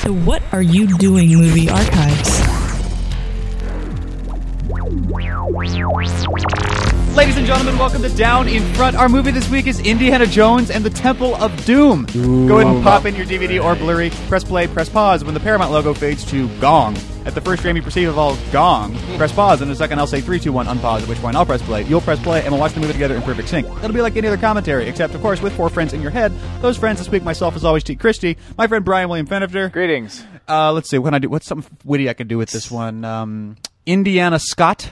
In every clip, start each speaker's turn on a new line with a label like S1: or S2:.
S1: to What Are You Doing Movie Archives.
S2: Ladies and gentlemen, welcome to Down in Front. Our movie this week is Indiana Jones and the Temple of Doom. Go ahead and pop in your DVD or Blu-ray. Press play, press pause when the Paramount logo fades to gong. At the first frame you perceive of all gong, press pause. In a second, I'll say three, two, one, unpause. At which point I'll press play. You'll press play, and we'll watch the movie together in perfect sync. It'll be like any other commentary, except of course with four friends in your head. Those friends this week, myself as always, T. Christie, my friend Brian William Fenifter.
S3: Greetings.
S2: Uh, let's see. What can I do? What's something witty I can do with this one? Um, Indiana Scott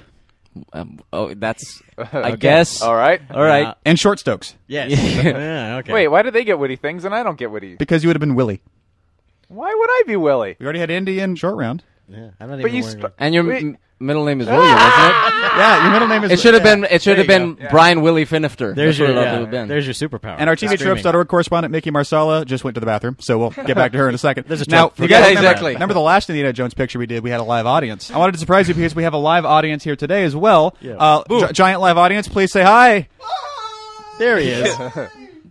S4: Um, oh, that's. I guess.
S3: All right.
S4: All right.
S2: and Short Stokes
S5: Yes. yeah, okay.
S3: Wait, why do they get witty things and I don't get witty?
S2: because you would have been Willie.
S3: Why would I be Willy?
S2: We already had Indy in short round.
S5: Yeah, I'm not
S3: But
S5: even
S3: you.
S5: worried
S3: Sp-
S5: about-
S4: and your
S3: Wait.
S4: m- middle name is Willie, wasn't it?
S2: Yeah, your middle name is.
S4: It should have
S2: yeah.
S4: been. It should have
S2: There you
S4: been Brian Willie Finifter.
S5: There's
S4: That's what
S5: your
S4: it ought to
S5: yeah,
S4: have been.
S5: there's your superpower.
S2: And our TVTropes.org correspondent Mickey Marsala just went to the bathroom, so we'll get back to her in a second. There's a now,
S5: trope.
S2: you guys
S4: Yeah,
S2: remember-
S4: exactly.
S2: Remember the last Indiana Jones picture we did? We had a live audience. I wanted to surprise you because we have a live audience here today as well. Uh, gi- giant live audience, please say hi.
S5: there he is.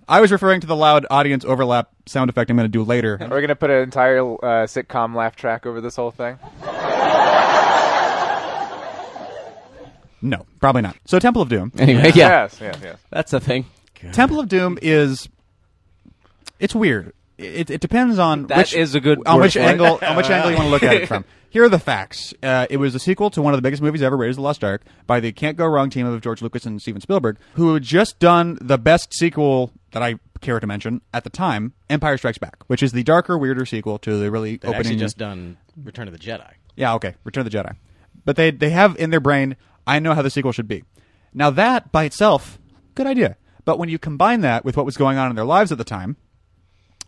S2: I was referring to the loud audience overlap sound effect I'm going to do later.
S3: Are we gonna put an entire uh, sitcom laugh track over this whole thing?
S2: No, probably not. So, Temple of Doom.
S4: anyway, yeah.
S3: Yes. Yes. Yes.
S4: That's the thing.
S2: Temple of Doom is it's weird. It, it depends on
S4: That
S2: which
S4: is a good
S2: on
S4: word
S2: which
S4: for it.
S2: angle on which angle you want to look at it from. Here are the facts. Uh, it was a sequel to one of the biggest movies ever, Raiders of the Lost Ark, by the Can't Go Wrong team of George Lucas and Steven Spielberg, who had just done the best sequel that I care to mention at the time, Empire Strikes Back, which is the darker, weirder sequel to the really
S5: They'd
S2: opening
S5: actually just done Return of the Jedi.
S2: yeah, okay. Return of the Jedi. But they they have in their brain, I know how the sequel should be. Now that by itself, good idea. But when you combine that with what was going on in their lives at the time,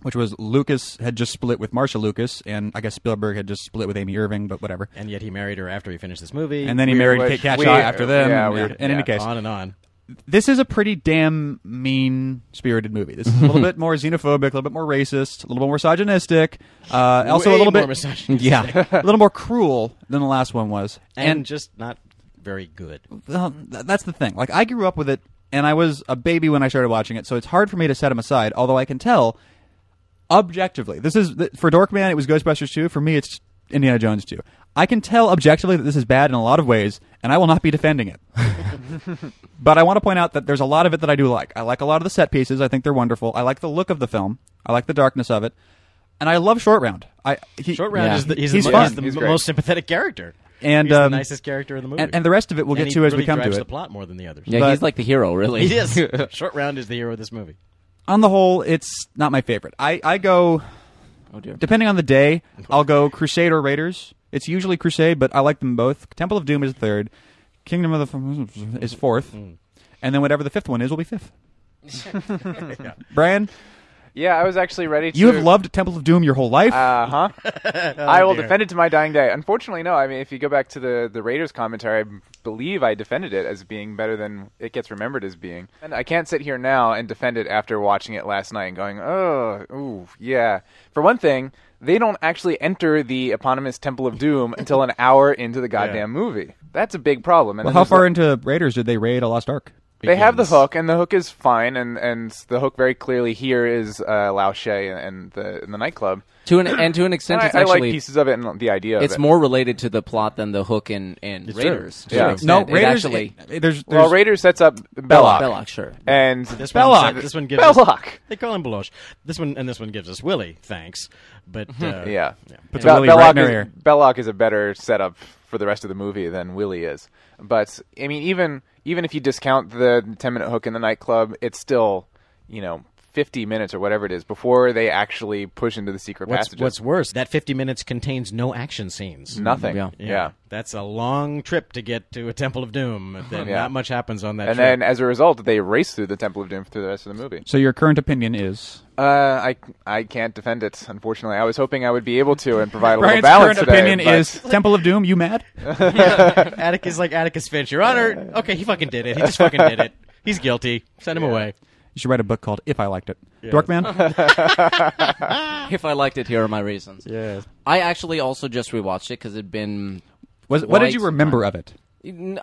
S2: which was Lucas had just split with Marsha Lucas, and I guess Spielberg had just split with Amy Irving, but whatever.
S5: And yet he married her after he finished this movie.
S2: And then he
S3: Weird,
S2: married Kate
S3: which-
S2: Capshaw
S3: weird,
S2: after them.
S3: yeah, weird.
S2: In any
S3: Yeah,
S2: case,
S5: on and on.
S2: this is a pretty damn mean spirited movie. This is a little bit more xenophobic, a little bit more racist, a little bit more misogynistic, uh, also a
S5: Way
S2: little
S5: more
S2: bit
S5: misogynistic.
S2: yeah, a little more cruel than the last one was,
S5: and, just not very good.
S2: well, th- that's the thing. Like I grew up with it, and I was a baby when I started watching it, so it's hard for me to set them aside. Although I can tell, objectively, this is th- for Dorkman. It was Ghostbusters two. For me, it's Indiana Jones two. I can tell objectively that this is bad in a lot of ways, and I will not be defending it. but I want to point out that there's a lot of it that I do like. I like a lot of the set pieces. I think they're wonderful. I like the look of the film. I like the darkness of it, and I love Short Round. I he,
S5: Short Round
S4: Yeah.
S5: is the, he's,
S2: He's
S5: the,
S2: fun.
S5: he's the
S3: He's
S5: m-
S3: great.
S5: most sympathetic character.
S2: and
S5: he's
S2: um,
S5: the nicest character in the movie.
S2: And, and the rest of it we'll
S5: And
S2: get
S5: he
S2: to as we
S5: really
S2: come to
S5: drives
S2: it.
S5: the plot more than the others.
S4: Yeah,
S2: But-
S4: he's like the hero, really. Oh,
S5: He is. Short Round is the hero of this movie.
S2: on the whole, it's not my favorite. I, I go,
S4: Oh dear.
S2: depending on the day, I'll go Crusade or Raiders. It's usually Crusade, but I like them both. Temple of Doom is third. Kingdom of the is fourth. And then whatever the fifth one is will be fifth. Brian,
S3: Yeah, I was actually ready. to...
S2: you have loved Temple of Doom your whole life.
S3: Uh huh. I will
S5: dear.
S3: defend it to my dying day. Unfortunately, no. I mean, if you go back to the the Raiders commentary, I believe I defended it as being better than it gets remembered as being. And I can't sit here now and defend it after watching it last night and going, oh, ooh, yeah. For one thing, they don't actually enter the eponymous Temple of Doom until an hour into the goddamn movie. That's a big problem. And
S2: well,
S3: then
S2: how
S3: there's the-
S2: far into Raiders did they raid a Lost Ark?
S3: they have the
S5: begins.
S3: hook, and the hook is fine, and, and the hook very clearly here is uh, Lao She and, and the and the nightclub.
S4: To an and to an
S3: And
S4: extent,
S3: I,
S4: it's
S3: I like
S4: actually
S3: pieces of it and the idea. of
S4: it's
S3: it.
S4: more related to the plot than the hook in in Raiders. to
S3: Yeah.
S4: an
S2: No,
S3: No,
S4: extent. It
S2: Raiders.
S4: actually.
S2: it- there's, there's,
S3: Well, Raider sets up Belloc.
S4: Belloc, sure.
S3: And
S5: This
S2: Belloc.
S5: One, this one gives us-
S3: Belloc.
S5: they call him Belosh. This one and this one gives us Willie. Thanks, but uh,
S3: Mm-hmm. Yeah.
S2: Puts
S3: Bel-
S2: Willy
S3: Belloc,
S2: right in her
S3: is,
S2: ear.
S3: Belloc is a better setup for the rest of the movie than Willie is. But I mean, even even if you discount the ten minute hook in the nightclub, it's still you know fifty minutes or whatever it is before they actually push into the secret
S5: What's,
S3: passages.
S5: what's worse, that 50 minutes contains no action scenes.
S3: Nothing.
S4: Yeah.
S3: yeah.
S5: That's a long trip to get to a Temple of Doom. Then
S3: Yeah.
S5: Not much happens on that
S3: And
S5: trip.
S3: then, as a result, they race through the Temple of Doom through the rest of the movie.
S2: so your current opinion is
S3: Uh, I I can't defend it, unfortunately. I was hoping I would be able to and provide a little
S2: Brian's
S3: balance
S2: current
S3: today,
S2: opinion
S3: but-
S2: is Temple of Doom. You mad?
S5: Atticus, like Atticus Finch, Your Honor. Okay, he fucking did it. He just fucking did it. He's guilty. Send him away.
S2: You should write a book called If I Liked It. Dorkman.
S4: If I liked it, here are my reasons.
S5: Yeah.
S4: I actually also just rewatched it because it'd been.
S2: Was, what did
S4: White
S2: you remember of it?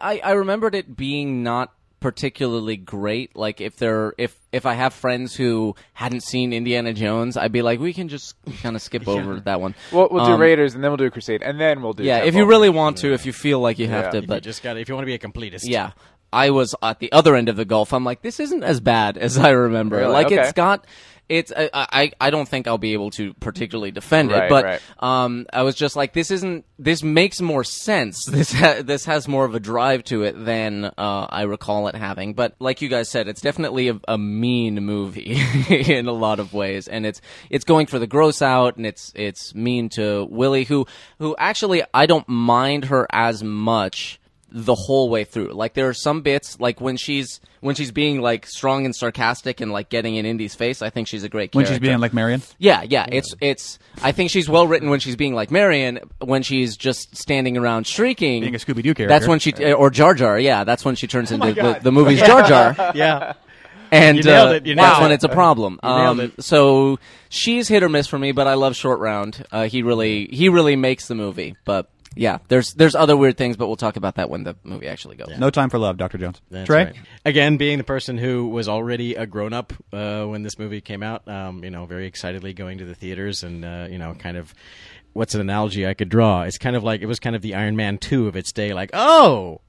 S4: I, I remembered it being not particularly great. Like if they're if if I have friends who hadn't seen Indiana Jones, I'd be like, we can just kind of skip over that one.
S3: We'll, we'll do
S4: Um,
S3: Raiders, and then we'll do Crusade, and then we'll do.
S4: Yeah, if
S3: Temple.
S4: you really want to, if you feel like you have
S3: Yeah.
S4: to,
S3: You
S5: But
S4: but
S5: just got if you want to be a completist.
S4: yeah. I was at the other end of the gulf. I'm like, this isn't as bad as I remember.
S3: Really?
S4: Like,
S3: Okay.
S4: it's got, it's. I, I, I don't think I'll be able to particularly defend
S3: Right,
S4: it, but
S3: right.
S4: um, I was just like, this isn't. This makes more sense. This ha- this has more of a drive to it than uh, I recall it having. But like you guys said, it's definitely a, a mean movie in a lot of ways, and it's it's going for the gross out, and it's it's mean to Willie, who who actually I don't mind her as much the whole way through. Like there are some bits, like when she's when she's being like strong and sarcastic and like getting in Indy's face. I think she's a great character.
S2: when she's being like Marion.
S4: Yeah, yeah. It's it's. I think she's well written when she's being like Marion, when she's just standing around shrieking,
S2: Being a Scooby-Doo character.
S4: That's when she or Jar Jar. Yeah, that's when she
S5: Oh
S4: turns into the,
S2: God.
S4: the movie's Jar Jar,
S5: yeah.
S4: and
S5: You nailed
S4: uh,
S5: it, you
S4: that's
S5: nailed
S4: when
S5: it.
S4: it's a problem.
S5: nailed
S4: Um,
S5: it.
S4: so she's hit or miss for me, but I love Short Round. Uh, he really he really makes the movie, but. Yeah, there's there's other weird things, but we'll talk about that when the movie actually goes.
S2: No time for love, Doctor Jones.
S5: That's
S2: Trey,
S5: right. Again, being the person who was already a grown up uh, when this movie came out, um, you know, very excitedly going to the theaters and, uh, you know, kind of what's an analogy I could draw? It's kind of like it was kind of the Iron Man 2 of its day. Like, oh,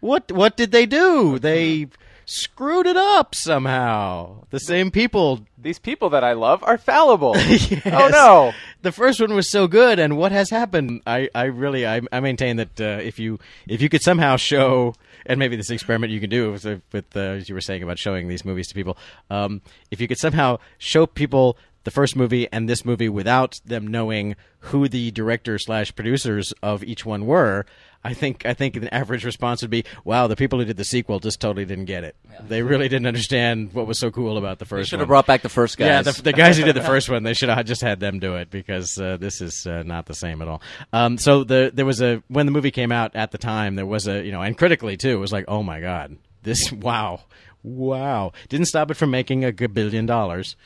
S5: what what did they do? They screwed it up somehow. The same people
S3: These people that I love are fallible. Oh
S5: Yes.
S3: no!
S5: The first one was so good, and what has happened? I, I really, I, I maintain that uh, if you if you could somehow show, and maybe this experiment you can do with, with uh, as you were saying about showing these movies to people, um, if you could somehow show people the first movie and this movie without them knowing who the director slash producers of each one were. I think I think the average response would be, "Wow, the people who did the sequel just totally didn't get it. They really didn't understand what was so cool about the first
S4: Should
S5: one."
S4: have brought back the first guys.
S5: Yeah, the, the guys who did the first one, they should have just had them do it because uh, this is uh, not the same at all. Um, so the there was a when the movie came out at the time, there was a you know, and critically too, it was like, oh my god, this wow, wow, didn't stop it from making a good billion dollars.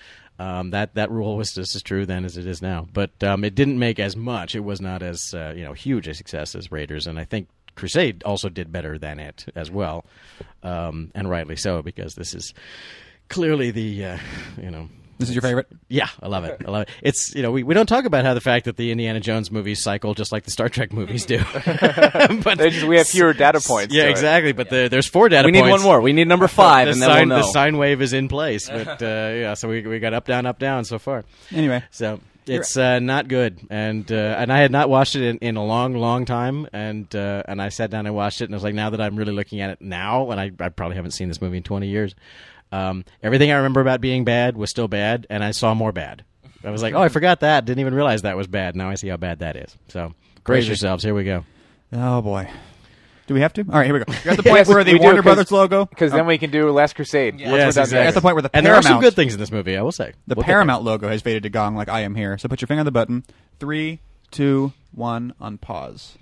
S5: Um, that that rule was just as true then as it is now, but um, it didn't make as much. It was not as uh, you know huge a success as Raiders, and I think Crusade also did better than it as well, um, and rightly so because this is clearly the uh, you know
S2: this is your favorite.
S5: yeah, I love it. I love it. It's you know we, we don't talk about how the fact that the Indiana Jones movies cycle just like the Star Trek movies do, but
S3: They just- we have fewer data points
S5: Yeah,
S3: to it.
S5: exactly. But there- there's four data
S4: we need one
S5: points.
S4: more. We need number five,
S5: the
S4: and then
S5: sine,
S4: we'll know.
S5: the sine wave is in place, but uh, yeah, so we we got up down up down so far.
S2: Anyway,
S5: So it's uh, not good, and uh, and I had not watched it in, in a long, long time, and uh, and I sat down and watched it, and I was like, now that I'm really looking at it now, and I, I probably haven't seen this movie in 20 years, um, everything I remember about being bad was still bad, and I saw more bad. I was like, oh, I forgot that, didn't even realize that was bad. Now I see how bad that is. So brace
S2: Crazy.
S5: yourselves. Here we go.
S2: oh boy, do we have to? All right, here we go. You're at the
S3: Yes,
S2: point where the
S3: we do,
S2: Warner
S3: 'cause-
S2: Brothers logo, Oh, Um,
S3: Because then we can do Last Crusade. Once we're done
S5: exactly.
S2: At the
S3: there.
S2: point where the
S5: and there are some
S2: Paramount-
S5: good things in this movie, I will say.
S2: the
S5: We'll get there.
S2: Paramount logo has faded to gong like I am here. So put your finger on the button. Three, two, one, on pause.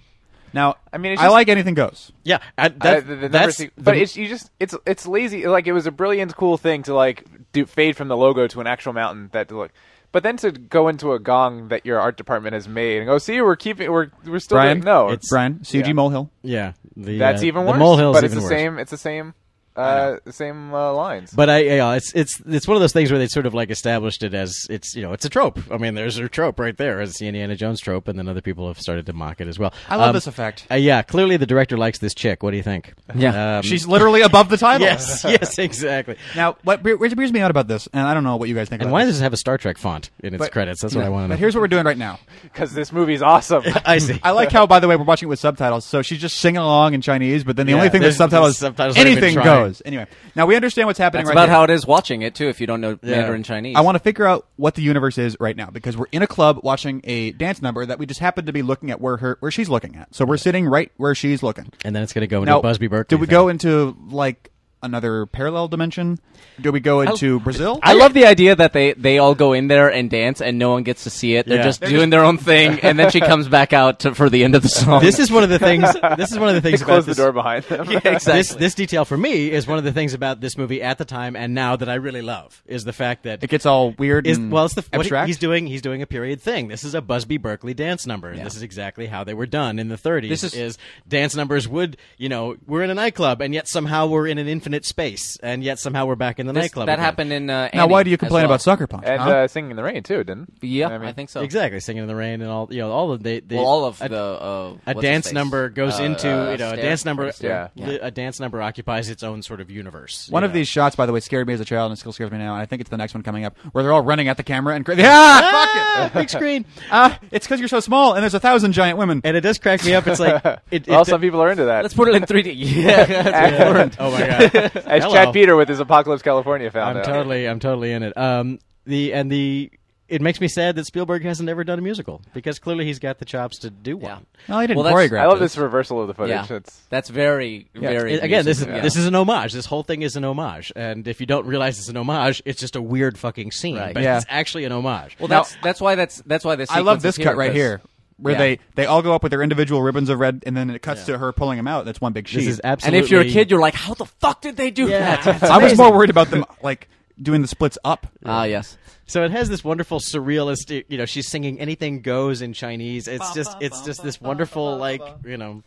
S2: Now,
S3: I mean, it's
S2: I
S3: just-
S2: like anything goes.
S5: Yeah, I,
S3: Uh,
S5: that,
S3: the- the number
S5: that's
S3: se- but it's you just it's it's lazy. Like it was a brilliant, cool thing to like do fade from the logo to an actual mountain that to look. But then to go into a gong that your art department has made and go, see, we're keeping, we're we're still
S2: Brian,
S3: doing, no,
S5: It's-
S2: Brian, CG
S3: Yeah.
S2: Molehill.
S5: yeah. The,
S3: that's
S5: uh,
S3: even
S5: the
S3: worse.
S5: molehill's
S3: but it's
S5: even
S3: the
S5: worse.
S3: same. It's the same. Uh, the same uh, lines.
S5: But I, yeah, it's it's it's one of those things where they sort of like established it as it's you know it's a trope. I mean, there's a trope right there. It's the Indiana Jones trope, and then other people have started to mock it as well.
S2: I love this effect.
S5: uh, yeah, clearly the director likes this chick. What do you think?
S4: Yeah.
S5: Um,
S2: She's literally above the title.
S5: yes, yes, exactly.
S2: Now, what what weirds me out about this, and I don't know what you guys think.
S5: And
S2: about
S5: why
S2: this,
S5: does it have a Star Trek font in its
S2: but-
S5: credits? That's what I want to know.
S2: But here's what we're doing right now.
S3: Because this movie's awesome.
S5: I see.
S2: I like how, by the way, we're watching it with subtitles. So she's just singing along in Chinese, but then the
S5: Yeah,
S2: only thing that's
S5: there's-
S2: subtitled
S5: the
S2: is
S5: subtitles aren't even
S2: anything
S5: trying.
S2: goes. Anyway, now we understand what's happening
S4: That's
S2: right
S4: about
S2: here.
S4: how it is watching it too. If you don't know Mandarin Chinese,
S2: I want to figure out what the universe is right now because we're in a club watching a dance number that we just happen to be looking at where her where she's looking at. So we're sitting right where she's looking.
S5: and then it's going to go into
S2: Now,
S5: Oh, Busby Berkeley.
S2: Do we
S5: thing.
S2: go into like another parallel dimension? Do we go into Brazil?
S4: I love the idea that they, they all go in there and dance and no one gets to see it. They're
S5: Yeah.
S4: just
S5: They're
S4: doing their own thing, and then she comes back out to, for the end of the song.
S5: This is one of the things. This is one of the things.
S3: Close
S5: about
S3: the
S5: this-
S3: door behind them.
S4: exactly.
S5: This this detail for me is one of the things about this movie at the time and now that I really love is the fact that
S2: it gets all weird.
S5: is
S4: Mm.
S2: and
S5: well, it's the what he-
S2: abstract.
S5: he's doing. He's doing a period thing. This is a Busby Berkeley dance number. and This is exactly how they were done in the 30s.
S2: This is-
S5: is dance numbers would you know we're in a nightclub and yet somehow we're in an infinite infinite space, and yet somehow we're back in the
S4: This-
S5: nightclub.
S4: that
S5: again.
S4: happened in. Uh,
S2: Now,
S4: Annie
S2: why do you
S4: as
S2: complain
S4: well.
S2: about Sucker Punch?
S3: and
S2: huh?
S3: uh, singing in the rain too, didn't?
S4: Yeah, I,
S3: mean-
S4: think so.
S5: Exactly, singing in the rain and all. You know, all of they. they
S4: Well, all of
S5: a,
S4: the uh,
S5: a
S4: what's his
S5: dance
S4: face?
S5: number goes
S4: Uh,
S5: into
S4: uh,
S5: you know a
S4: Stair-
S5: dance number.
S3: Yeah.
S5: li- a dance number occupies its own sort of universe.
S2: One
S5: you
S2: of
S5: know.
S2: these shots, by the way, scared me as a child and still scares me now. And I think it's the next one coming up where they're all running at the camera and cra- ah, fuck
S5: Ah,
S2: it.
S5: big screen.
S2: Ah, it's because you're so small and there's a thousand giant women.
S5: And it does crack me up. It's like it, it,
S3: Well, some people are into that.
S4: Let's put it in 3D. Yeah.
S3: As
S5: Oh my god! Hello.
S3: Chad Peter with his Apocalypse California found
S5: I'm
S3: out.
S5: totally, I'm totally in it. Um, the and the it makes me sad that Spielberg hasn't ever done a musical because clearly he's got the chops to do
S4: Yeah.
S5: one.
S2: Well, he didn't
S4: Well, that's-
S2: choreograph
S3: I love
S2: this.
S3: this reversal of the footage.
S4: yeah.
S3: It's
S4: That's very, very.
S5: It- again, this is
S4: amusing. Yeah.
S5: this is an homage. This whole thing is an homage, and if you don't realize it's an homage, it's just a weird fucking scene.
S4: Right.
S5: But
S2: Yeah.
S5: it's actually an homage.
S4: Well,
S2: Now-
S4: that's that's why that's that's why this.
S2: I love
S4: sequence
S2: this
S4: is
S2: cut right
S4: 'cause-
S2: here, where
S4: Yeah.
S2: they they all go up with their individual ribbons of red, and then it cuts to her pulling them out. That's one big sheet.
S5: this is
S4: And
S5: absolutely.
S4: if you're a kid, you're like, how the fuck did they do
S5: Yeah.
S4: that?
S2: I was more worried about them like doing the splits up.
S4: Ah, yes.
S5: so it has this wonderful surrealist. You know, she's singing "Anything Goes" in Chinese. It's just, it's just this wonderful, like, you know.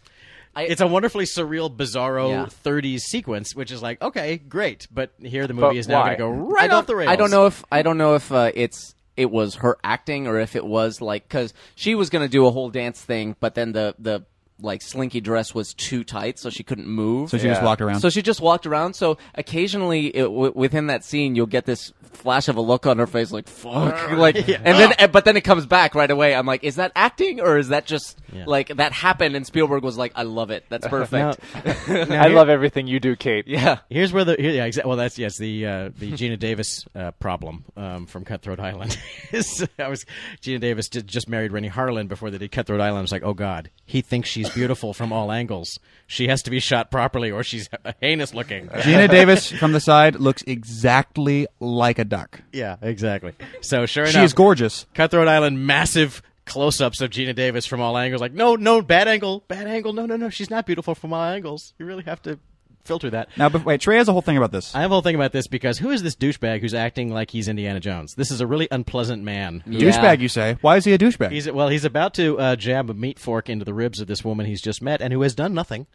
S4: I-
S5: it's a wonderfully surreal, bizarro
S4: Yeah.
S5: '30s sequence, which is like, okay, great, but here the movie
S3: But
S5: is now
S3: why?
S5: going to go
S4: I
S5: right
S4: don't-
S5: off the rails.
S4: I don't know if I don't know if uh, it's it was her acting or if it was like because she was going to do a whole dance thing, but then the the like slinky dress was too tight, so she couldn't move.
S2: So she just
S3: Yeah.
S2: walked around.
S4: So she just walked around. So occasionally, it, w- within that scene, you'll get this flash of a look on her face, like "fuck," like, and then, and- but then it comes back right away. I'm like, is that acting or is that just
S5: Yeah.
S4: like that happened? And Spielberg was like, I love it. That's
S5: Now-
S4: perfect.
S5: now
S3: I
S5: here-
S3: love everything you do, Kate.
S4: yeah.
S5: Here's where the here, yeah exactly. Well, that's yes the uh, the Gina Davis uh, problem um, from Cutthroat Island. is, I was Gina Davis did, just married Rennie Harlan before they did Cutthroat Island. I was like, oh god, he thinks she's beautiful from all angles. She has to be shot properly, or she's heinous looking.
S2: Gina Davis from the side looks exactly like a duck.
S5: yeah, exactly. So sure
S2: She
S5: enough,
S2: is gorgeous.
S5: Cutthroat Island, massive close-ups of Gina Davis from all angles. Like no, no, bad angle, bad angle. No, no, no, she's not beautiful from all angles. You really have to filter that.
S2: Now, but wait, Trey has a whole thing about this.
S5: I have a whole thing about this because who is this douchebag who's acting like he's Indiana Jones? This is a really unpleasant man. who-
S4: Yeah.
S2: Douchebag, you say? Why is he a douchebag?
S5: He's well, he's about to uh, jab a meat fork into the ribs of this woman he's just met and who has done nothing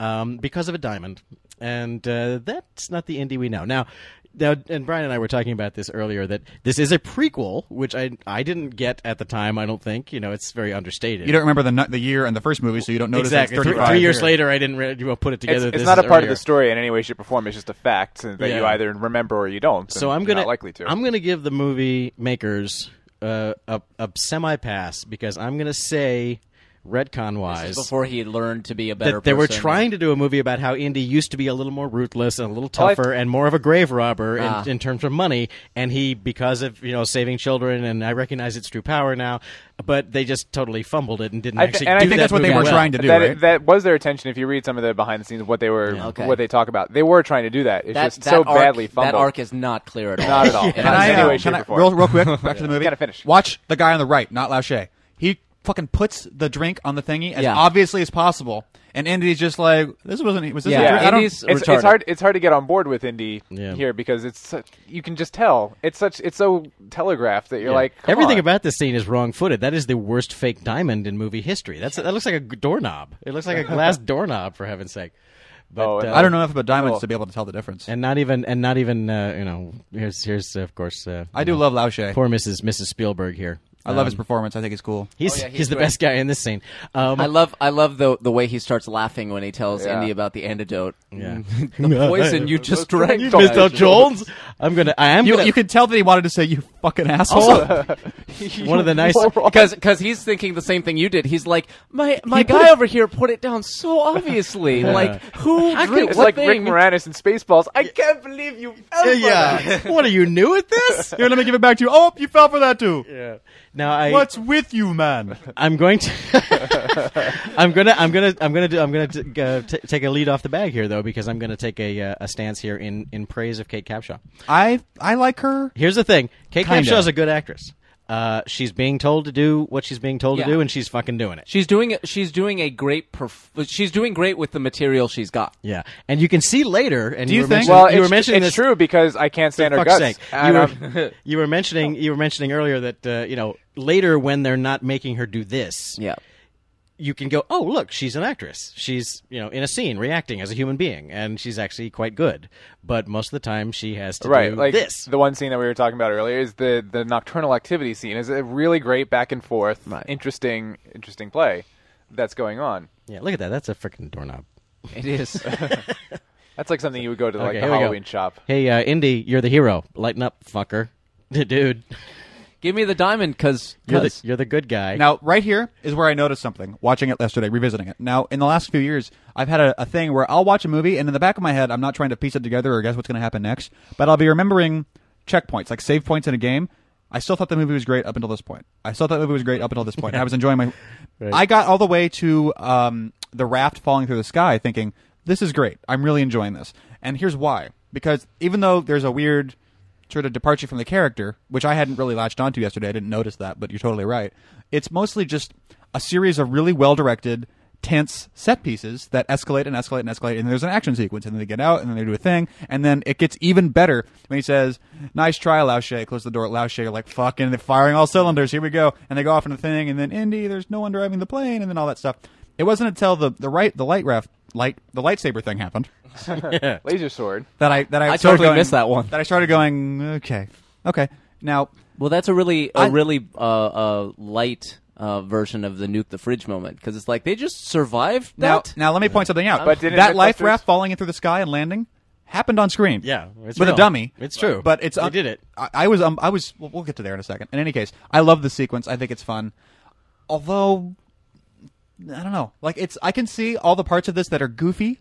S5: um, because of a diamond, and uh, that's not the indie we know now. Now, and Brian and I were talking about this earlier that this is a prequel, which I I didn't get at the time. I don't think you know it's very understated.
S2: you don't remember the nu- the year and the first movie, so you don't notice. that it's
S5: exactly. Three,
S2: 35.
S5: three years later, I didn't re- you know, put it
S3: It's,
S5: together.
S3: it's
S5: This
S3: not a
S5: is
S3: part of
S5: earlier.
S3: the story in any way, shape, or form. It's just a fact that you
S5: Yeah.
S3: either remember or you don't.
S5: So
S3: and
S5: I'm
S3: you're
S5: gonna
S3: not likely to.
S5: I'm gonna give the movie makers uh, a a semi pass because I'm gonna say retcon wise
S4: Before he learned to be a better
S5: that they were
S4: person.
S5: trying to do a movie about how Indy used to be a little more ruthless and a little
S3: Oh, I-
S5: tougher and more of a grave robber
S4: Ah.
S5: in, in terms of money, and he because of you know saving children and I recognize its true power now, but they just totally fumbled it and didn't
S3: I th-
S5: actually.
S3: and I
S5: do
S3: think
S5: that
S2: that's what they
S5: movie
S2: were
S5: well.
S2: trying to do,
S3: that,
S2: right?
S3: that was their intention. If you read some of the behind the scenes, what they were,
S4: Okay.
S3: what they talk about, they were trying to do that. It's
S4: That,
S3: just
S4: that
S3: so
S4: arc,
S3: badly fumbled.
S4: That arc is not clear at all.
S3: Not at all.
S4: In
S2: Can I,
S3: any
S2: uh,
S3: way,
S2: can
S3: shape,
S2: I-
S3: or form.
S2: real, real quick, back to the movie.
S3: Gotta finish.
S2: Watch the guy on the right, not Lachey. He fucking puts the drink on the thingy as
S4: Yeah.
S2: obviously as possible, and Indy's just like, "This wasn't. e-, Was this
S4: Yeah.
S2: a drink? I don't-
S4: Indy's-
S3: it's,
S4: retarded.
S3: it's hard. It's hard to get on board with indie
S5: Yeah.
S3: here because it's such, you can just tell it's such it's so telegraphed that you're
S5: Yeah.
S3: like come
S5: everything
S3: on.
S5: about this scene is wrong-footed. That is the worst fake diamond in movie history. That's that looks like a g- doorknob. It looks like a glass doorknob for heaven's sake. But
S3: Oh,
S5: uh,
S2: I don't know enough about diamonds
S3: Cool.
S2: to be able to tell the difference.
S5: and not even and not even uh, you know. Here's here's uh, of course. Uh,
S2: I do love Lachey.
S5: poor Mrs. Mrs. Spielberg here.
S2: I love his performance. I think he's cool.
S5: He's,
S4: yeah,
S5: he's,
S4: he's
S5: the
S4: great.
S5: best guy in this scene. Um,
S4: I love I love the the way he starts laughing when he tells
S3: Yeah.
S4: Indy about the antidote.
S5: Yeah.
S4: the poison you just drank.
S5: You missed out, Jones. I'm gonna. I am
S2: You,
S5: gonna.
S2: you could tell that he wanted to say, "You fucking asshole."
S5: one of the nice.
S4: Because because he's thinking the same thing you did. He's like my my
S5: put
S4: guy
S5: it-
S4: over here put it down so obviously. Like who drink
S3: It's
S4: what
S3: like
S4: thing?
S3: Rick Moranis in Spaceballs. I can't believe you. fell for that.
S5: yeah. what are you new at this?
S2: Here, let me give it back to you. Oh, you fell for that too.
S5: Yeah. Now I.
S2: What's with you, man?
S5: I'm going to. I'm gonna. I'm gonna. I'm gonna. Do, I'm gonna t- uh, t- take a lead off the bag here though, because I'm gonna take a uh, a stance here in in praise of Kate Capshaw.
S2: I I like her.
S5: Here's the thing: Kate
S2: Kinda.
S5: Capshaw's a good actress. Uh, she's being told to do what she's being told to
S4: Yeah.
S5: do, and she's fucking doing it.
S4: She's doing she's doing a great perf- she's doing great with the material she's got.
S5: Yeah, and you can see later, and
S2: Do
S5: you,
S2: you
S5: were
S2: think-
S5: mentioning,
S3: Well,
S5: you
S3: it's,
S5: were mentioning
S3: it's
S5: this
S3: true because I can't stand her
S5: fuck's
S3: guts.
S5: sake. You
S3: And I'm-
S5: were, you were mentioning you were mentioning earlier that uh, you know later when they're not making her do this,
S4: Yeah.
S5: you can go, oh look, she's an actress. She's you know in a scene reacting as a human being, and she's actually quite good. But most of the time, she has to
S3: right
S5: do
S3: like
S5: this.
S3: the one scene that we were talking about earlier is the the nocturnal activity scene is a really great back and forth
S5: Right.
S3: interesting interesting play that's going on
S5: yeah, look at that. That's a freaking doorknob.
S4: It is.
S3: that's like something you would go to like
S5: Okay,
S3: the
S5: here we go.
S3: halloween shop
S5: Hey, uh, Indy, you're the hero. Lighten up, fucker. Dude,
S4: Give me the diamond, cause,
S5: you're the,
S4: 'cause-
S5: you're the good guy.
S2: Now, right here is where I noticed something. Watching it yesterday, revisiting it. Now, in the last few years, I've had a, a thing where I'll watch a movie, and in the back of my head, I'm not trying to piece it together or guess what's going to happen next, but I'll be remembering checkpoints, like save points in a game. I still thought the movie was great up until this point. I still thought the movie was great up until this point. I was enjoying my. I got all the way to um, the raft falling through the sky, thinking this is great. I'm really enjoying this, and here's why. Because even though there's a weird sort of departure from the character, which I hadn't really latched onto yesterday. I didn't notice that, but you're totally right. It's mostly just a series of really well directed, tense set pieces that escalate and escalate and escalate. And there's an action sequence, and then they get out, and then they do a thing, and then it gets even better when he says, "Nice try, Lao She." Close the door, Lao She. Like fucking, they're firing all cylinders. Here we go, and they go off in the thing, and then Indy, there's no one driving the plane, and then all that stuff. It wasn't until the the right the light raft light the lightsaber thing happened
S3: laser sword
S2: that I that I,
S4: I
S2: started
S4: totally
S2: going-
S4: missed that one.
S2: That I started going, okay, okay. Now
S4: well, that's a really a
S2: I-
S4: really uh, uh, light uh, version of the nuke the fridge moment because it's like they just survived
S2: Now,
S4: that.
S2: now let me point something out.
S3: But didn't
S2: that
S3: Mythbusters-
S2: life raft falling in through the sky and landing happened on screen.
S5: Yeah, it's
S2: with
S5: real.
S2: a dummy.
S5: It's true.
S2: But it's
S5: They
S2: un-
S5: did it.
S2: I, I was. Um, I was. We'll, we'll get to there in a second. In any case, I love the sequence. I think it's fun. Although, I don't know. Like it's. I can see all the parts of this that are goofy.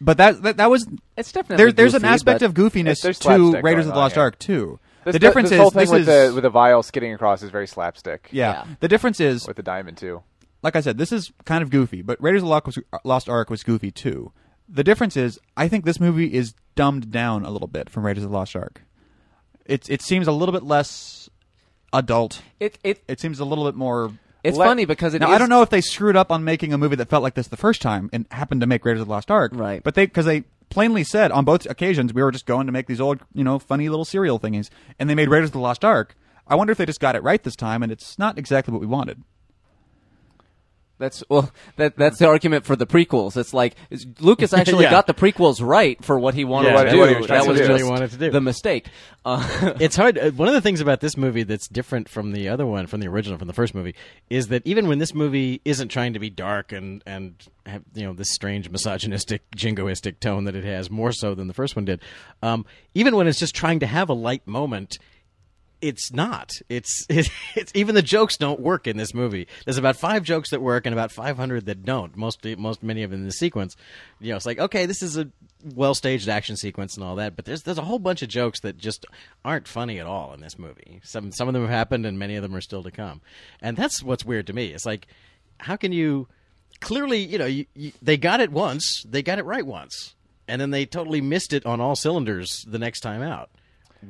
S2: But that that, that was
S4: It's definitely
S2: there, there's an
S4: goofy,
S2: aspect
S4: but-
S2: of goofiness
S3: There's
S2: to
S3: slapstick
S2: Raiders of
S3: going
S2: the
S3: on
S2: Lost
S3: here.
S2: Ark too.
S3: this,
S2: the difference
S3: this
S2: is
S3: whole thing
S2: this
S3: with
S2: is
S3: the with the vial skidding across is very slapstick
S2: yeah.
S4: Yeah.
S2: The difference is
S3: with the diamond too
S2: like I said, this is kind of goofy, but Raiders of the Lost, Lost Ark was goofy too. The difference is, I think this movie is dumbed down a little bit from Raiders of the Lost Ark. It it seems a little bit less adult.
S4: it, it
S2: It seems a little bit more.
S4: it's
S3: Let-
S4: funny because it
S2: now
S4: is-
S2: I don't know if they screwed up on making a movie that felt like this the first time and happened to make Raiders of the Lost Ark,
S4: Right.
S2: But they because they plainly said on both occasions we were just going to make these old you know funny little serial thingies, and they made Raiders of the Lost Ark. I wonder if they just got it right this time, and it's not exactly what we wanted.
S4: That's well. That that's the argument for the prequels. It's like it's- Lucas actually
S5: Yeah.
S4: got the prequels right for what he wanted to
S5: Yeah, what
S4: do.
S5: he- what he
S3: was trying
S4: that
S3: to
S4: was
S3: do.
S5: What he
S4: just
S5: wanted to do.
S4: the mistake. Uh,
S5: it's hard. uh, One of the things about this movie that's different from the other one, from the original, from the first movie, is that even when this movie isn't trying to be dark and and have you know this strange misogynistic, jingoistic tone that it has more so than the first one did, um, even when it's just trying to have a light moment. It's not. It's, it's it's even the jokes don't work in this movie. There's about five jokes that work and about 500 that don't. Most most many of them in the sequence. You know, it's like okay, this is a well staged action sequence and all that, but there's there's a whole bunch of jokes that just aren't funny at all in this movie. Some some of them have happened and many of them are still to come. And that's what's weird to me. It's like how can you clearly, you know, you, you, they got it once, they got it right once, and then they totally missed it on all cylinders the next time out.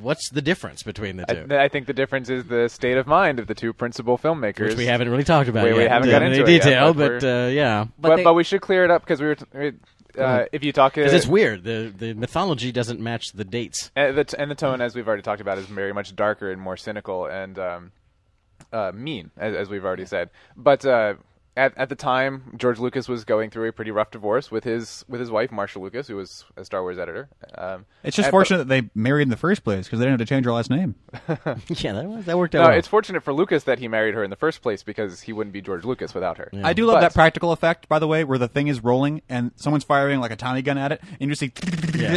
S5: What's the difference between the two?
S3: I, I think the difference is the state of mind of the two principal filmmakers
S5: Which we haven't really talked about
S3: We-
S5: yet.
S3: we haven't
S5: in
S3: got
S5: any
S3: into it yet,
S5: detail,
S3: but
S5: but, uh, yeah.
S3: but,
S4: But
S3: but,
S4: they-
S3: we should clear it up because we were t- we- uh, if you talk
S5: Because it's weird. The, the mythology doesn't match the dates.
S3: and uh, the, t- and the tone, as we've already talked about, is very much darker and more cynical and um, uh, mean, as, as we've already said. But uh, at, at the time, George Lucas was going through a pretty rough divorce with his with his wife, Marsha Lucas, who was a Star Wars editor. Um,
S2: It's just
S3: and-
S2: fortunate that they married in the first place because they didn't have to change her last name.
S5: yeah, that, was, that worked out
S3: No,
S5: well.
S3: it's fortunate for Lucas that he married her in the first place because he wouldn't be George Lucas without her.
S2: I do love
S3: But-
S2: that practical effect, by the way, where the thing is rolling and someone's firing like a Tommy gun at it, and you see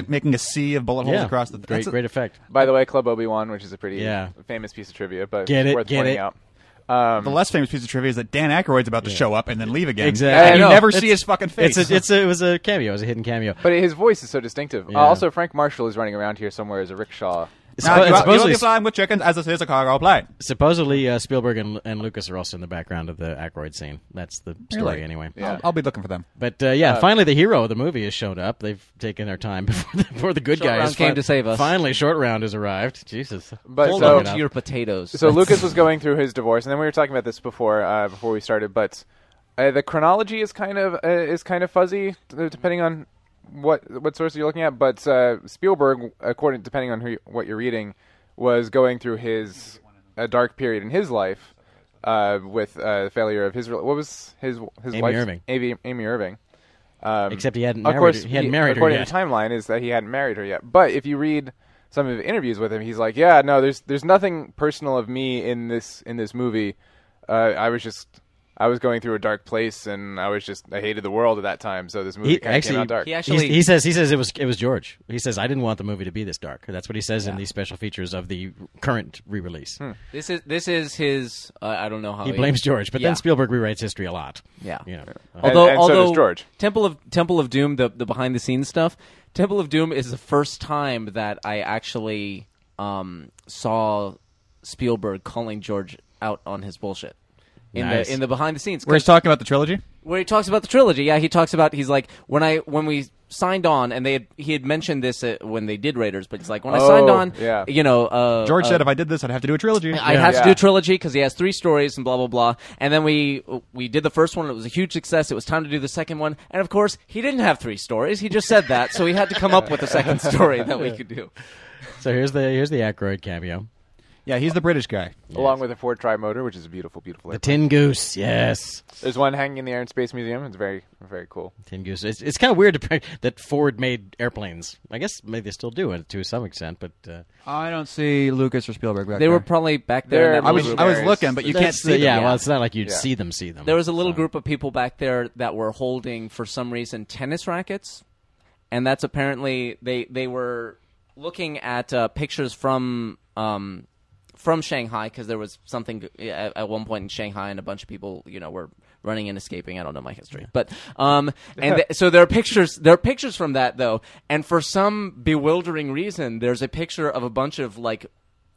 S2: making a sea of bullet holes
S5: yeah.
S2: across the.
S5: great,
S2: that's a-
S5: great effect.
S3: By the way, Club Obi Wan, which is a pretty
S5: Yeah.
S3: famous piece of trivia, but
S5: Get
S3: it's
S5: it,
S3: worth
S5: get
S3: pointing
S5: it.
S3: out.
S2: The less famous piece of trivia is that Dan Aykroyd's about to show up and then leave again.
S5: Exactly.
S2: And
S3: I
S2: you
S3: know.
S2: never
S5: It's-
S2: see his fucking face.
S5: It's a, it's a, it was a cameo. It was a hidden cameo.
S3: But his voice is so distinctive.
S5: Yeah.
S3: Also, Frank Marshall is running around here somewhere as a rickshaw.
S2: now, you, are- you will
S5: supposedly,
S2: be flying with chickens as this is a cargo plane.
S5: supposedly uh, Spielberg and, and Lucas are also in the background of the Ackroyd scene. That's the story,
S2: Really?
S5: anyway.
S2: I'll, I'll be looking for them.
S5: But uh, yeah, finally the hero of the movie has showed up. They've taken their time before the, before the good
S4: Short
S5: guy
S4: Round
S5: has
S4: came to save us.
S5: Finally, short round has arrived. Jesus,
S3: But
S5: Hold
S3: so-
S5: on
S4: to
S5: now.
S4: your potatoes.
S3: So Lucas was going through his divorce, and then we were talking about this before uh, before we started. But uh, the chronology is kind of uh, is kind of fuzzy d- depending on what what source you're looking at. But uh, Spielberg, according depending on who you, what you're reading, was going through his a dark period in his life. uh, with uh, the failure of his rel- what was his his
S5: Amy
S3: wife's-
S5: Irving.
S3: Amy, Amy Irving. Um,
S5: Except he hadn't
S3: of
S5: married
S3: course,
S5: her- he hadn't married her
S3: according
S5: yet.
S3: to timeline, is that he hadn't married her yet. But if you read some of the interviews with him, he's like, "Yeah, no, there's there's nothing personal of me in this in this movie. Uh, I was just." I was going through a dark place, and I was just—I hated the world at that time. So this movie
S5: He
S3: kind of came
S5: actually,
S3: out dark.
S4: He
S5: he's-
S4: actually-
S5: he says he says it was it was George. He says I didn't want the movie to be this dark. That's what he says in these special features of the current re-release.
S4: This is this is his. Uh, I don't know how
S5: He blames George, but
S4: Hmm. yeah.
S5: then Spielberg rewrites history a lot.
S4: Yeah.
S5: You know. Uh,
S4: Although,
S3: and so does
S4: although
S3: George.
S4: Temple of Temple of Doom, the the behind the scenes stuff. Temple of Doom is the first time that I actually um, saw Spielberg calling George out on his bullshit in
S5: Nice.
S4: the in the behind the scenes
S2: We're just talking about the trilogy.
S4: where he talks about the trilogy. Yeah, he talks about he's like when I when we signed on and they had, he had mentioned this uh, when they did Raiders, but he's like when I
S3: Oh,
S4: signed on,
S3: yeah.
S4: you know, uh,
S2: George
S4: uh,
S2: said if I did this, I'd have to do a trilogy.
S4: I have
S3: Yeah.
S4: to do a trilogy because he has three stories and blah blah blah. And then we we did the first one; it was a huge success. It was time to do the second one, and of course, he didn't have three stories. He just said that, so he had to come up with a second story that we could do.
S5: so here's the here's the Aykroyd cameo.
S2: yeah, he's the British guy.
S3: Along with a Ford Tri motor, which is a beautiful, beautiful.
S5: The
S3: airplane.
S5: Tin Goose, yes,
S3: There's one hanging in the Air and Space Museum. It's very, very cool.
S5: Tin Goose. It's, it's kind of weird to pre- that Ford made airplanes. I guess maybe they still do it to some extent, but uh,
S2: I don't see Lucas or Spielberg. Back
S4: They were probably back there.
S3: They're
S4: in that
S2: I was
S4: little
S2: I was
S4: group.
S3: Blueberries.
S2: looking, but you can't
S5: that's-
S2: see. them.
S5: yeah, well, it's not like you'd
S3: Yeah.
S5: see them, see them.
S4: There was a little group of people back there that were holding, for some reason, tennis rackets, and that's apparently they they were looking at uh, pictures from um, from Shanghai because there was something uh, at, at one point in Shanghai, and a bunch of people you know were running and escaping. I don't know my history, but um, and th- so there are pictures. There are pictures from that though, and for some bewildering reason, there's a picture of a bunch of like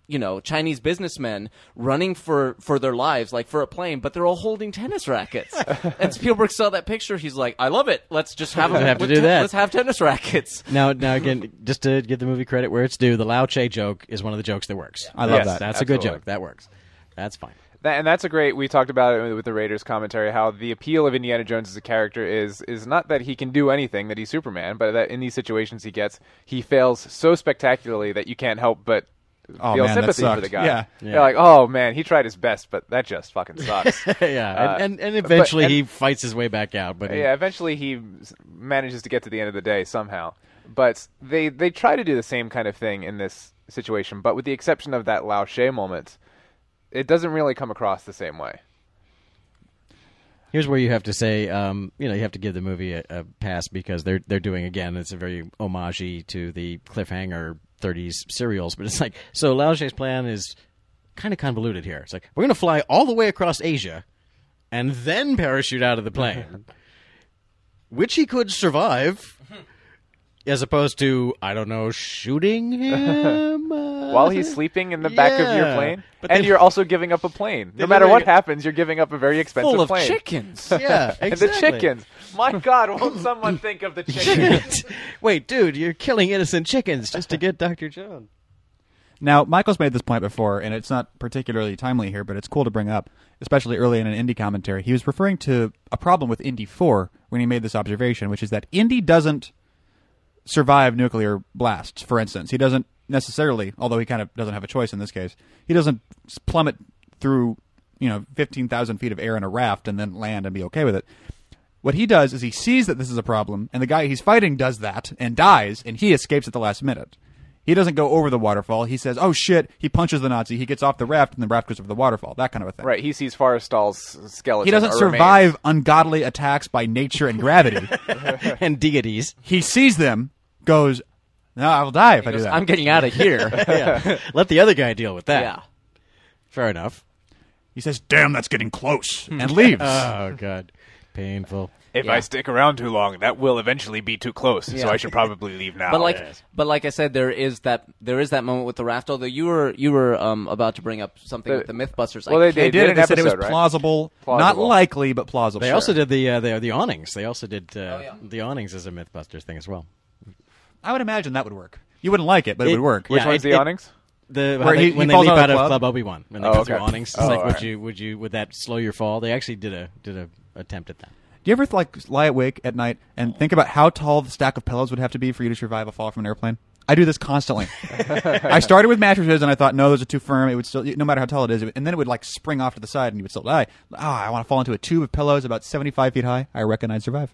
S4: you know Chinese businessmen running for for their lives, like for a plane, but they're all holding tennis rackets. and Spielberg saw that picture. He's like, "I love it. Let's just have, them
S5: have to
S4: with
S5: do
S4: ten-
S5: that."
S4: Let's have tennis rackets."
S5: Now, now again, just to give the movie credit where it's due, the Lao Che joke is one of the jokes that works.
S2: I love
S3: Yes.
S2: that.
S5: That's a good
S3: absolutely.
S5: joke. That works. That's fine.
S3: That, and that's a great. We talked about it with the Raiders commentary. How the appeal of Indiana Jones as a character is is not that he can do anything, that he's Superman, but that in these situations he gets he fails so spectacularly that you can't help but
S2: Oh,
S3: feel
S2: man, that
S3: sympathy for
S2: sucked.
S3: the guy.
S2: Yeah.
S3: You're
S5: Yeah.
S3: like, oh man, he tried his best, but that just fucking sucks.
S5: yeah,
S3: Uh,
S5: and, and, and eventually
S3: and-
S5: he fights his way back out. But
S3: Yeah, eventually he s- manages to get to the end of the day somehow. But they they try to do the same kind of thing in this situation, but with the exception of that Lao She moment, it doesn't really come across the same way.
S5: here's where you have to say, um, you know, you have to give the movie a, a pass because they're they're doing again. It's a very homage to the cliffhanger '30s serials, but it's like so. Lao Che's plan is kind of convoluted here. It's like we're going to fly all the way across Asia and then parachute out of the plane, which he could survive. As opposed to, I don't know, shooting him uh,
S3: While he's sleeping in the back of your
S5: Yeah,
S3: plane,
S5: but
S3: and
S5: they-
S3: you're also giving up a plane. No
S5: they
S3: matter what
S5: literally-
S3: happens, you're giving up a very expensive
S4: Full of
S3: plane.
S4: chickens.
S5: yeah,
S3: And
S5: exactly.
S3: the chickens. My God, won't someone think of the chickens?
S5: chickens. Wait, dude, you're killing innocent chickens just to get Dr. Joan.
S2: Now, Michael's made this point before, and it's not particularly timely here, but it's cool to bring up, especially early in an indie commentary. He was referring to a problem with Indy 4 when he made this observation, which is that Indy doesn't survive nuclear blasts, for instance. He doesn't necessarily, although he kind of doesn't have a choice in this case, he doesn't s- plummet through, you know, 15,000 feet of air in a raft and then land and be okay with it. What he does is he sees that this is a problem, and the guy he's fighting does that and dies, and he escapes at the last minute. He doesn't go over the waterfall. He says, "Oh shit!" He punches the Nazi. He gets off the raft, and the raft goes over the waterfall. That kind of a thing.
S3: Right, he sees Forrestal's skeleton.
S2: He doesn't
S3: or
S2: survive ungodly attacks by nature and gravity.
S5: and deities.
S2: he sees them, goes, "No, I will die if I do that."
S4: I'm getting out of here.
S5: Yeah. Let the other guy deal with that.
S4: yeah.
S5: Fair enough.
S2: He says, "Damn, that's getting close," and leaves.
S5: Oh, God. Painful.
S3: If
S4: I
S3: stick around too long, that will eventually be too close, so I should probably leave now.
S4: But like, but like I said, there is that there is that moment with the raft. Although you were you were um, about to bring up something
S3: The-
S4: with the MythBusters.
S3: Well, they
S4: I can't-
S2: they did.
S3: They did
S2: it.
S3: an
S2: They said it was
S3: episode, right?
S2: plausible, not
S3: Plausible.
S2: likely, but plausible.
S5: They also did the, uh, the the awnings. They also did uh,
S2: Oh,
S5: the awnings as a MythBusters thing as well.
S2: I would imagine that would work. You wouldn't like it, but it, would work.
S5: yeah,
S3: Which one's
S5: it-
S3: the
S5: it-
S3: awnings?
S5: The, how
S2: Where
S5: they-
S2: he- he
S5: when
S2: falls
S5: they leap
S2: out of the
S5: out of
S2: club?
S5: Club Obi Wan, when they
S3: Oh,
S5: go through
S3: okay.
S5: awnings, it's
S3: Oh,
S5: like would
S3: alright.
S5: you would you would that slow your fall? They actually did a did a attempt at that.
S2: Do you ever like lie awake at night and think about how tall the stack of pillows would have to be for you to survive a fall from an airplane? I do this constantly. I started with mattresses and I thought, no, those are too firm. It would still, no matter how tall it is, it would- and then it would like spring off to the side and you would still die. Ah, I want to fall into a tube of pillows about seventy-five feet high. I reckon I'd survive.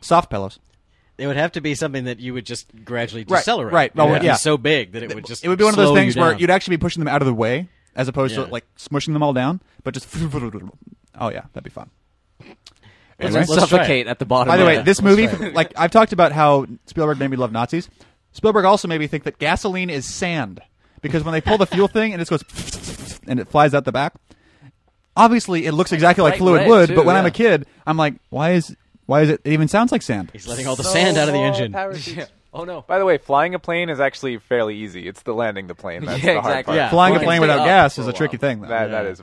S2: Soft pillows.
S5: It would have to be something that you would just gradually decelerate.
S2: right.
S5: It
S2: Well,
S5: would have to be
S2: yeah.
S5: so big that it would just
S2: it would be one of those
S5: slow
S2: things
S5: you
S2: where
S5: down.
S2: you'd actually be pushing them out of the way as opposed
S5: Yeah.
S2: to like smushing them all down, but just. Oh yeah, that'd be fun.
S4: Let's
S5: Anyway. Let's try
S4: suffocate at the bottom.
S2: By the
S4: of
S2: way,
S4: it.
S2: this movie, like I've talked about how Spielberg made me love Nazis. Spielberg also made me think that gasoline is sand because when they pull the fuel thing and it just goes and it flies out the back. Obviously, it looks exactly like
S4: bright
S2: fluid
S4: red,
S2: wood,
S4: too,
S2: but when I'm
S4: yeah.
S2: a kid, I'm like, why is why is it? It even sounds like sand.
S5: He's letting all the sand out of the engine.
S4: Oh no.
S3: By the way, flying a plane is actually fairly easy. It's the landing the plane that's
S4: Yeah,
S3: the hard
S4: exactly.
S3: part.
S5: Yeah.
S2: Flying
S4: Well,
S2: a
S4: it
S2: plane
S4: can stay
S2: without
S4: up
S2: gas
S4: for
S2: is
S4: a
S2: a tricky
S4: while.
S2: thing. Though.
S3: That that is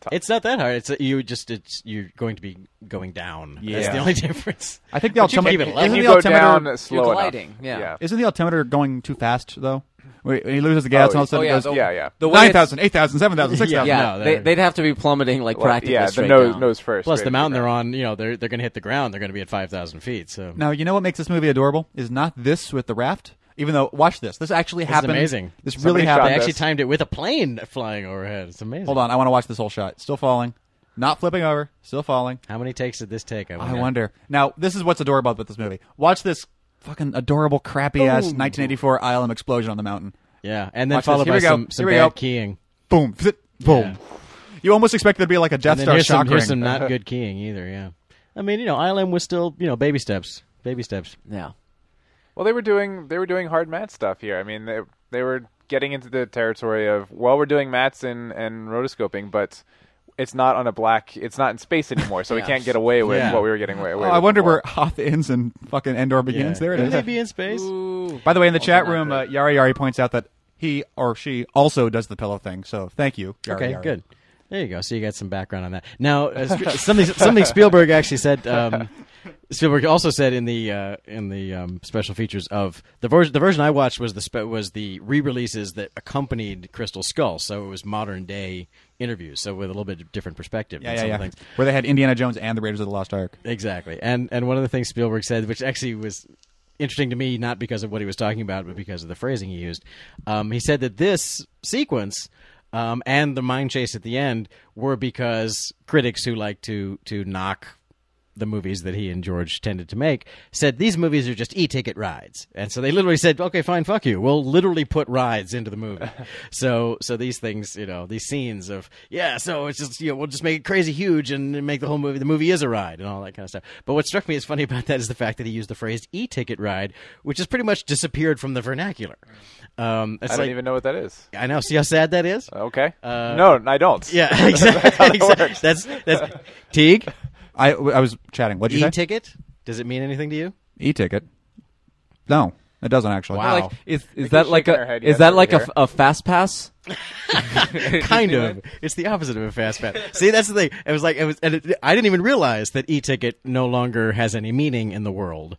S3: tough.
S5: It's not that hard. It's you just it's you're going to be going down. That's
S3: Yeah.
S5: the only difference.
S2: I think the
S5: But you
S2: altimeter-
S5: keep it level.
S2: isn't
S3: you
S2: the
S3: go
S2: altimeter
S3: down slow enough.
S4: gliding, yeah.
S2: isn't the altimeter going too fast though? When when he loses the gas, and all of a
S4: Oh
S2: sudden
S4: yeah,
S2: it
S4: the,
S2: goes
S3: Yeah, yeah.
S4: The way
S2: nine
S4: it's-
S2: thousand, eight thousand, seven thousand, six thousand.
S4: Yeah,
S5: No,
S4: they,
S5: they're-
S4: they'd have to be plummeting like
S3: Well,
S4: practically
S3: yeah, the
S4: straight
S3: nose
S4: down.
S3: nose first.
S5: Plus
S3: straight
S5: the
S3: to
S5: mountain
S3: ground.
S5: they're on, you know, they're they're going to hit the ground. They're going to be at five thousand feet. So
S2: Now you know what makes this movie adorable is not this with the raft. Even though, watch this. This actually happened.
S5: amazing.
S2: This
S3: Somebody
S2: really
S3: shot
S5: they
S2: happened.
S3: that.
S5: actually timed it with a plane flying overhead. It's amazing.
S2: Hold on, I want to watch this whole shot. Still falling, not flipping over. Still falling.
S5: How many takes did this take?
S2: I wonder. Now this is what's adorable about this movie. Watch this fucking adorable, crappy ass 1984 ILM explosion on the mountain.
S5: Yeah, and then
S2: Watch this.
S5: followed
S2: Here
S5: by
S2: we go.
S5: some, some
S2: Here we
S5: bad
S2: go.
S5: keying.
S2: Boom, Zit. boom. You almost expect there to be like a Death
S5: And then
S2: Star
S5: here's
S2: shock
S5: some, here's
S2: ring.
S5: some not good keying either. Yeah, I mean, you know, ILM was still, you know, baby steps, baby steps.
S4: Yeah.
S3: Well, they were doing they were doing hard mat stuff here. I mean, they they were getting into the territory of well, we're doing mats and and rotoscoping, but it's not on a black. It's not in space anymore, so we can't get away with
S5: Yeah.
S3: what we were getting away, away
S2: oh,
S3: with.
S2: I wonder
S3: before.
S2: where Hoth ends and fucking Endor begins. There it is.
S5: Maybe in space.
S2: By the way, in the chat room, uh, Yari Yari points out that he or she also does the pillow thing. So thank you. Yari
S5: Okay,
S2: Yari.
S5: good. There you go. So you got some background on that. Now, uh, sp- something something Spielberg actually said. Um, Spielberg also said in the uh, in the um, special features of the version the version I watched was the spe- was the re releases that accompanied Crystal Skull, so it was modern day interviews, so with a little bit different perspective.
S2: Yeah,
S5: than
S2: yeah,
S5: some
S2: yeah.
S5: of the things.
S2: Where they had Indiana Jones and the Raiders of the Lost Ark.
S5: Exactly. And and one of the things Spielberg said, which actually was interesting to me, not because of what he was talking about, but because of the phrasing he used. Um, he said that this sequence um, and the mind chase at the end were because critics who like to to knock the movies that he and George tended to make said these movies are just e-ticket rides, and so they literally said, "Okay, fine, fuck you. We'll literally put rides into the movie." so, so these things, you know, these scenes of yeah, so it's just you know, we'll just make it crazy huge and make the whole movie. The movie is a ride and all that kind of stuff. But what struck me as funny about that is the fact that he used the phrase "e-ticket ride," which has pretty much disappeared from the vernacular. Um, it's
S3: I don't
S5: like-
S3: even know what that is.
S5: I know. See how sad that is.
S3: Okay. no, I don't.
S5: yeah, exactly.
S3: works.
S5: That's that's Teague.
S2: I, I was chatting. What'd you say?
S5: E-ticket. Does it mean anything to you?
S2: E-ticket. No, it doesn't actually.
S5: Wow.
S4: Like, is is that like
S3: shaking her
S4: a
S3: head
S4: is
S3: yes
S4: that
S3: over
S4: like a,
S3: here.
S4: a fast pass?
S5: kind of. It's the opposite of a fast pass. See, that's the thing. It was like it was. And it, I didn't even realize that e-ticket no longer has any meaning in the world.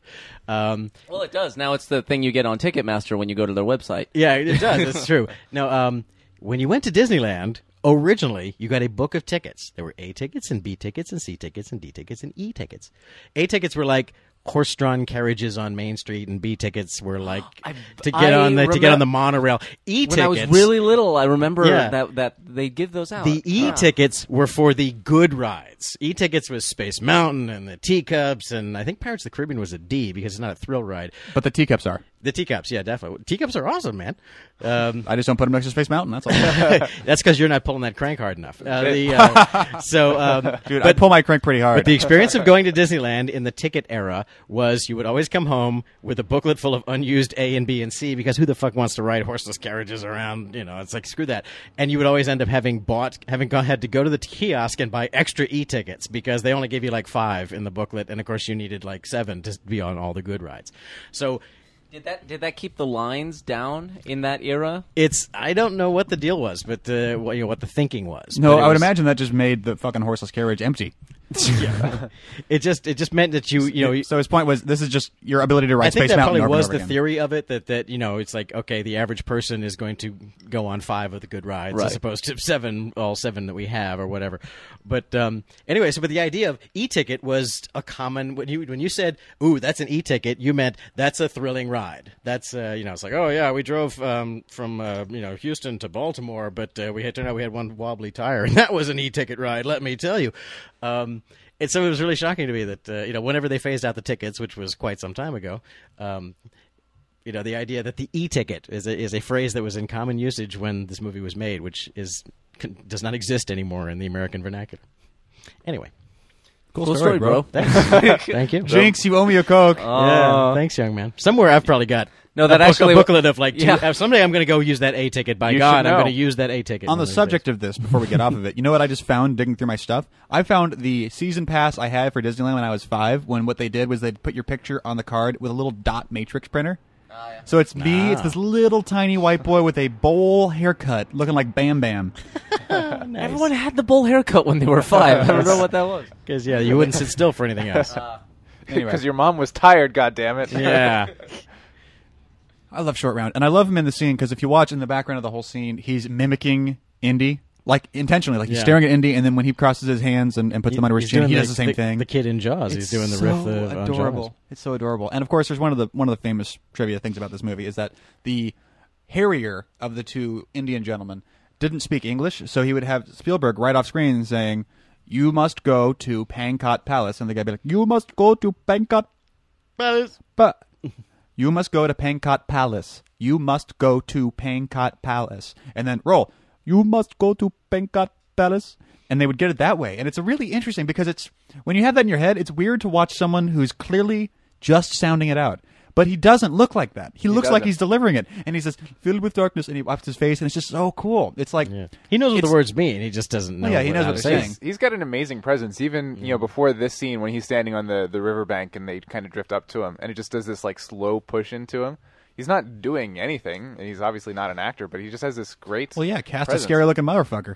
S5: Um,
S4: Well, it does. Now it's the thing you get on Ticketmaster when you go to their website.
S5: yeah, it does. It's true. No, um, when you went to Disneyland originally, you got a book of tickets. There were A tickets and B tickets and C tickets and D tickets and E tickets. A tickets were like horse-drawn carriages on Main Street, and B tickets were like
S4: I-
S5: to
S4: I
S5: get on the to get
S4: remem-
S5: on the monorail. E
S4: When I was
S5: tickets
S4: really little, I remember
S5: Yeah.
S4: that that they give those out.
S5: The
S4: Yeah.
S5: e-tickets were for the good rides. E-tickets was Space Mountain and the Teacups, and I think Pirates of the Caribbean was a D because it's not a thrill ride.
S2: But the teacups are.
S5: The Teacups, yeah, definitely. Teacups are awesome, man. Um,
S2: I just don't put them next to Space Mountain. That's all.
S5: that's because you're not pulling that crank hard enough. Uh, the, uh, so, um,
S2: Dude, I
S5: but,
S2: pull my crank pretty hard.
S5: but the experience of going to Disneyland in the ticket era was you would always come home with a booklet full of unused A and B and C because who the fuck wants to ride horseless carriages around? You know, it's like screw that. And you would always end up having bought, having gone, had to go to the kiosk and buy extra E tickets because they only gave you like five in the booklet, and of course you needed like seven to be on all the good rides. So
S4: did that did that keep the lines down in that era?
S5: it's I don't know what the deal was, but uh, what, you know, what the thinking was.
S2: no,
S5: But it
S2: I would
S5: was-
S2: imagine that just made the fucking horseless carriage empty.
S5: it just it just meant that you you know. you-
S2: so his point was this is just your ability to ride
S5: I think
S2: Space
S5: that
S2: Mountain
S5: probably
S2: over and
S5: was
S2: over
S5: the
S2: again.
S5: theory of it that that you know it's like okay the average person is going to go on five of the good rides
S4: Right.
S5: as opposed to seven all seven that we have or whatever. But um, anyway, so but the idea of e-ticket was a common when you when you said ooh that's an e-ticket you meant that's a thrilling ride that's uh, you know it's like oh yeah we drove um, from uh, you know Houston to Baltimore but uh, we had turned out we had one wobbly tire and that was an e-ticket ride let me tell you. Um, and so it was really shocking to me that uh, you know whenever they phased out the tickets, which was quite some time ago, um, you know the idea that the e-ticket is a, is a phrase that was in common usage when this movie was made, which is con- does not exist anymore in the American vernacular. Anyway,
S4: Cool,
S2: story, bro.
S5: thanks. Thank you.
S2: Jinx, you owe me a coke.
S5: Oh. yeah, thanks, young man. Somewhere I've probably got
S4: No, that
S5: a, book-
S4: actually-
S5: a booklet of like two,
S4: Yeah.
S5: uh, someday I'm going to go use that A ticket. By
S3: You
S5: God,
S3: should
S5: I'm
S3: know.
S5: going to use that A ticket.
S2: on the subject of this, before we get off of it, you know what I just found digging through my stuff? I found the season pass I had for Disneyland when I was five. When what they did was they'd put your picture on the card with a little dot matrix printer. So it's me.
S5: Ah.
S2: It's this little tiny white boy with a bowl haircut, looking like Bam Bam.
S4: Everyone had the bowl haircut when they were five. I don't know what that was.
S5: because yeah, you wouldn't sit still for anything else.
S2: Anyway.
S3: Because your mom was tired, goddammit.
S5: yeah,
S2: I love Short Round, and I love him in the scene because if you watch in the background of the whole scene, he's mimicking Indy, like intentionally, like he's
S5: Yeah.
S2: staring at Indy, and then when he crosses his hands and, and puts them under his
S5: He's
S2: chin,
S5: doing
S2: he does the same thing.
S5: The kid in Jaws, he's doing the
S2: so
S5: riff of on Jaws.
S2: adorable. It's so adorable. And of course, there's one of the one of the famous trivia things about this movie is that the hairier of the two Indian gentlemen didn't speak English, so he would have Spielberg right off screen saying, "You must go to Pankot Palace," and the guy be like, "You must go to Pankot but you must go to Pankot Palace. You must go to Pankot Palace. And then roll. You must go to Pankot Palace. And they would get it that way. And it's a really interesting because it's when you have that in your head, it's weird to watch someone who's clearly just sounding it out. But he doesn't look like that. He, looks like
S3: doesn't.
S2: he's delivering it. And he says, filled with darkness, and he wipes his face, and it's just so cool. It's like
S5: Yeah. He knows what
S2: it's-
S5: the words mean. He just doesn't know.
S2: yeah, he knows
S5: how
S2: what
S5: to
S2: they're
S5: say
S2: saying.
S5: it.
S3: He's got an amazing presence. Even you know
S2: Mm-hmm.
S3: before this scene when he's standing on the the riverbank and they kind of drift up to him, and it just does this like slow push into him. He's not doing anything, and he's obviously not an actor, but he just has this great.
S2: Well, yeah, cast
S3: presence.
S2: a scary looking motherfucker.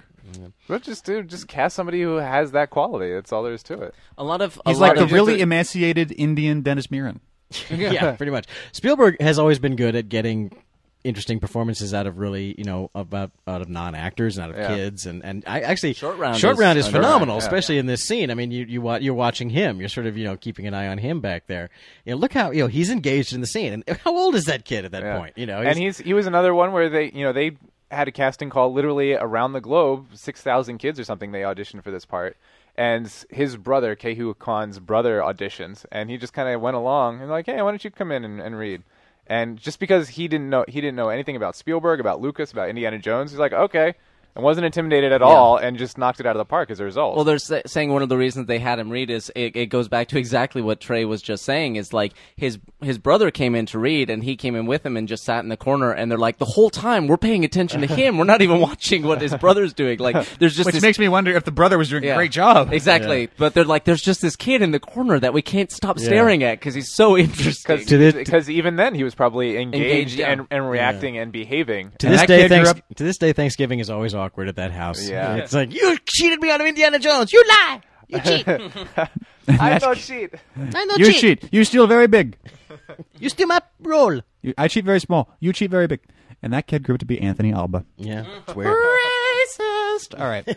S3: But just dude, just cast somebody who has that quality. That's all there is to it.
S4: A lot of a
S2: He's
S4: lot
S2: like
S4: of
S2: the
S3: just
S2: really
S3: a-
S2: emaciated Indian Dennis Muren.
S5: yeah. pretty much. Spielberg has always been good at getting interesting performances out of really, you know, about out of non actors and out of
S3: Yeah.
S5: kids and and I actually
S4: Short Round
S5: short
S4: is-
S5: round is
S4: Short Round,
S5: phenomenal,
S3: yeah.
S5: especially in this scene. I mean, you you wa- you're watching him, you're sort of you know keeping an eye on him back there. You know, look how you know he's engaged in the scene, and how old is that kid at that
S3: Yeah.
S5: point? You know,
S3: and he's he was another one where they you know they had a casting call literally around the globe, six thousand kids or something. They auditioned for this part, and s- his brother Kehu Khan's brother auditions, and he just kind of went along and like, hey, why don't you come in and, and read? And just because he didn't know he didn't know anything about Spielberg, about Lucas, about Indiana Jones, he's like, okay, and wasn't intimidated at all, and just knocked it out of the park as a result.
S4: Well, they're sa- saying one of the reasons they had him read is it, it goes back to exactly what Trey was just saying. Is like his his brother came in to read, and he came in with him and just sat in the corner, and they're like the whole time we're paying attention to him, we're not even watching what his brother's doing. Like there's just
S2: Which
S4: this,
S2: makes me wonder if the brother was doing
S4: yeah.
S2: a great job.
S4: exactly. But they're like there's just this kid in the corner that we can't stop staring at because he's so interesting.
S3: because
S5: To the-
S3: because even then he was probably engaged,
S4: Engaged, yeah.
S3: and, and reacting and behaving.
S5: to
S2: And
S5: this
S2: that
S5: day,
S2: kid grew
S5: thanks,
S2: up-
S5: to this day, Thanksgiving is always awkward at that house.
S3: Yeah.
S5: it's like you cheated me out of Indiana Jones. You lie. You cheat.
S3: I don't cheat.
S5: I know
S2: You cheat. You steal very big.
S5: You steal my roll.
S2: You, I cheat very small. You cheat very big. And that kid grew up to be Anthony Alba.
S5: Yeah.
S2: Racist. All right.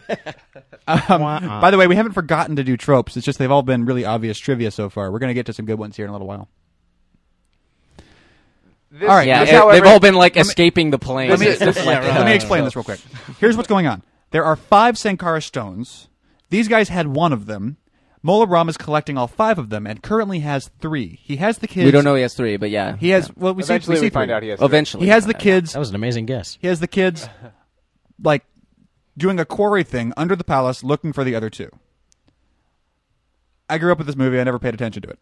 S2: Um, by the way, we haven't forgotten to do tropes. It's just they've all been really obvious trivia so far. We're going to get to some good ones here in a little while.
S3: This,
S2: All right,
S4: yeah,
S3: this,
S4: it-
S3: however,
S4: they've all been like escaping the plane.
S2: Let me,
S4: It's just like-
S2: let me explain this real quick. Here's what's going on. There are five Sankara stones. These guys had one of them. Mola Ram is collecting all five of them and currently has three. He has the kids.
S4: we don't know he has three, but yeah,
S2: He has. Well, we see-
S3: Eventually,
S2: we, see
S3: we find
S2: three.
S3: out he has. three.
S4: eventually
S2: He has the kids.
S5: That was an amazing guess.
S2: He has the kids like doing a quarry thing under the palace looking for the other two. I grew up with this movie. I never paid attention to it.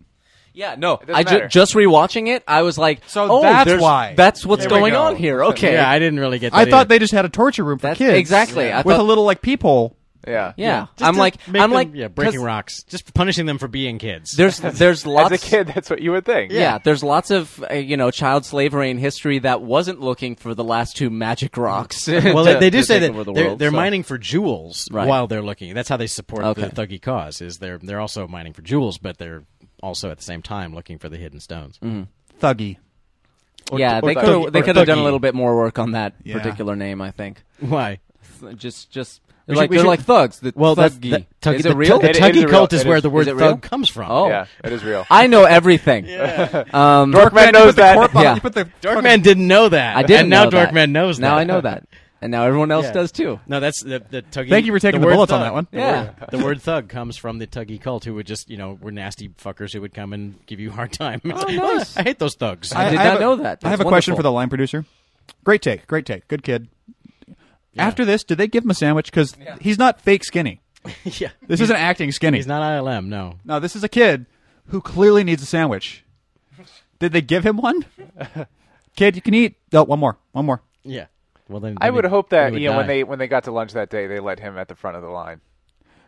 S4: Yeah, no.
S3: doesn't
S4: I ju-
S3: matter.
S4: just rewatching it, I was like,
S2: So
S4: oh,
S2: that's
S4: there's-
S2: why.
S4: That's what's
S3: There we
S4: going
S3: go.
S4: on here. Okay.
S5: Yeah, I didn't really get. That
S2: I thought
S5: either.
S2: they just had a torture room for
S4: That's-
S2: kids.
S4: exactly. I
S2: with
S4: thought-
S2: a little like peephole
S3: Yeah.
S4: Yeah,
S5: Just
S4: I'm
S5: to
S4: like
S5: make
S4: I'm
S5: them-
S4: like
S5: yeah, breaking
S4: 'cause
S5: rocks, just punishing them for being kids.
S4: There's there's
S3: As
S4: lots
S3: a kid, that's what you would think.
S4: Yeah. there's lots of uh, you know child slavery in history that wasn't looking for the last two magic rocks.
S5: well,
S4: to-
S5: they, they do
S4: to
S5: say
S4: take
S5: that
S4: over the
S5: they're,
S4: world,
S5: they're
S4: so.
S5: mining for jewels
S4: Right.
S5: while they're looking. That's how they support
S4: Okay.
S5: the thuggy cause. Is they're they're also mining for jewels, but they're also at the same time looking for the hidden stones.
S4: Mm-hmm.
S2: Thuggy.
S4: yeah,
S2: or
S4: they
S2: thug-
S4: could
S2: or
S4: they could have done a
S5: thuggy.
S4: little bit more work on that
S2: Yeah.
S4: particular name. I think
S5: Why?
S4: just just
S5: We should-
S4: like
S5: we
S4: they're
S5: should-
S4: like thugs. The
S5: Well, that's
S4: thuggy.
S5: that- tuggy-
S4: is
S5: the,
S4: it real?
S5: The
S3: It- it
S5: tuggy
S3: is real.
S5: cult is
S3: It
S5: where
S3: is.
S5: the word
S4: Is it real?
S5: thug comes from.
S4: Oh.
S3: Yeah, it is real.
S4: I know everything. Um,
S3: Dorkman
S2: you
S3: knows
S2: put the
S3: that.
S2: corp on-
S4: Yeah.
S2: You put the
S5: Dorkman didn't know that.
S4: I didn't.
S5: And now
S4: know that.
S5: Dorkman knows that.
S4: Now I know that, and now everyone else
S5: Yeah.
S4: does too.
S5: No, that's the, the tuggy.
S2: Thank you for taking the
S5: word
S2: bullets on
S5: thug.
S2: that one.
S5: The
S4: Yeah.
S5: word- the word thug comes from the tuggy cult, who would just, you know, were nasty fuckers who would come and give you a hard time. It's like, "Oh,
S4: nice.
S5: I hate those thugs.
S4: I did
S2: have
S4: not
S2: a-
S4: know that.
S2: I have a
S4: That's
S2: question
S4: wonderful.
S2: for the line producer. Great take, great take, good kid. After this, did they give him a sandwich? Because he's not fake skinny.
S5: yeah.
S2: This isn't acting skinny.
S5: He's not ILM. No.
S2: No, this is a kid who clearly needs a sandwich. Did they give him one? kid, you can eat. Oh, one more, one more.
S5: Yeah. Well, then
S3: I
S5: then
S3: would
S5: he-
S3: hope
S5: he
S3: that E
S5: would
S3: you know when
S5: die.
S3: they when they got to lunch that day, they let him at the front of the line.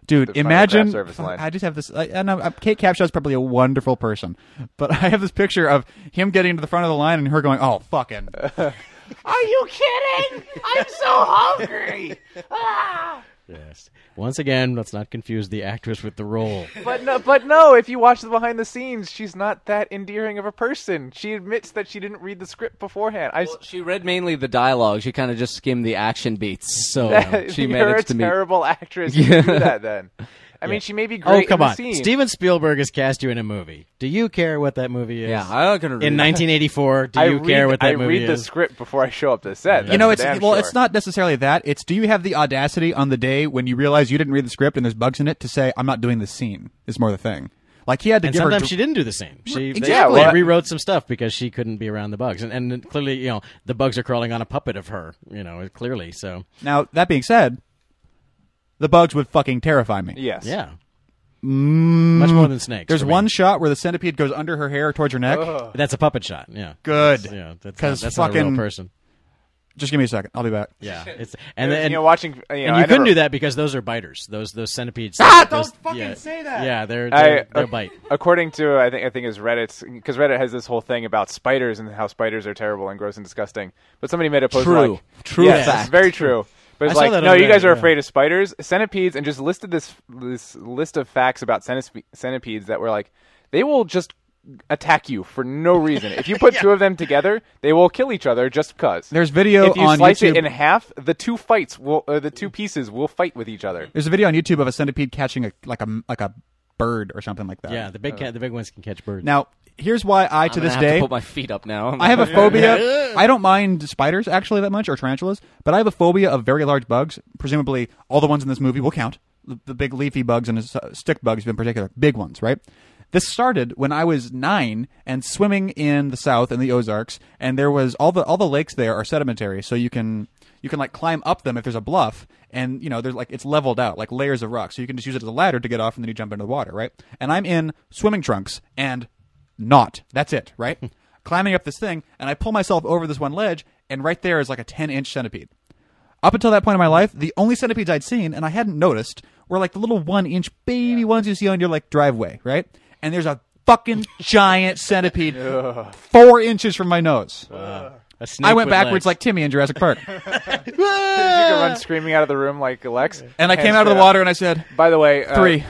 S2: Dude,
S3: final
S2: imagine.
S3: craft service line.
S2: I just have this. I, and I'm, I'm, Kate Capshaw is probably a wonderful person, but I have this picture of him getting to the front of the line and her going, "Oh, fucking."
S6: Are you kidding? I'm so hungry.
S5: Yes. Once again, let's not confuse the actress with the role.
S3: But no, but no. If you watch the behind the scenes, she's not that endearing of a person. She admits that she didn't read the script beforehand. I. s-
S4: Well, she read mainly the dialogue. She kind of just skimmed the action beats, so she
S3: You're
S4: managed
S3: a
S4: to meet.
S3: terrible actress. if You do that then. I mean, she may be
S5: oh,
S3: great.
S5: come
S3: in the
S5: on.
S3: Scene.
S5: Steven Spielberg has cast you in a movie. Do you care what that movie is?
S4: Yeah, I'm not gonna.
S5: in
S4: read that.
S5: 1984, do
S3: I
S5: you
S3: read,
S5: care what that
S3: I
S5: movie
S3: read the
S5: is?
S3: script before I show up to set.
S2: you know,
S3: that's
S2: it's
S3: damn
S2: well,
S3: sure.
S2: it's not necessarily that. It's do you have the audacity on the day when you realize you didn't read the script and there's bugs in it to say, "I'm not doing this scene." Is more the thing. Like he had to
S5: and
S2: give her.
S5: sometimes
S2: dir-
S5: she didn't do the same. She they-
S2: Exactly.
S5: they,
S3: Yeah, well,
S5: rewrote some stuff because she couldn't be around the bugs, and, and clearly, you know, the bugs are crawling on a puppet of her. You know, clearly. So
S2: Now that being said, the bugs would fucking terrify me.
S3: Yes.
S5: yeah, much more than snakes.
S2: Mm, There's
S5: for me.
S2: one shot where the centipede goes under her hair towards her neck.
S5: That's a puppet shot. Yeah,
S2: Good.
S5: That's- Yeah, that's,
S2: 'Cause
S5: not, that's not a
S2: fucking-
S5: real person.
S2: Just give me a second. I'll be back.
S5: Yeah, it's and
S3: And,
S5: then.
S3: you know, watching. uh, You know,
S5: and
S3: I
S5: you couldn't
S3: never-
S5: do that because those are biters. Those those centipedes. Ah, don't fucking say that. Yeah, they're, they're
S3: I- uh,
S5: they'll bite.
S3: According to I think I think it's Reddit's because Reddit has this whole thing about spiders and how spiders are terrible and gross and disgusting. But somebody made a post
S4: True.
S3: like
S4: True
S3: yes,
S4: fact.
S3: it's very true. But it's
S5: I saw
S3: like
S5: that
S3: no,
S5: on
S3: you guys
S5: Reddit,
S3: are
S5: yeah.
S3: afraid of spiders, centipedes, and just listed this this list of facts about centispe- centipedes that were like they will just attack you for no reason. if you put two of them together, they will kill each other just cuz.
S2: There's video
S3: if you
S2: on
S3: slice it
S2: YouTube.
S3: in half, the two fights will uh, the two pieces will fight with each other.
S2: There's a video on YouTube of a centipede catching a like a like a bird or something like that.
S5: Yeah, the big cat, the big ones can catch birds.
S2: Now here's why I to
S4: I'm gonna
S2: this
S4: have
S2: day
S4: put my feet up now.
S2: I have a phobia. I don't mind spiders actually that much or tarantulas, but I have a phobia of very large bugs. Presumably, all the ones in this movie will count. The, the big leafy bugs and uh, stick bugs in particular, big ones, right? This started when I was nine and swimming in the South in the Ozarks, and there was all the all the lakes there are sedimentary, so you can you can like climb up them if there's a bluff, and you know there's like it's leveled out like layers of rock, so you can just use it as a ladder to get off, and then you jump into the water, right? And I'm in swimming trunks and not. That's it, right? Climbing up this thing, and I pull myself over this one ledge, and right there is like a 10 inch centipede. Up until that point in my life, the only centipedes I'd seen, and I hadn't noticed, were like the little one inch baby ones you see on your like driveway, right? And there's a fucking giant centipede four inches from my nose.
S3: Uh,
S5: A snake
S2: I went
S5: with
S2: backwards
S5: legs.
S2: like Timmy in Jurassic Park.
S3: You can run screaming out of the room like Lex.
S2: And I
S3: hands
S2: came out of the
S3: straight up.
S2: water and I said,
S3: uh, By the way, uh,
S2: three.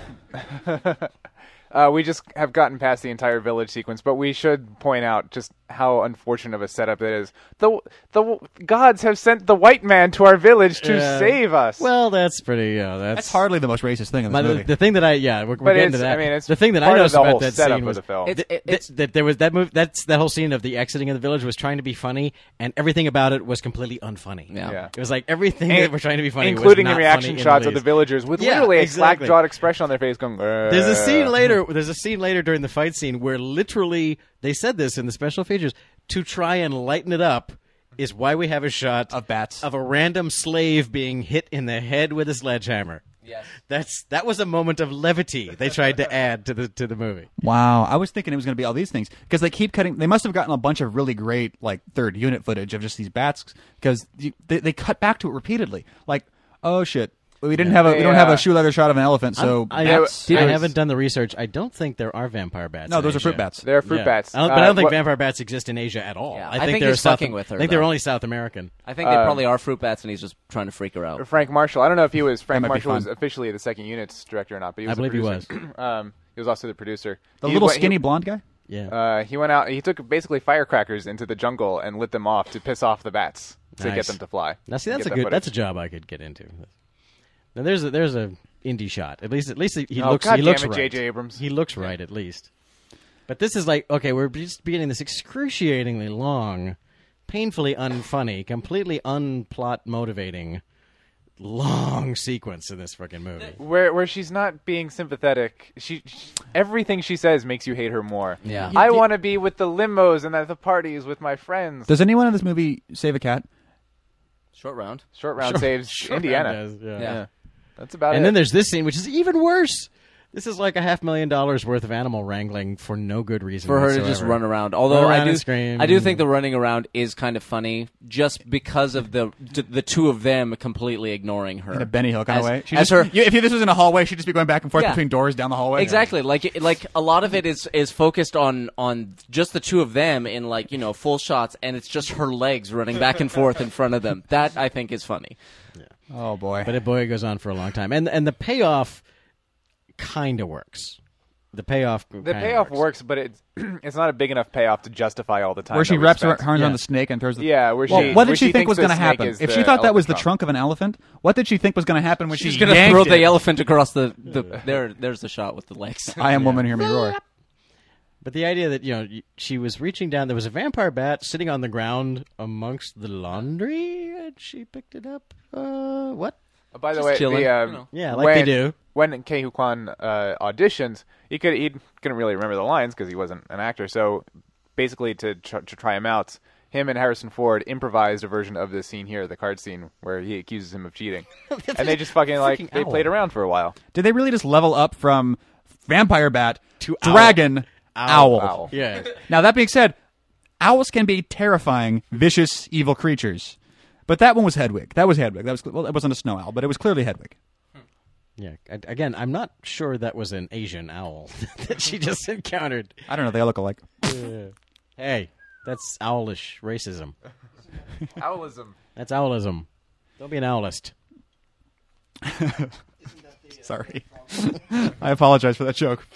S3: Uh, we just have gotten past the entire village sequence, but we should point out just how unfortunate of a setup it is. The the gods have sent the white man to our village to
S5: Yeah.
S3: save us.
S5: Well, that's pretty. Uh, that's,
S2: That's hardly the most racist thing in this
S5: My, the,
S2: movie.
S5: the thing that I yeah, we're, we're
S3: But
S5: getting
S3: it's-
S5: to that.
S3: I mean, it's
S5: the thing that I
S3: part of
S5: noticed
S3: the
S5: about
S3: whole
S5: that
S3: setup
S5: scene
S3: of
S5: was
S3: the film.
S5: th-
S4: It's-
S5: th-
S4: it's-
S5: that there was that move. That's that whole scene of the exiting of the village was trying to be funny, and everything about it was completely unfunny.
S4: Yeah.
S3: Yeah.
S5: it was like everything that we're trying to be funny, was
S3: including
S5: not
S3: the reaction
S5: funny in
S3: shots
S5: the
S3: of the
S5: least.
S3: villagers with
S5: Yeah,
S3: literally a
S5: exactly.
S3: slack-jawed expression on their face, going. "Uh,
S5: There's a
S2: Uh,
S5: scene
S3: "Grrr."
S5: later. There's a scene later during the fight scene where literally they said this in the special features to try and lighten it up. Is why we have a shot
S2: Of bats.
S5: of a random slave being hit in the head with a sledgehammer. Yes, that's that was a moment of levity they tried to add to the to the movie.
S2: Wow, I was thinking it was going to be all these things because they keep cutting. They must have gotten a bunch of really great like third unit footage of just these bats because you- they, they cut back to it repeatedly. Like, oh shit, we didn't have a we
S3: They,
S2: don't have
S3: uh,
S2: a shoe leather shot of an elephant. So
S5: I,
S2: that's-
S5: I
S3: I was-
S5: haven't done the research. I don't think there are vampire bats.
S2: no,
S5: in
S2: those are fruit
S5: Asia.
S2: bats.
S3: There are fruit
S5: Yeah.
S3: bats.
S5: I don't, but I
S3: Uh,
S5: don't think
S3: what-
S5: vampire bats exist in Asia at all.
S4: Yeah,
S5: I,
S4: I
S5: think
S4: think
S5: they're
S4: he's
S5: South,
S4: fucking with her,
S5: I think they're
S4: though.
S5: only South American.
S4: I think they probably are fruit bats, and he's just trying to freak her out.
S3: Frank Marshall. I don't know if he was Frank
S2: might be
S3: Marshall was
S2: fun.
S3: officially the second unit's director or not, but he
S5: I
S3: was.
S5: believe he
S3: the
S5: was.
S3: producer. um, he was also the producer.
S2: The
S3: He
S2: little
S3: went- he-
S2: skinny blonde guy.
S5: Yeah.
S3: Uh, he went out. He took basically firecrackers into the jungle and lit them off to piss off the bats to
S5: Nice.
S3: get them to fly.
S5: now see,
S3: To get
S5: that's a
S3: that
S5: good.
S3: footage.
S5: That's a job I could get into. Now there's a, there's a indie shot. At least at least he
S3: Oh,
S5: looks
S3: God
S5: he looks
S3: damn it,
S5: right.
S3: J.J. Abrams.
S5: He looks right at least. But this is like okay, we're just beginning this excruciatingly long, painfully unfunny, completely unplot motivating, long sequence in this fucking movie.
S3: where where she's not being sympathetic. She, she everything she says makes you hate her more.
S4: Yeah.
S3: I want to be with the limos and at the parties with my friends.
S2: Does anyone in this movie save a cat?
S4: Short round.
S3: Short round saves Indiana.
S5: Does, yeah.
S4: Yeah.
S3: That's about it.
S5: And then there's this scene, which is even worse. This is like a half million dollars worth of animal wrangling for no good reason.
S4: for her to just
S5: whatsoever.
S4: run around. Although
S5: Run around
S4: I do,
S5: and scream.
S4: I do think the running around is kind of funny, just because of the d- the two of them completely ignoring her
S2: In a Benny Hill kind
S4: as,
S2: of way. She just,
S4: as her,
S2: you- if this was in a hallway, she'd just be going back and forth
S4: Yeah.
S2: between doors down the hallway.
S4: Exactly, like like a lot of it is is focused on on just the two of them in like you know full shots, and it's just her legs running back and forth in front of them. That I think is funny.
S2: Oh boy.
S5: But it boy goes on for a long time, and and the payoff kind of works. The payoff.
S3: the payoff works. but it's it's not a big enough payoff to justify all the time.
S2: where she
S3: that we
S2: wraps her
S3: spent.
S2: arms
S5: Yeah.
S2: around the snake and throws the
S3: Yeah, where
S2: Well,
S3: she-
S2: what did
S3: where
S2: she,
S3: she
S2: think
S3: thinks
S2: was
S3: the
S2: going to
S3: snake
S2: happen?
S3: is
S2: If
S3: the
S2: she thought that was the
S3: elephant
S2: trunk of an elephant, what did she think was going to happen when
S4: She's
S2: she
S4: gonna
S2: yanked
S4: throw
S2: it?
S4: the elephant across the, the there. There's the shot with the legs.
S2: I am woman, hear me roar.
S5: But the idea that you know y- she was reaching down, there was a vampire bat sitting on the ground amongst the laundry, and she picked it up. Uh, what?
S3: Uh, By the
S4: Just
S3: way,
S4: chilling,
S3: the, um,
S4: you know.
S5: Yeah, like
S3: when,
S5: they do.
S3: When Kehu Kwan uh, auditions, he could he couldn't really remember the lines because he wasn't an actor. So basically, to tr- to try him out, him and Harrison Ford improvised a version of this scene here, the card scene where he accuses him of cheating, and they just fucking like
S5: Freaking
S3: they
S5: owl.
S3: played around for a while.
S2: Did they really just level up from vampire bat
S5: To owl.
S2: dragon
S5: Owl.
S2: owl?
S3: Owl.
S5: Yeah,
S2: Now that being said, owls can be terrifying, vicious, evil creatures. But that one was Hedwig. That was Hedwig. That was well, that wasn't a snow owl, but it was clearly Hedwig.
S5: yeah. A- Again, I'm not sure that was an Asian owl that she just encountered.
S2: I don't know. They all look alike.
S5: Hey, that's owlish racism.
S3: Owlism.
S5: That's owlism. Don't be an owlist.
S2: Sorry. I apologize for that joke.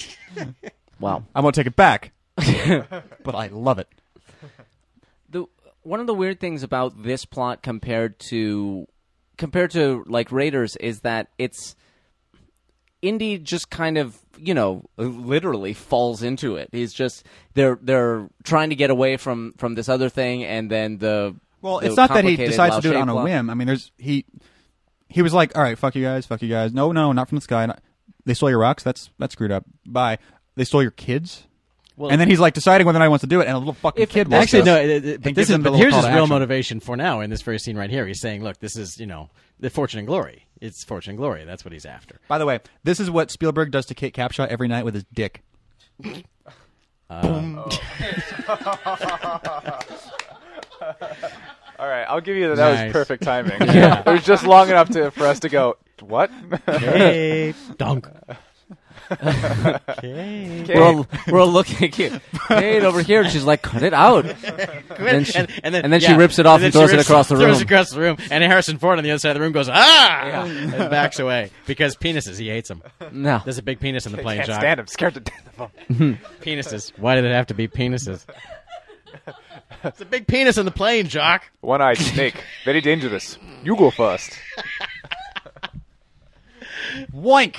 S4: Wow.
S2: I won't take it back. but I love it.
S4: the one of the weird things about this plot compared to compared to like Raiders is that it's Indy just kind of you know literally falls into it. He's just they're they're trying to get away from from this other thing, and then the
S2: Well,
S4: the
S2: it's not that he
S4: complicated
S2: decides to do it
S4: Lao
S2: on a
S4: Shay plot-
S2: whim. I mean, there's he he was like, "All right, fuck you guys, fuck you guys. No, no, not from the sky. Not, they stole your rocks. That's that's screwed up. Bye. They stole your kids."
S5: Well-
S2: and then he's like deciding whether or not he wants to do it, and a little fucking
S4: If-
S2: kid. walks
S5: Actually,
S2: up
S5: no. it- it-
S2: and
S5: But
S2: gives
S5: this is
S2: him the
S5: but
S2: little
S5: here's
S2: call
S5: his
S2: to
S5: real
S2: action.
S5: motivation for now in this very scene right here. He's saying, "Look, this is you know the fortune and glory. It's fortune and glory. That's what he's after."
S2: By the way, this is what Spielberg does to Kate Capshaw every night with his dick.
S3: All right, I'll give you that. That
S5: Nice.
S3: was perfect timing. It was just long enough to for us to go. What?
S5: Hey, dunk. okay.
S4: We're all, we're all looking at you. Kate over here, and she's like, "Cut it out!" And then she, and then she
S5: yeah.
S4: rips it off and,
S5: then she
S4: throws it
S5: rips-
S4: across the
S5: throws
S4: room.
S5: it across the room. And Harrison Ford on the other side of the room goes, ah! And backs away because penises. He hates them.
S4: no,
S5: There's a big penis in the plane
S3: Can't
S5: shot.
S3: stand him. Scared to death of him.
S5: Penises. Why did it have to be penises? It's a big penis in the plane, Jock.
S3: One-eyed snake. Very dangerous. You go first.
S2: Woink!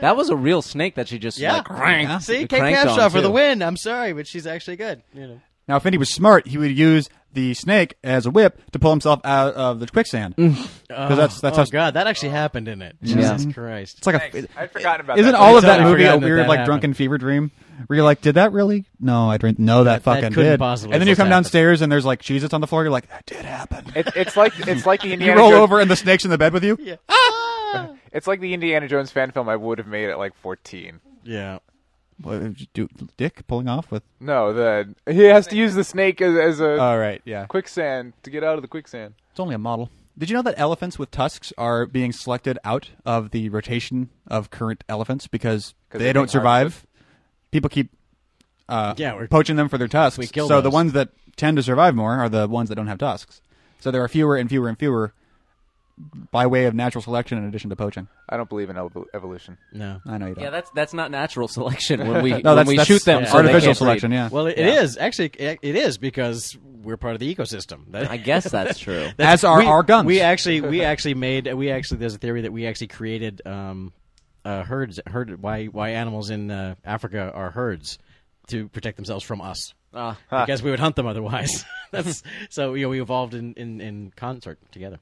S4: that was a real snake that she just
S5: Yeah.
S4: like cranked.
S5: See,
S4: It
S5: Kate
S4: cranked on,
S5: Capshaw for
S4: too.
S5: the win. I'm sorry, but she's actually good. You know.
S2: Now, if Indy was smart, he would use the snake as a whip to pull himself out of the quicksand. Because that's that's
S5: oh,
S2: how
S5: God, that actually happened, didn't it? Jesus Christ.
S2: it's like a.
S3: Thanks. I'd forgotten about
S2: Isn't
S3: that.
S2: all of that
S5: Totally
S2: movie a
S5: forgotten that
S2: weird,
S5: that
S2: like,
S5: happened.
S2: drunken fever dream? Where you're like, did that really? No, I didn't. No, that,
S5: that
S2: fucking
S5: couldn't
S2: did.
S5: possibly
S2: And then
S5: have
S2: you come
S5: happened.
S2: downstairs and there's like cheese its on the floor. You're like, that did happen.
S3: It, it's like it's like the
S2: You
S3: Indiana
S2: roll
S3: Jones,
S2: over and the snake's in the bed with you.
S3: It's like the Indiana Jones fan film I would have made at like 14.
S5: Yeah.
S2: Well, do- Dick pulling off with.
S3: No, the he has to use the snake as, as a
S5: Uh,
S2: All right, yeah.
S3: quicksand to get out of the quicksand.
S2: It's only a model. Did you know that elephants with tusks are being selected out of the rotation of current elephants because they,
S3: they're
S2: don't
S3: being
S2: survive? People keep uh,
S5: Yeah, we're-
S2: poaching them for their tusks.
S5: We kill
S2: so the
S5: those.
S2: ones that tend to survive more are the ones that don't have tusks. So there are fewer and fewer and fewer by way of natural selection in addition to poaching.
S3: I don't believe in evo- evolution.
S5: No.
S2: I know you don't.
S4: Yeah, that's that's not natural selection when we
S2: no,
S4: when
S2: that's,
S4: we
S2: that's
S4: shoot them. so they
S2: artificial
S4: can't
S2: selection,
S4: breed.
S2: yeah.
S5: Well, it, it is actually. It, it is because we're part of the ecosystem. That-
S4: I guess that's true.
S5: that's-
S2: As are
S5: we-
S2: our guns.
S5: We actually, we actually made. We actually, there's a theory that we actually created um, uh, herds. Herd. Why? Why animals in uh, Africa are herds to protect themselves from us.
S2: Oh,
S4: Ah.
S5: because we would hunt them otherwise. That's so you know we evolved in in, in concert together.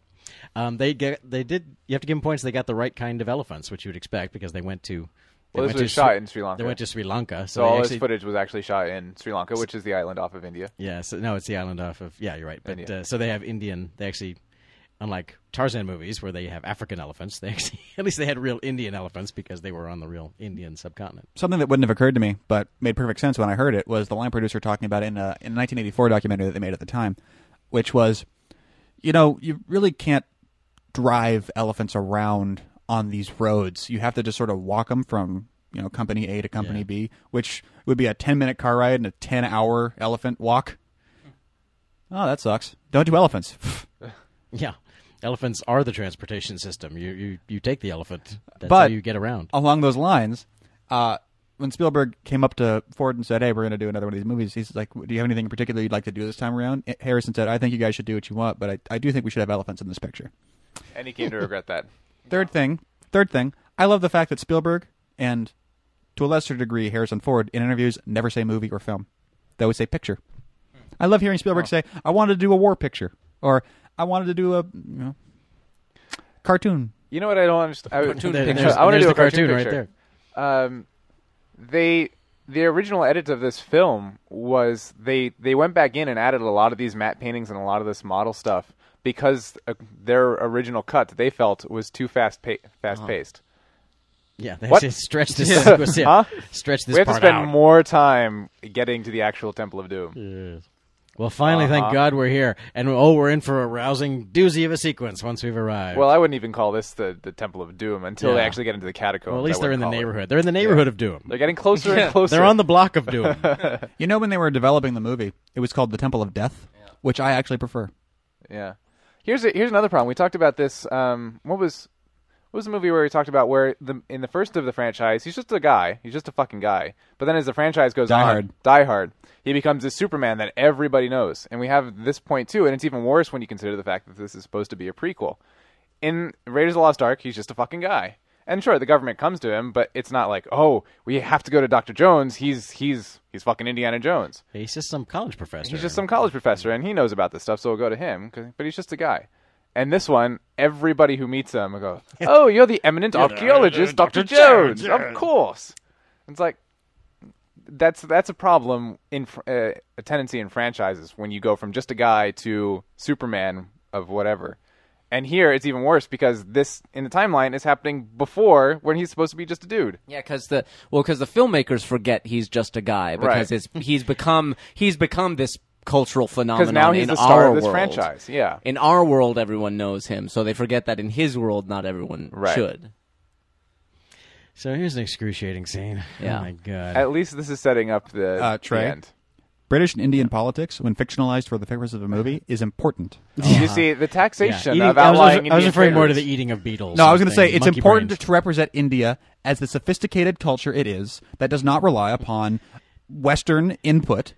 S5: Um, they get they did. You have to give them points. They got the right kind of elephants, which you would expect because they went to. They
S3: Well, this
S5: went
S3: was
S5: to
S3: shot
S5: Sri-
S3: in Sri Lanka.
S5: They went to Sri Lanka, so,
S3: So
S5: they
S3: all
S5: actually-
S3: this footage was actually shot in Sri Lanka, which is the island off of India.
S5: Yeah, so no, it's the island off of. Yeah, you're right. But
S3: India.
S5: uh, so they have Indian. They actually, unlike Tarzan movies where they have African elephants, they actually at least they had real Indian elephants because they were on the real Indian subcontinent.
S2: something that wouldn't have occurred to me, but made perfect sense when I heard it, was the line producer talking about it in a, in a 1984 documentary that they made at the time, which was, you know, you really can't drive elephants around on these roads. You have to just sort of walk them from you know company A to company B, which would be a 10 minute car ride and a 10 hour elephant walk. Oh, that sucks. Don't do elephants.
S5: Yeah. Elephants are the transportation system. You you, you take the elephant. That's how
S2: But-
S5: you get around.
S2: along those lines, uh, when Spielberg came up to Ford and said, "Hey, we're going to do another one of these movies," he's like, "Do you have anything in particular you'd like to do this time around?" Eh, Harrison said, "I think you guys should do what you want, but I, I do think we should have elephants in this picture."
S3: And he came to regret that.
S2: Third thing, third thing, I love the fact that Spielberg and to a lesser degree Harrison Ford in interviews never say movie or film; they always say picture. I love hearing Spielberg say, "I wanted to do a war picture," or "I wanted to do a you know, cartoon."
S3: You know what I don't understand? I,
S4: Cartoon
S5: There-
S4: picture.
S5: there's-
S3: I want to
S5: there's
S3: do a
S5: the
S3: cartoon,
S5: cartoon right
S3: picture.
S5: there.
S3: um, they the original edit of this film was they they went back in and added a lot of these matte paintings and a lot of this model stuff because uh, their original cut they felt was too fast pa- fast
S5: Uh-huh.
S3: paced.
S5: Yeah, they
S3: What?
S5: actually stretch this. sequence, yeah.
S3: Huh?
S5: Stretch this
S3: We have to
S5: part
S3: spend
S5: out.
S3: more time getting to the actual Temple of Doom.
S5: Well, finally, thank
S3: Uh-huh.
S5: God we're here, and oh, we're in for a rousing doozy of a sequence once we've arrived.
S3: Well, I wouldn't even call this the, the Temple of Doom until they
S5: Yeah.
S3: actually get into the catacombs.
S5: Well, at
S3: I
S5: least they're in
S3: wouldn't call
S5: the
S3: it.
S5: neighborhood. They're in the neighborhood of doom.
S3: They're getting closer and closer.
S5: They're on the block of doom.
S2: You know, when they were developing the movie, it was called The Temple of Death, which I actually prefer.
S3: Yeah. Here's a, here's another problem. We talked about this. Um, what was what was the movie where we talked about where the in the first of the franchise he's just a guy, he's just a fucking guy. But then as the franchise goes
S2: Die
S3: on,
S2: Hard.
S3: Die Hard, he becomes this Superman that everybody knows, and we have this point too. And it's even worse when you consider the fact that this is supposed to be a prequel. In Raiders of the Lost Ark, he's just a fucking guy. And sure, the government comes to him, but it's not like, oh, we have to go to Doctor Jones. He's he's he's fucking Indiana Jones.
S5: He's just some college professor.
S3: He's just some college professor, and he knows about this stuff, so we'll go to him. 'cause- But he's just a guy. And this one, everybody who meets him will go, "Oh, you're the eminent archaeologist, Doctor Jones, of course." It's like that's that's a problem in fr- uh, a tendency in franchises when you go from just a guy to Superman of whatever. And here it's even worse because this in the timeline is happening before when he's supposed to be just a dude.
S4: Yeah, because the well, because the filmmakers forget he's just a guy because
S3: Right.
S4: it's he's become he's become this cultural phenomenon.
S3: now he's
S4: in
S3: the star
S4: our
S3: of this
S4: world.
S3: franchise, yeah.
S4: in our world, everyone knows him, so they forget that in his world, not everyone
S3: Right.
S4: should.
S5: So here's an excruciating scene.
S4: Yeah.
S5: Oh my God.
S3: At least this is setting up the,
S2: Uh,
S3: the
S2: Trey?
S3: end.
S2: British and Indian politics, when fictionalized for the purpose of a movie, is important.
S3: You see, the
S5: Uh-huh. Yeah,
S3: taxation
S5: eating-
S3: of
S5: I was,
S3: outlying
S5: I was
S3: Indian
S5: referring more to the
S3: traders.
S5: eating of beetles.
S2: No, I was
S5: and
S2: going to say
S5: things,
S2: it's
S5: monkey
S2: important
S5: brains.
S2: to represent India as the sophisticated culture it is that does not rely upon Western input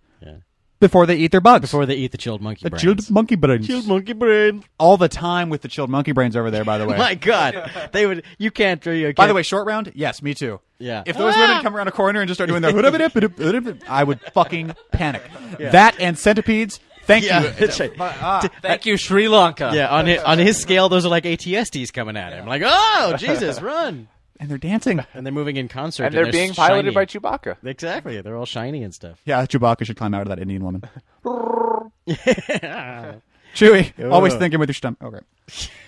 S2: before they eat their bugs.
S5: before they eat the chilled monkey
S2: the
S5: brains.
S2: chilled monkey brains.
S5: monkey brain.
S2: All the time with the chilled monkey brains over there, by the way.
S5: My God, they would. You can't. You can't
S2: by the way, short round? Yes, me too.
S5: Yeah.
S2: If those women come around a corner and just start doing their hoodabidabidabidab, I would fucking panic. That and centipedes, thank
S5: Yeah,
S2: you.
S5: it's right.
S4: Thank you, Sri Lanka.
S5: yeah. On his, on his scale, those are like ATSDs coming at him. Like, oh Jesus, run!
S2: And they're dancing.
S5: And they're moving in concert,
S3: and they're being piloted by Chewbacca.
S5: Exactly, they're all shiny and stuff.
S2: Yeah, Chewbacca should climb out of that Indian woman. Chewie, always
S5: Ugh.
S2: thinking with your stomach. Okay.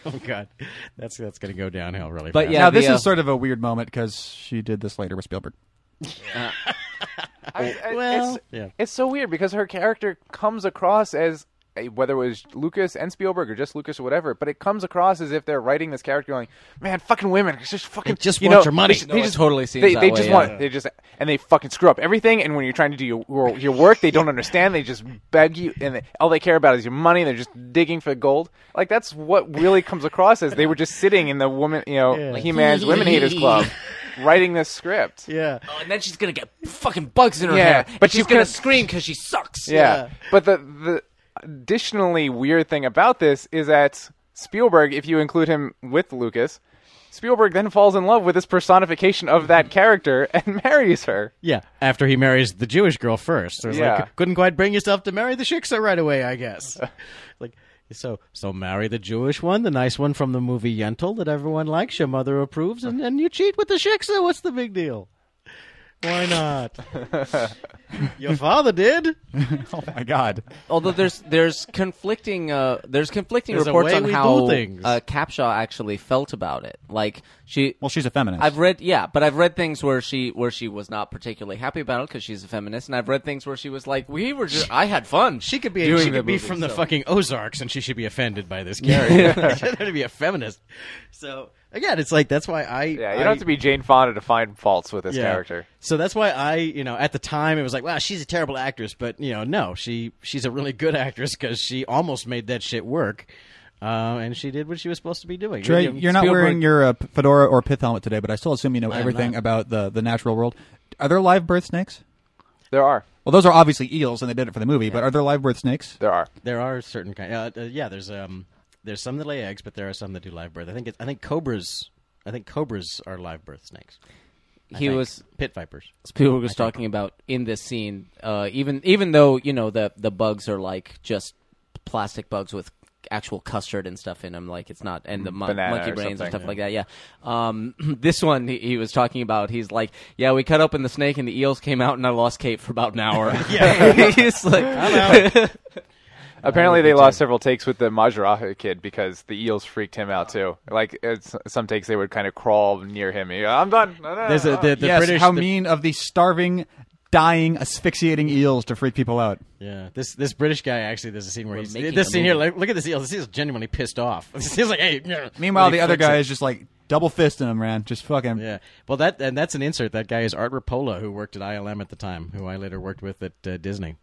S5: Oh God, that's that's gonna go downhill really.
S4: But
S5: fast.
S4: yeah,
S2: now this
S4: the, uh,
S2: is sort of a weird moment because she did this later with Spielberg.
S3: I- I-
S5: Well,
S3: it's,
S5: yeah.
S3: it's so weird because her character comes across as eh, whether it was Lucas and Spielberg or just Lucas or whatever, but it comes across as if they're writing this character going, "Man, fucking women, it's just fucking
S5: just
S3: you
S5: want
S3: know,
S5: your money."
S3: They,
S5: No,
S3: they
S4: it
S3: just
S4: totally seems
S3: they,
S4: that
S3: they
S4: way,
S3: just
S4: yeah.
S3: want they just and they fucking screw up everything. And when you're trying to do your your, your work, they don't understand. They just beg you, and they, all they care about is your money. They're just digging for gold. Like that's what really comes across as they were just sitting in the woman, you know, He Man's Women Haters Club, writing this script.
S5: Yeah.
S4: Oh, and then she's gonna get fucking bugs in her
S3: Yeah,
S4: hair.
S3: but
S4: But she's
S3: you
S4: gonna
S3: could-
S4: scream because she sucks.
S3: Yeah. But the the additionally weird thing about this is that Spielberg, if you include him with Lucas, Spielberg then falls in love with this personification of that character and marries her.
S5: Yeah. After he marries the Jewish girl first. It was
S3: Yeah.
S5: like, couldn't quite bring yourself to marry the Shiksa right away, I guess. like, so so marry the Jewish one, the nice one from the movie Yentl that everyone likes, your mother approves, and then you cheat with the Shiksa. What's the big deal? Why not? your father did.
S2: Oh my god.
S4: Although there's there's conflicting uh, there's conflicting
S5: There's a
S4: reports
S5: way
S4: on
S5: we
S4: how
S5: do things.
S4: uh, Capshaw actually felt about it. Like she,
S2: Well, she's a feminist.
S4: I've read yeah, but I've read things where she where she was not particularly happy about it because she's a feminist, and I've read things where she was like, "We were just I had fun."
S5: She could be
S4: doing
S5: she
S4: the
S5: could be
S4: movie,
S5: from the
S4: so.
S5: fucking Ozarks, and she should be offended by this character. she had to be a feminist. So again, it's like that's why I
S3: Yeah, you
S5: I-
S3: don't have to be Jane Fonda to find faults with this character.
S5: So that's why I, you know, at the time it was like, wow, she's a terrible actress, but you know, no, she she's a really good actress because she almost made that shit work, uh, and she did what she was supposed to be doing.
S2: Trey,
S5: You know,
S2: you're not
S5: Spielberg-
S2: wearing your uh, p- fedora or pith helmet today, but I still assume you know
S5: am
S2: everything
S5: not.
S2: about the, the natural world. Are there live birth snakes?
S3: There are.
S2: Well, those are obviously eels, and they did it for the movie. But are there live birth snakes?
S3: There are.
S5: There are certain kind. Uh, uh, yeah, there's um, there's some that lay eggs, but there are some that do live birth. I think it's, I think cobras. I think cobras are live birth snakes. I
S4: He
S5: think.
S4: was
S5: pit vipers.
S4: Spielberg was talking about in this scene, uh, even even though you know the the bugs are like just plastic bugs with actual custard and stuff in them, like it's not and the mon-
S3: Banana
S4: monkey
S3: or
S4: brains and
S3: something,
S4: stuff like that. Yeah, um, this one he, he was talking about. He's like, yeah, we cut open the snake and the eels came out, and I lost Kate for about an hour. yeah, he's like,
S3: Apparently, they lost several takes with the Majeraha kid because the eels freaked him out too. Like it's, some takes, they would kind of crawl near him. He, I'm done.
S5: There's a the, the
S2: yes.
S5: British.
S2: how
S5: the-
S2: mean of the starving, dying, asphyxiating eels to freak people out.
S5: Yeah, this this British guy actually. There's a scene where he's
S4: making
S5: this
S4: a
S5: scene here.
S4: movie.
S5: Like, look at this eel. This eel's genuinely pissed off. This eel's like, hey. yeah.
S2: Meanwhile,
S5: And he
S2: the other
S5: flicks
S2: guy
S5: it.
S2: is just like double fisting him, man. Just fucking.
S5: Yeah. Well, that and that's an insert. That guy is Art Rapola, who worked at ILM at the time, who I later worked with at uh, Disney.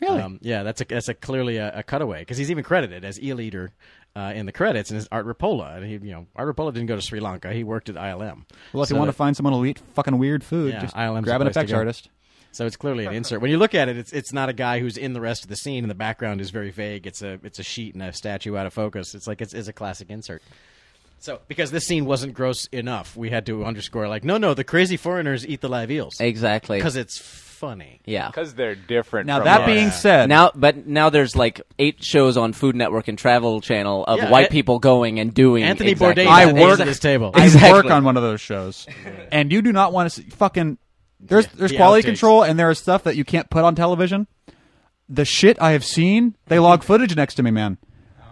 S5: Really? Um, yeah, that's a that's a clearly a, a cutaway because he's even credited as eel eater uh, in the credits, and it's Art Rapola. And he, you know, Art Rapola didn't go to Sri Lanka. He worked at ILM.
S2: Well, if
S5: So
S2: you want to
S5: that-
S2: find someone who'll eat fucking weird food,
S5: Yeah,
S2: just
S5: ILM's
S2: grab an
S5: the place to
S2: effects
S5: go.
S2: artist.
S5: So it's clearly an insert. When you look at it, it's it's not a guy who's in the rest of the scene, and the background is very vague. It's a it's a sheet and a statue out of focus. It's like it's, it's a classic insert. So because this scene wasn't gross enough, we had to underscore like, no, no, the crazy foreigners eat the live eels
S4: exactly,
S5: because it's funny.
S4: yeah.
S3: because they're different.
S2: Now
S3: from
S2: that
S3: us.
S2: being
S5: Yeah.
S2: said,
S4: Now, but now there's like eight shows on Food Network and Travel Channel of
S5: Yeah,
S4: white
S5: it-
S4: people going and doing.
S5: Anthony
S4: exactly
S5: Bourdain
S4: that.
S2: I
S5: at
S2: work-
S5: this table.
S2: I
S4: Exactly.
S2: work on one of those shows, and you do not want to see fucking. There's there's
S5: the
S2: quality
S5: outtakes.
S2: control, and there is stuff that you can't put on television. The shit I have seen, they log footage next to me, man.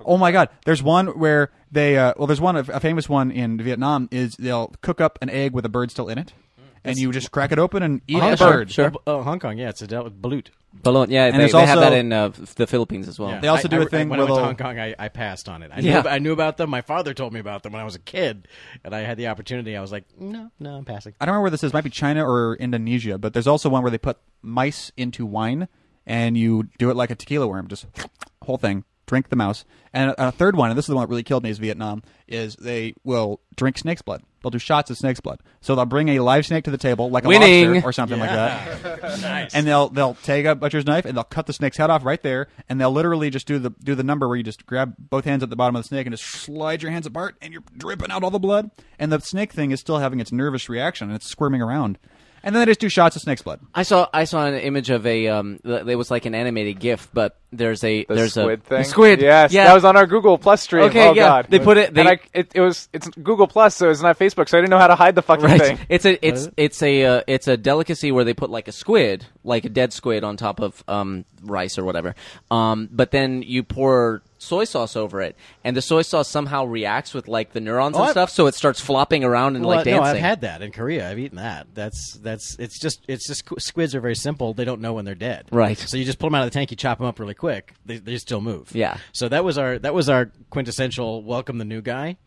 S2: Oh my god, there's one where they uh, well, there's one a famous one in Vietnam is they'll cook up an egg with a bird still in it,
S5: Hmm.
S2: and you just crack it open and eat
S5: Hong
S2: a
S5: Kong-
S2: bird.
S5: Sure. Oh, Hong Kong. Yeah, it's a del- balut.
S4: Bologna, yeah,
S2: And
S4: they,
S2: it's
S4: they have
S2: also-
S4: that in uh, f- the Philippines as well.
S5: Yeah.
S2: They also
S5: I-
S2: do
S5: I-
S2: a thing
S5: when
S2: where
S5: I went to
S2: they'll-
S5: Hong Kong. I, I passed on it. I,
S4: Yeah.
S5: knew, I knew about them. My father told me about them when I was a kid, and I had the opportunity. I was like, no, no, I'm passing.
S2: I don't remember where this is. It might be China or Indonesia, but there's also one where they put mice into wine and you do it like a tequila worm, just whole thing, drink the mouse. And a, a third one, and this is the one that really killed me, is Vietnam. Is they will drink snake's blood. They'll do shots of snake's blood. So they'll bring a live snake to the table, like a
S4: Winning.
S2: lobster or something like that.
S5: Nice.
S2: And they'll they'll take a butcher's knife and they'll cut the snake's head off right there. And they'll literally just do the do the number where you just grab both hands at the bottom of the snake and just slide your hands apart, and you're dripping out all the blood. And the snake thing is still having its nervous reaction and it's squirming around. And then they just do shots of snake's blood.
S4: I saw I saw an image of a um. th- It was like an animated GIF, but there's a
S3: The
S4: there's
S3: squid
S4: a
S3: thing.
S4: the squid.
S3: Yes,
S4: yeah.
S3: that was on our Google Plus stream.
S4: Okay,
S3: oh
S4: yeah,
S3: god,
S4: they put it- they-
S3: and I, it, it was it's Google Plus, so it's not Facebook, so I didn't know how to hide the fucking
S4: right.
S3: thing.
S4: It's a it's it's a uh, it's a delicacy where they put like a squid, like a dead squid, on top of um rice or whatever. Um, but then you pour soy sauce over it, and the soy sauce somehow reacts with like the neurons and
S5: I-
S4: stuff, so it starts flopping around and like
S5: Well,
S4: dancing.
S5: No, I've had that in Korea. I've eaten that. That's that's it's just it's just squ- squids are very simple. They don't know when they're dead.
S4: Right.
S5: So you just pull them out of the tank, you chop them up really quick, they, they still move.
S4: Yeah.
S5: So that was our that was our quintessential welcome the new guy.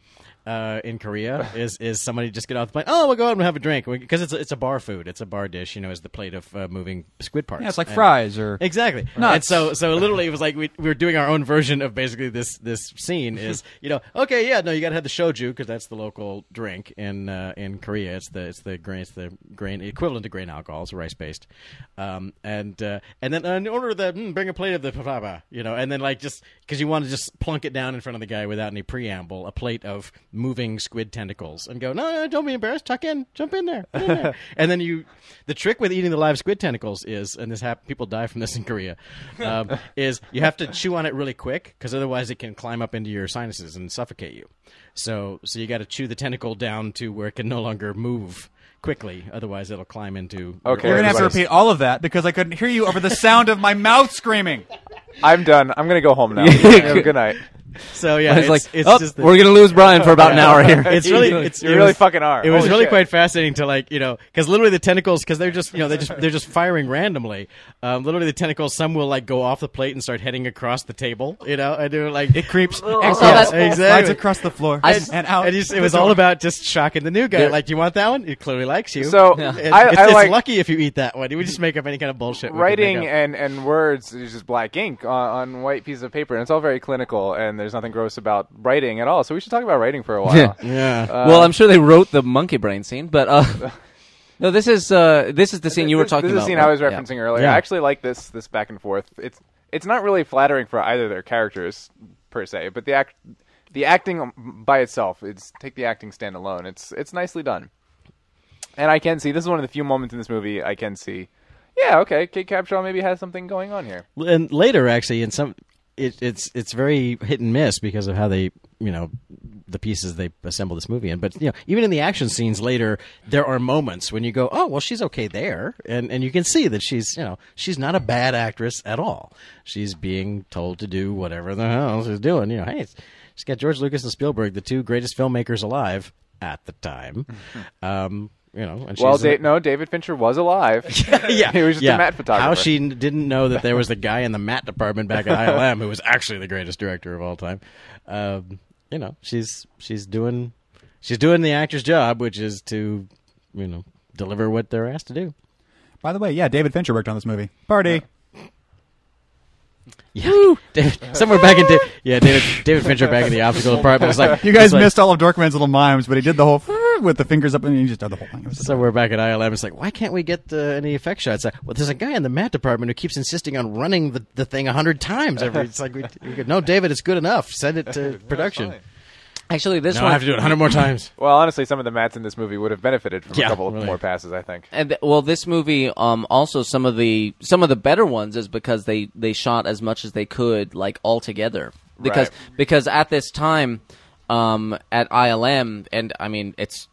S5: Uh, in Korea, is is somebody just get off the plane? Oh, we'll go out and have a drink because it's a, it's a bar food, it's a bar dish. You know, is the plate of uh, moving squid parts.
S2: Yeah, it's like
S5: And-
S2: fries or
S5: Exactly. And
S2: Nuts.
S5: so so literally it was like we, we were doing our own version of basically this this scene is you know okay yeah no you got to have the shoju because that's the local drink in uh, in Korea it's the it's the grain it's the grain equivalent to grain alcohol it's rice based um, and uh, and then in order the mm, bring a plate of the papaba you know and then like just because you want to just plunk it down in front of the guy without any preamble a plate of moving squid tentacles and go no no don't be embarrassed tuck in jump in there, get in there. and then you the trick with eating the live squid tentacles is and this hap- people die from this in Korea um, is you have to chew on it really quick because otherwise it can climb up into your sinuses and suffocate you so so you got to chew the tentacle down to where it can no longer move quickly otherwise it'll climb into your
S3: Okay.
S2: You're gonna have to
S3: Everybody's-
S2: repeat all of that because I couldn't hear you over the sound of my mouth screaming.
S3: I'm done. I'm gonna go home now. Have a good night.
S5: so yeah
S4: I
S5: it's
S4: was like,
S5: it's
S4: oh,
S5: just the-
S4: we're gonna lose Brian for about an hour here.
S5: it's really it's
S3: You
S5: it
S3: really
S5: was-
S3: fucking are.
S5: It was
S3: Holy
S5: really
S3: shit.
S5: quite fascinating to like you know because literally the tentacles because they're just you know they just they're just firing randomly. Um, literally the tentacles some will like go off the plate and start heading across the table. You know and they're like it creeps
S4: that's-
S5: exactly
S2: oh, Slides across the floor
S4: I-
S2: and out.
S5: And you, it was all about just shocking the new guy.
S4: Yeah.
S5: Like, do you want that one? It clearly likes you.
S3: So,
S5: It-
S3: Yeah.
S5: it's,
S3: I- I
S5: it's
S3: like-
S5: lucky if you eat that one. You would just make up any kind of bullshit. we could
S3: Writing
S5: make up.
S3: and, and words is just black ink on, on white pieces of paper, and it's all very clinical, and there's nothing gross about writing at all. So we should talk about writing for a while.
S4: Yeah.
S5: yeah.
S4: well, I'm sure they wrote the monkey brain scene, but uh, no, this is uh, this is the scene you were
S3: This-
S4: talking
S3: this
S4: about.
S3: is the scene
S4: right?
S3: I was
S4: Yeah.
S3: referencing earlier.
S5: Yeah.
S3: I actually like this this back and forth. It's it's not really flattering for either of their characters per se, but the act the acting by itself. It's take the acting stand alone. It's it's nicely done. And I can see this is one of the few moments in this movie I can see. Yeah, okay, Kate Capshaw maybe has something going on here.
S5: and later actually in some it, it's it's very hit and miss because of how they you know the pieces they assemble this movie in but you know even in the action scenes later there are moments when you go oh well she's okay there and and you can see that she's you know she's not a bad actress at all she's being told to do whatever the hell she's doing you know hey it's, she's got George Lucas and Spielberg the two greatest filmmakers alive at the time um you know and she's
S3: well,
S5: in
S3: da-
S5: it
S3: no, David Fincher was alive.
S5: yeah,
S3: he was just
S5: yeah.
S3: a mat photographer.
S5: How she n- didn't know that there was the guy in the mat department back at ILM who was actually the greatest director of all time. Um, you know, she's she's doing she's doing the actor's job, which is to you know deliver what they're asked to do.
S2: By the way, yeah, David Fincher worked on this movie. Party.
S5: Yeah, David, somewhere back in da- yeah, David David Fincher back in the optical department was like
S2: You guys
S5: was like,
S2: missed all of Dorkman's little mimes, but he did the whole with the fingers up and he just did the whole thing. It was just-
S5: somewhere back at ILM. It's like, why can't we get uh, any effect shots? Like, well, there's a guy in the mat department who keeps insisting on running the, the thing a hundred times. Every it's like, we, we go, no, David, it's good enough. Send it to production.
S4: Actually, this
S5: No,
S4: one
S5: I have to do it a hundred more times.
S3: well, honestly, some of the mats in this movie would have benefited from
S5: Yeah,
S3: a couple of
S5: really.
S3: more passes, I think.
S4: And th- well, this movie, um, also some of the some of the better ones is because they they shot as much as they could, like all together. Because
S3: Right.
S4: because at this time, um, at ILM, and I mean it's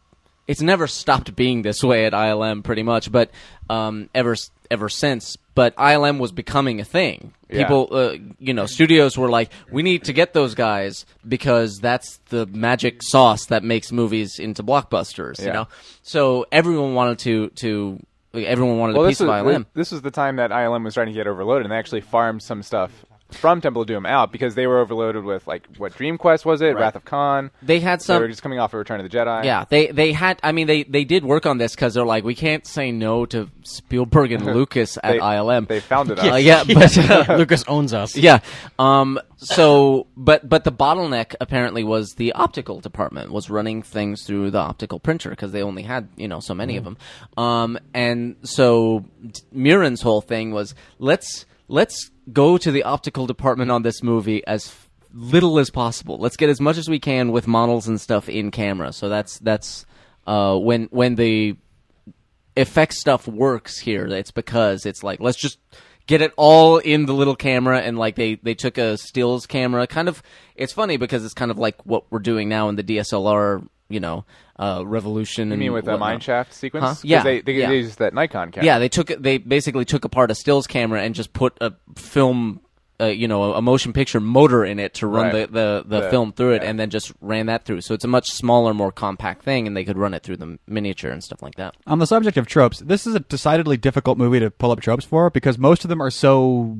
S4: it's never stopped being this way at ILM, pretty much. But um, ever s- ever since, but ILM was becoming a thing.
S3: Yeah.
S4: People, uh, you know, studios were like, we need to get those guys because that's the magic sauce that makes movies into blockbusters. You
S3: Yeah.
S4: know, so everyone wanted to to everyone wanted a piece
S3: this
S4: of
S3: was,
S4: ILM.
S3: This was the time that ILM was starting to get overloaded, and they actually farmed some stuff from Temple of Doom out because they were overloaded with like what Dream Quest was it, Wrath of Khan.
S4: They had some-
S3: They were just coming off of Return of the Jedi.
S4: yeah, they they had. I mean, they they did work on this because they're like, we can't say no to Spielberg and Lucas at
S3: They-
S4: ILM.
S3: They founded us.
S4: Uh, yeah, but
S5: Lucas owns us.
S4: Yeah. Um. So, but but the bottleneck apparently was the optical department was running things through the optical printer because they only had you know so many of them. Um. And so d- Murin's whole thing was let's let's go to the optical department on this movie as f- little as possible. Let's get as much as we can with models and stuff in camera. So that's that's uh when when the effect stuff works here. It's because it's like let's just get it all in the little camera and like they they took a stills camera. Kind of it's funny because it's kind of like what we're doing now in the DSLR, you know, uh, revolution.
S3: You
S4: and
S3: mean with the
S4: whatnot.
S3: mineshaft sequence?
S4: Huh?
S3: 'Cause
S4: Yeah,
S3: They, they,
S4: yeah.
S3: they used that Nikon camera.
S4: Yeah, they took they basically took apart a stills camera and just put a film. Uh, you know, a motion picture motor in it to run
S3: Right.
S4: the, the, the
S3: The-
S4: film through it,
S3: yeah.
S4: and then just ran that through. So it's a much smaller, more compact thing, and they could run it through the miniature and stuff like that.
S2: On the subject of tropes, this is a decidedly difficult movie to pull up tropes for because most of them are so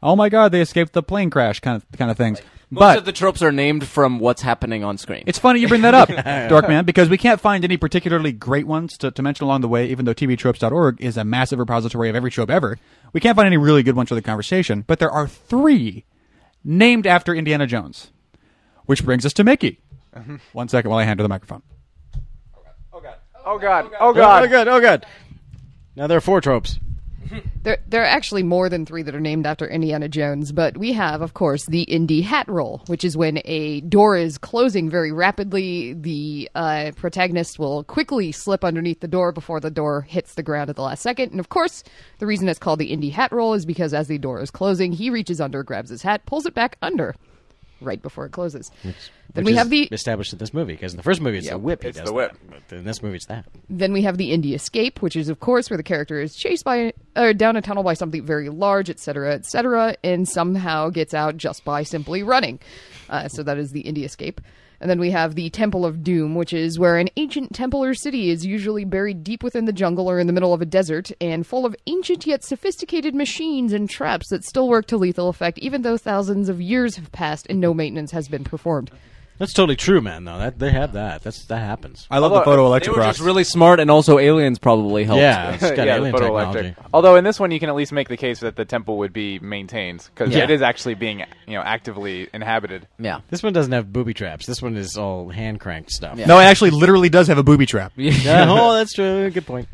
S2: oh my god, they escaped the plane crash kind of kind of things.
S4: Most
S2: but
S4: of the tropes are named from what's happening on screen.
S2: it's funny you bring that up, Dorkman, because we can't find any particularly great ones to, to mention along the way, even though tbtropes.org is a massive repository of every trope ever. We can't find any really good ones for the conversation, but there are three named after Indiana Jones, which brings us to Mickey.
S4: Mm-hmm.
S2: One second while I hand her the microphone.
S3: Oh god. Oh
S5: Oh,
S3: god.
S5: good. Oh, good. Now there are four tropes.
S7: There, there are actually more than three that are named after Indiana Jones, but we have, of course, the Indy hat roll, which is when a door is closing very rapidly. The uh, protagonist will quickly slip underneath the door before the door hits the ground at the last second. And of course, the reason it's called the Indy hat roll is because as the door is closing, he reaches under, grabs his hat, pulls it back under right before it closes. then
S5: which
S7: we
S5: is
S7: have the
S5: established in this movie because in the first movie it's the whip. he
S3: It's
S5: does
S3: the whip.
S5: that, but in this movie it's that.
S7: Then we have the Indy Escape, which is, of course, where the character is chased by or down a tunnel by something very large, etc., etc., and somehow gets out just by simply running. Uh, so that is the Indy Escape. And then we have the Temple of Doom, which is where an ancient temple or city is usually buried deep within the jungle or in the middle of a desert and full of ancient yet sophisticated machines and traps that still work to lethal effect, even though thousands of years have passed and no maintenance has been performed.
S5: That's totally true, man. Though that they have that. That's that happens.
S2: I love the
S3: Although,
S2: photo
S4: they were
S2: electrocross.
S4: just really smart, and also aliens probably helped.
S5: yeah, it's got
S3: yeah, the
S5: alien
S3: photoelectric.
S5: technology.
S3: Although in this one, you can at least make the case that the temple would be maintained because
S5: Yeah.
S3: it is actually being, you know, actively inhabited.
S4: yeah.
S5: This one doesn't have booby traps. This one is all hand cranked stuff.
S4: Yeah.
S2: no, it actually literally does have a booby trap.
S5: Yeah, oh, that's true. Good point.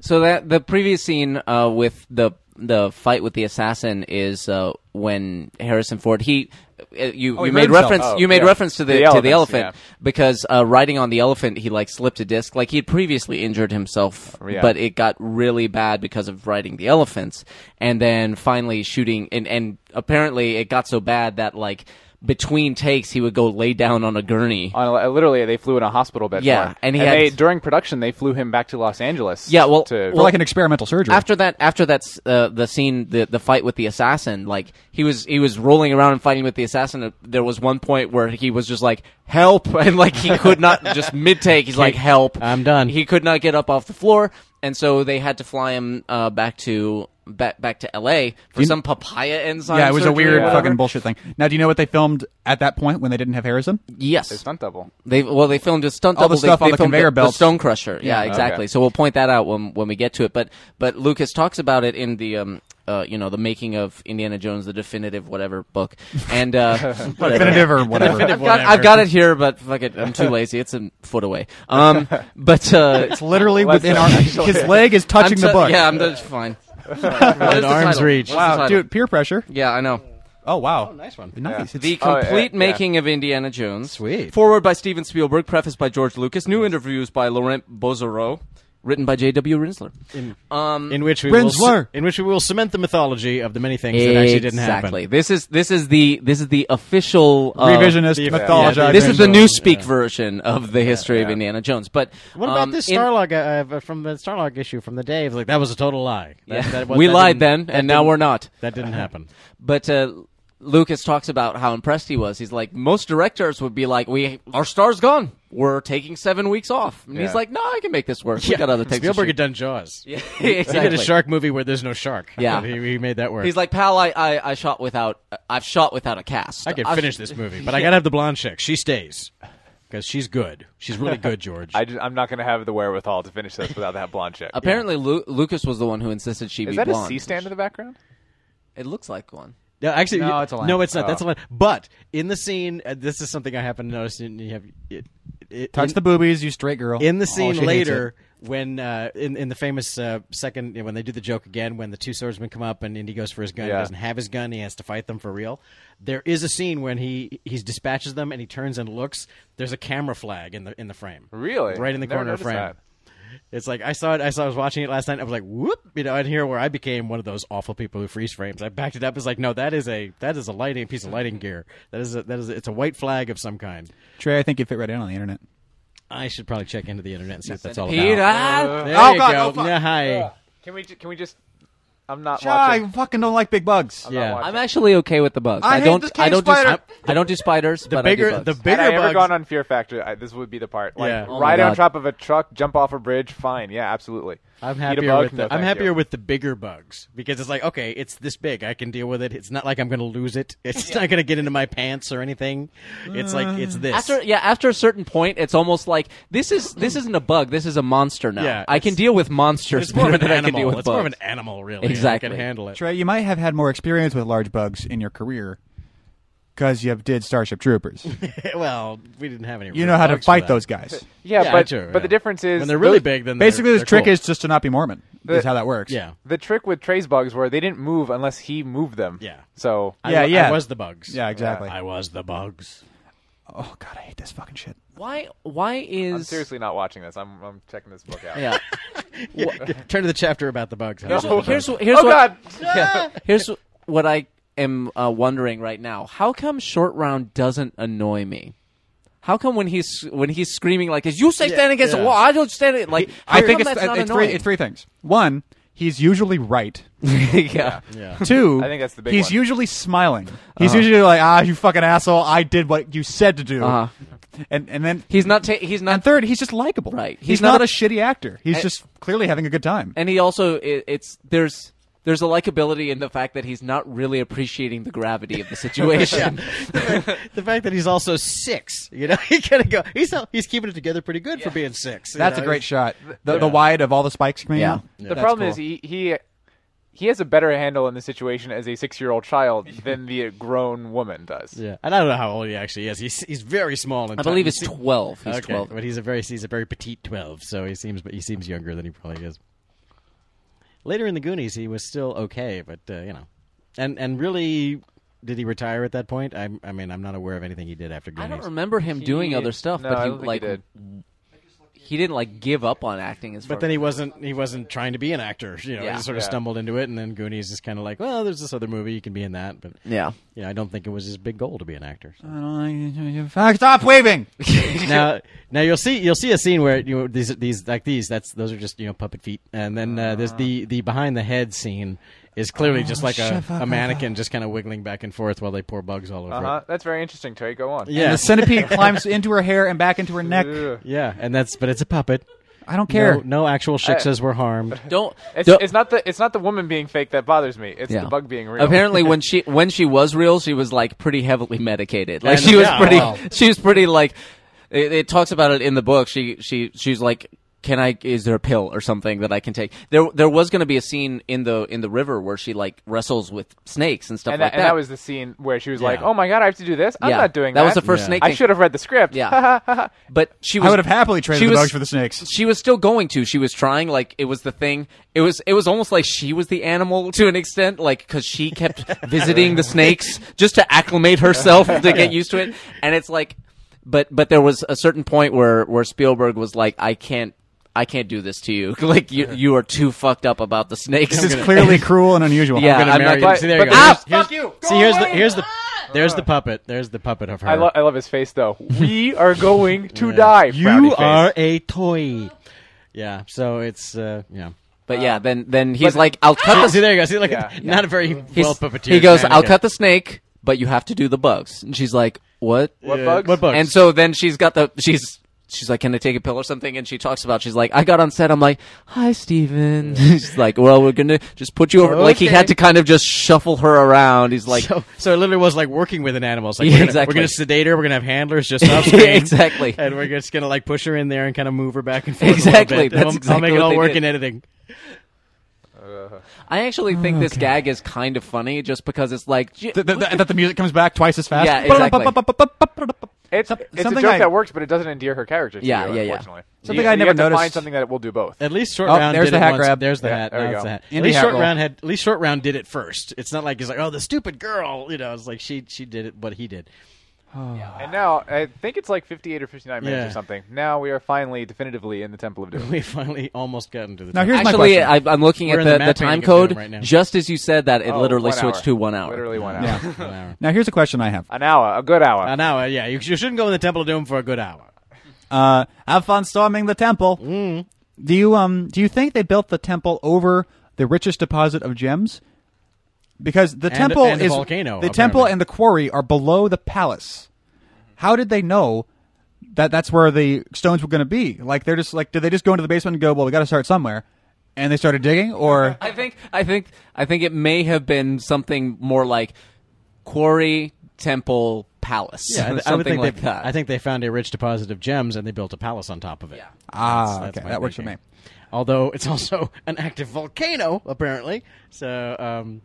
S4: So that the previous scene uh, with the the fight with the assassin is uh, when Harrison Ford he uh, you,
S2: he
S4: you
S2: hurt
S4: made
S2: himself.
S4: reference
S3: Oh,
S4: you made
S3: yeah.
S4: reference to the,
S3: The
S4: to
S3: elephants,
S4: the elephant
S3: yeah.
S4: because uh, riding on the elephant he like slipped a disc like he had previously injured himself
S3: Oh, Yeah.
S4: but it got really bad because of riding the elephants and then finally shooting and and apparently it got so bad that like between takes he would go lay down on a gurney
S3: On a, literally, they flew in a hospital bed.
S4: Yeah,
S3: for him.
S4: and he had-
S3: they, during production they flew him back to Los Angeles.
S4: Yeah, well-
S3: to,
S2: Or like an experimental surgery.
S4: after that after that's uh, the scene the the fight with the assassin like he was he was rolling around and fighting with the assassin Uh, there was one point where he was just like help and like he could not just mid take he's like help
S5: I'm done.
S4: he could not get up off the floor and so they had to fly him uh, back to back back to LA for some papaya enzyme
S2: yeah, it was a
S4: surgery or
S2: weird
S4: whatever.
S2: fucking bullshit thing. Now, do you know what they filmed at that point when they didn't have Harrison?
S4: yes
S3: stunt double.
S4: They well, they filmed a stunt
S2: All the
S4: double.
S2: stuff
S4: they,
S2: on
S4: they
S2: the
S4: filmed
S2: conveyor
S4: The
S2: belts.
S4: stone crusher. Yeah, exactly.
S3: Okay.
S4: So we'll point that out when when we get to it. But but Lucas talks about it in the um uh you know the making of Indiana Jones the definitive whatever book and uh whatever.
S2: Definitive or whatever.
S4: I've got, I've got it here, but fuck it, I'm too lazy. It's a foot away. Um, but uh,
S2: It's literally within our. His leg is
S4: I'm
S2: touching
S4: so-
S2: the book.
S4: Yeah, I'm just fine. What is the
S5: arm's
S4: title? What's
S5: reach.
S4: the
S2: Wow,
S4: title?
S2: dude, peer pressure.
S4: Yeah, I know.
S2: Oh wow,
S5: Nice one.
S2: nice.
S4: The uh,
S3: Oh, yeah,
S4: complete
S3: yeah.
S4: making of Indiana Jones.
S5: Sweet.
S4: Forward by Steven Spielberg, preface by George Lucas, new interviews by Laurent Bozereau, written by J.W. Rinsler. um,
S5: In which we will,
S2: Rinsler.
S5: in which we will cement the mythology of the many things that actually didn't happen.
S4: Exactly. This is this is the this is the official uh,
S2: Revisionist
S5: yeah,
S2: mythologizing.
S5: yeah,
S4: This is the
S5: Revisionist,
S4: new speak
S5: yeah.
S4: version of the history of Indiana Jones. But
S5: What about
S4: um,
S5: this
S4: in-
S5: Starlog uh, uh, from the Starlog issue from the day? It was Like that was a total lie. That-
S4: Yeah.
S5: that was-
S4: we
S5: that
S4: lied then,
S5: didn't-
S4: and now we're not.
S5: that didn't happen.
S4: But uh, Lucas talks about how impressed he was. He's like, most directors would be like, "We our star's gone. We're taking seven weeks off." And he's
S3: Yeah.
S4: like, "No, I can make this work. We got other things." to
S5: Spielberg had
S4: shoot.
S5: done Jaws.
S4: Yeah,
S5: He did
S4: exactly.
S5: a shark movie where there's no shark.
S4: Yeah.
S5: he, he made that work.
S4: He's like, "Pal, I, I, I shot without. uh, I've shot without a cast.
S5: I can
S4: I've-
S5: finish this movie, but I gotta have the blonde chick. She stays because she's good. She's really good, George.
S3: I am not going to have the wherewithal to finish this without that blonde chick.
S4: Apparently, Lu- Lucas was the one who insisted she
S3: is
S4: be
S3: that
S4: blonde.
S3: a C stand in the background?
S4: It looks like one.
S5: No, actually,
S2: No, it's a line.
S5: No, it's not.
S3: Oh.
S5: That's a line. But in the scene, uh, this is something I happen to notice. And you have it, it,
S2: Touch
S5: in,
S2: the boobies, you straight girl.
S5: in the
S2: Oh,
S5: scene
S2: she hates
S5: later when uh, in in the famous uh, second you know, when they do the joke again when the two swordsmen come up and Indy goes for his gun,
S3: Yeah.
S5: he doesn't have his gun, he has to fight them for real. There is a scene when he he's dispatches them and he turns and looks. There's a camera flag in the in the frame,
S3: Really?
S5: right in the
S3: Never
S5: corner
S3: noticed
S5: frame.
S3: that.
S5: It's like I saw it. I saw. I was watching it last night. I was like, "Whoop!" You know, and here where I became one of those awful people who freeze frames. I backed it up. It's like, no, that is a that is a lighting piece of lighting gear. That is a, that is a, it's a white flag of some kind.
S2: it. Trey, I think you fit right in on the internet.
S5: I should probably check into the internet and see what that's all
S4: Peter,
S5: about. There
S2: Oh,
S5: you
S2: God,
S5: go.
S2: oh, fuck.
S5: Yeah, hi.
S3: Can we? ju- Can we just? I'm not
S2: I
S3: watching.
S2: fucking don't like big bugs.
S5: Yeah.
S3: watching.
S4: I'm actually okay with the bugs.
S2: I
S4: I,
S2: hate
S4: don't.
S2: this
S4: I
S2: cave
S4: don't do.
S2: spider.
S4: I, I don't do spiders.
S5: The
S4: but I
S5: bigger
S4: do
S5: the
S4: bugs.
S5: bigger
S3: Had I ever
S5: bugs.
S3: gone on Fear Factor, I, this would be the part. Like
S5: Yeah. Oh
S4: my
S3: ride on
S4: God.
S3: top of a truck, jump off a bridge, fine. Yeah, absolutely.
S5: I'm
S3: Eat a
S5: happier
S3: bug?
S5: with
S3: No,
S5: the, I'm
S3: thank
S5: happier
S3: you.
S5: with the bigger bugs because it's like okay, it's this big, I can deal with it. It's not like I'm going to lose it. It's not going to get into my pants or anything. It's like it's this.
S4: After yeah, after a certain point, it's almost like this is this isn't a bug. This is a monster now.
S5: Yeah,
S4: I can
S5: it's-
S4: deal with monsters
S5: it's more of
S4: better
S5: an
S4: than I can deal
S5: animal.
S4: with
S5: It's
S4: bugs.
S5: more of an animal, really.
S4: Exactly.
S5: I can handle it.
S2: Trey, you might have had more experience with large bugs in your career because you have did Starship Troopers.
S5: well, we didn't have any.
S2: You
S5: real
S2: know how to
S5: bugs for
S2: fight
S5: that.
S2: those guys.
S3: Yeah,
S5: Yeah,
S3: but
S5: true,
S3: but
S5: yeah.
S3: the difference is
S5: When they're really
S3: those-
S5: big, then they're-
S2: Basically, the
S5: they're
S2: trick
S5: cool.
S2: is just to not be Mormon. Is
S3: The-
S2: how that works.
S5: yeah,
S3: The trick with Trey's bugs were they didn't move unless he moved them.
S5: Yeah.
S3: So
S5: I
S2: Yeah,
S5: wa-
S2: yeah.
S5: I was the bugs.
S2: Yeah, exactly.
S5: I was the bugs.
S2: Oh god, I hate this fucking shit.
S4: why why
S3: I'm
S4: is
S3: seriously not watching this. I'm I'm checking this book out.
S4: yeah?
S5: Turn to the chapter about the bugs. I was the
S3: No.
S5: bugs.
S4: Here's wh- here's
S3: oh
S4: what
S3: God!
S4: yeah. here's what I am uh, wondering right now. How come Short Round doesn't annoy me? How come when he's when he's screaming like this, you say stand against
S5: yeah.
S4: the wall, I don't stand it. Like how
S2: I think
S4: come
S2: it's,
S4: that's not
S2: it's, three,
S4: annoying?
S2: it's three things. One, he's usually right.
S4: yeah.
S2: Two,
S3: I think that's the big
S2: he's
S3: one.
S2: usually smiling. He's usually like, ah, you fucking asshole, I did what you said to do.
S4: Uh-huh.
S2: And and then
S4: He's not. Ta- he's not.
S2: and third, he's just likable.
S4: Right.
S2: He's,
S4: He's
S2: not,
S4: not
S2: a,
S4: a-
S2: shitty actor. He's
S4: And-
S2: just clearly having a good time.
S4: and he also it, it's there's there's a likability in the fact that he's not really appreciating the gravity of the situation.
S5: the fact that he's also six. You know, he kind of go. He's he's keeping it together pretty good for being six. you
S2: That's
S5: know?
S2: a great shot. The, the wide of all the spikes coming
S4: Yeah.
S2: out.
S3: The
S2: That's
S3: problem
S2: cool.
S3: is he he he has a better handle on the situation as a six year old child than the grown woman does.
S5: Yeah, and I don't know how old he actually is. He's he's very small. And
S4: I believe it's
S5: tiny.
S4: twelve. He's
S5: okay,
S4: twelve.
S5: but he's a very he's a very petite twelve. So he seems but he seems younger than he probably is. Later in the Goonies, he was still okay, but uh, you know, and and really, did he retire at that point? I I mean, I'm not aware of anything he did after
S4: I
S5: Goonies.
S4: don't remember him doing
S3: He-
S4: other stuff,
S3: no,
S4: but
S3: I
S4: he
S3: don't think he
S4: like
S3: did.
S4: he didn't like give up on acting as
S5: But
S4: far
S5: then he wasn't he wasn't trying to be an actor. You know,
S4: Yeah.
S5: he sort of
S3: Yeah.
S5: stumbled into it, and then Goonies is kind of like, well, there's this other movie you can be in that, but
S4: yeah.
S5: you know, I don't think it was his big goal to be an actor.
S4: Uh,
S5: so.
S2: Fuck, Stop waving.
S5: now, now you'll see you'll see a scene where you know, these these like these that's those are just you know puppet feet, and then uh, there's the the behind the head scene is clearly
S4: Oh,
S5: just like a, a mannequin just kind of wiggling back and forth while they pour bugs all over
S3: Uh huh.
S5: it.
S3: That's very interesting, Trey. Go on.
S5: Yeah,
S2: And the centipede climbs into her hair and back into her neck.
S3: Ugh.
S5: yeah, and that's but it's a puppet.
S2: I don't care.
S5: No, no actual
S3: Uh,
S5: shiksas were harmed.
S4: Don't
S3: It's,
S4: don't-
S3: it's not the it's not the woman being fake that bothers me. It's
S4: yeah.
S3: the bug being real.
S4: Apparently, when she when she was real, she was like pretty heavily medicated. Like
S5: And-
S4: she was
S5: yeah,
S4: pretty
S5: wow.
S4: she was pretty like it, it talks about it in the book. She she she's like. Can I? Is there a pill or something that I can take? There, there was going to be a scene in the in the river where she like wrestles with snakes and stuff
S3: and,
S4: like
S3: that, and that was the scene where she was like,
S5: Yeah.
S3: "Oh my god, I have to do this. I'm
S4: Yeah.
S3: not doing
S4: That
S3: that."
S4: was the first Yeah. snake
S3: I
S4: thing.
S3: should have read the script.
S4: Yeah. but she was
S2: I would have happily traded
S4: she
S2: the
S4: was-
S2: bugs for the snakes.
S4: She was still going to. She was trying like it was the thing. It was it was almost like she was the animal to an extent like cuz she kept visiting the snakes just to acclimate herself to get used to it. And it's like but but there was a certain point where where Spielberg was like I can't I can't do this to you. Like you you are too fucked up about the snakes.
S2: This is clearly cruel and unusual.
S4: Yeah.
S5: I'm gonna
S4: I'm
S5: marry
S4: not-
S5: you. See, there you
S3: but-
S5: go.
S3: Ah,
S5: Here's- here's- See, here's the here's the there's the puppet. There's the puppet of her.
S3: Uh-huh. I, lo- I love his face though. We are going to die. frowny
S5: you
S3: face.
S5: are a toy. Yeah, so it's uh, yeah.
S4: But yeah, then then he's like I'll cut the
S5: See, there you go. See, like
S3: Yeah.
S5: not a very
S4: He's-
S5: well puppeteered.
S4: He goes, I'll
S5: mannequin.
S4: cut the snake, but you have to do the bugs. And she's like, What?
S3: What
S5: Yeah,
S3: bugs?
S5: What bugs?
S4: And so then she's got the she's she's like, Can I take a pill or something? And she talks about she's like, I got on set, I'm like, Hi Steven She's like, Well, we're gonna just put you over like he
S5: Okay.
S4: had to kind of just shuffle her around. He's like
S5: so, so it literally was like working with an animal. It's like
S4: Yeah,
S5: we're gonna,
S4: exactly.
S5: We're gonna sedate her. We're gonna have handlers just off screen.
S4: Exactly.
S5: And we're just gonna like push her in there and kind of move her back and forth. a little
S4: Exactly.
S5: bit.
S4: That's
S5: I'll, I'll
S4: exactly
S5: make it
S4: what
S5: all
S4: they
S5: work
S4: did.
S5: in editing.
S4: I actually think this gag is kind of funny just because it's like "Gee,
S2: Th- th- th- that the music comes back twice as fast.
S4: Yeah, exactly.
S3: It's,
S2: Some-
S3: it's a
S2: something
S3: joke
S2: I-
S3: that works, but it doesn't endear her character to
S4: Yeah,
S3: you.
S4: yeah, yeah.
S3: unfortunately.
S2: Something
S3: you,
S2: I
S3: you
S2: never
S3: have to
S2: noticed.
S3: Find something that will do both.
S5: At least short
S2: Oh,
S5: round.
S2: there's
S5: did
S2: the
S5: it
S2: hat
S5: once.
S2: grab.
S5: There's the
S3: Yeah,
S5: hat.
S3: there you
S5: That's
S3: go.
S5: the hat.
S2: Indie
S5: at least
S2: hat
S5: short
S2: roll.
S5: round had. At least short round did it first. It's not like he's like, oh, the stupid girl. You know, it's like she she did it, what he did.
S3: And now I think it's like 58 or 59 minutes
S5: Yeah.
S3: or something. Now we are finally definitively in the Temple of Doom.
S5: We finally almost got into the.
S2: Now here's my
S4: Actually,
S2: question.
S4: I, I'm looking
S5: We're
S4: at
S5: in the
S4: the, the,
S5: map painting
S4: time
S5: of Doom
S4: code.
S5: right now.
S4: just as you said that, it
S3: Oh,
S4: literally
S3: one
S4: switched
S3: hour.
S4: to one hour.
S3: Literally one hour.
S5: An hour.
S2: now here's a question I have.
S3: An hour, a good hour.
S5: An hour, yeah. You, you shouldn't go in the Temple of Doom for a good hour.
S2: Uh, have fun storming the temple.
S5: Mm.
S2: Do you um do you think they built the temple over the richest deposit of gems? Because the
S5: And-
S2: temple
S5: and a
S2: is
S5: volcano,
S2: the temple
S5: apparently.
S2: and the quarry are below the palace. How did they know that that's where the stones were going to be? Like they're just like did they just go into the basement and go, well, we got to start somewhere, and they started digging, or
S4: I think I think I think it may have been something more like quarry, temple, palace.
S5: Yeah, I- I would
S4: something
S5: think
S4: like
S5: they,
S4: that.
S5: I think they found a rich deposit of gems and they built a palace on top of it. Yeah.
S2: Ah, okay, that works for
S5: Although it's also an active volcano, apparently. So, um,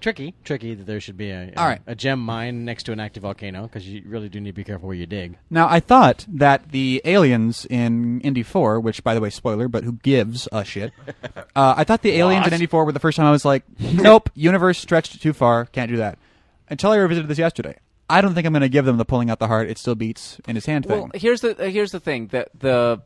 S5: tricky, tricky that there should be a, a,
S2: All right.
S5: a gem mine next to an active volcano because you really do need to be careful where you dig.
S2: now I thought that the aliens in Indy Four, which by the way, spoiler, but who gives a shit? Uh, I thought the aliens in Indy Four were the first time I was like, nope, universe stretched too far, can't do that. Until I revisited this yesterday, I don't think I'm going to give them the pulling out the heart. It still beats in his hand
S4: well,
S2: thing.
S4: here's the uh, here's the thing that the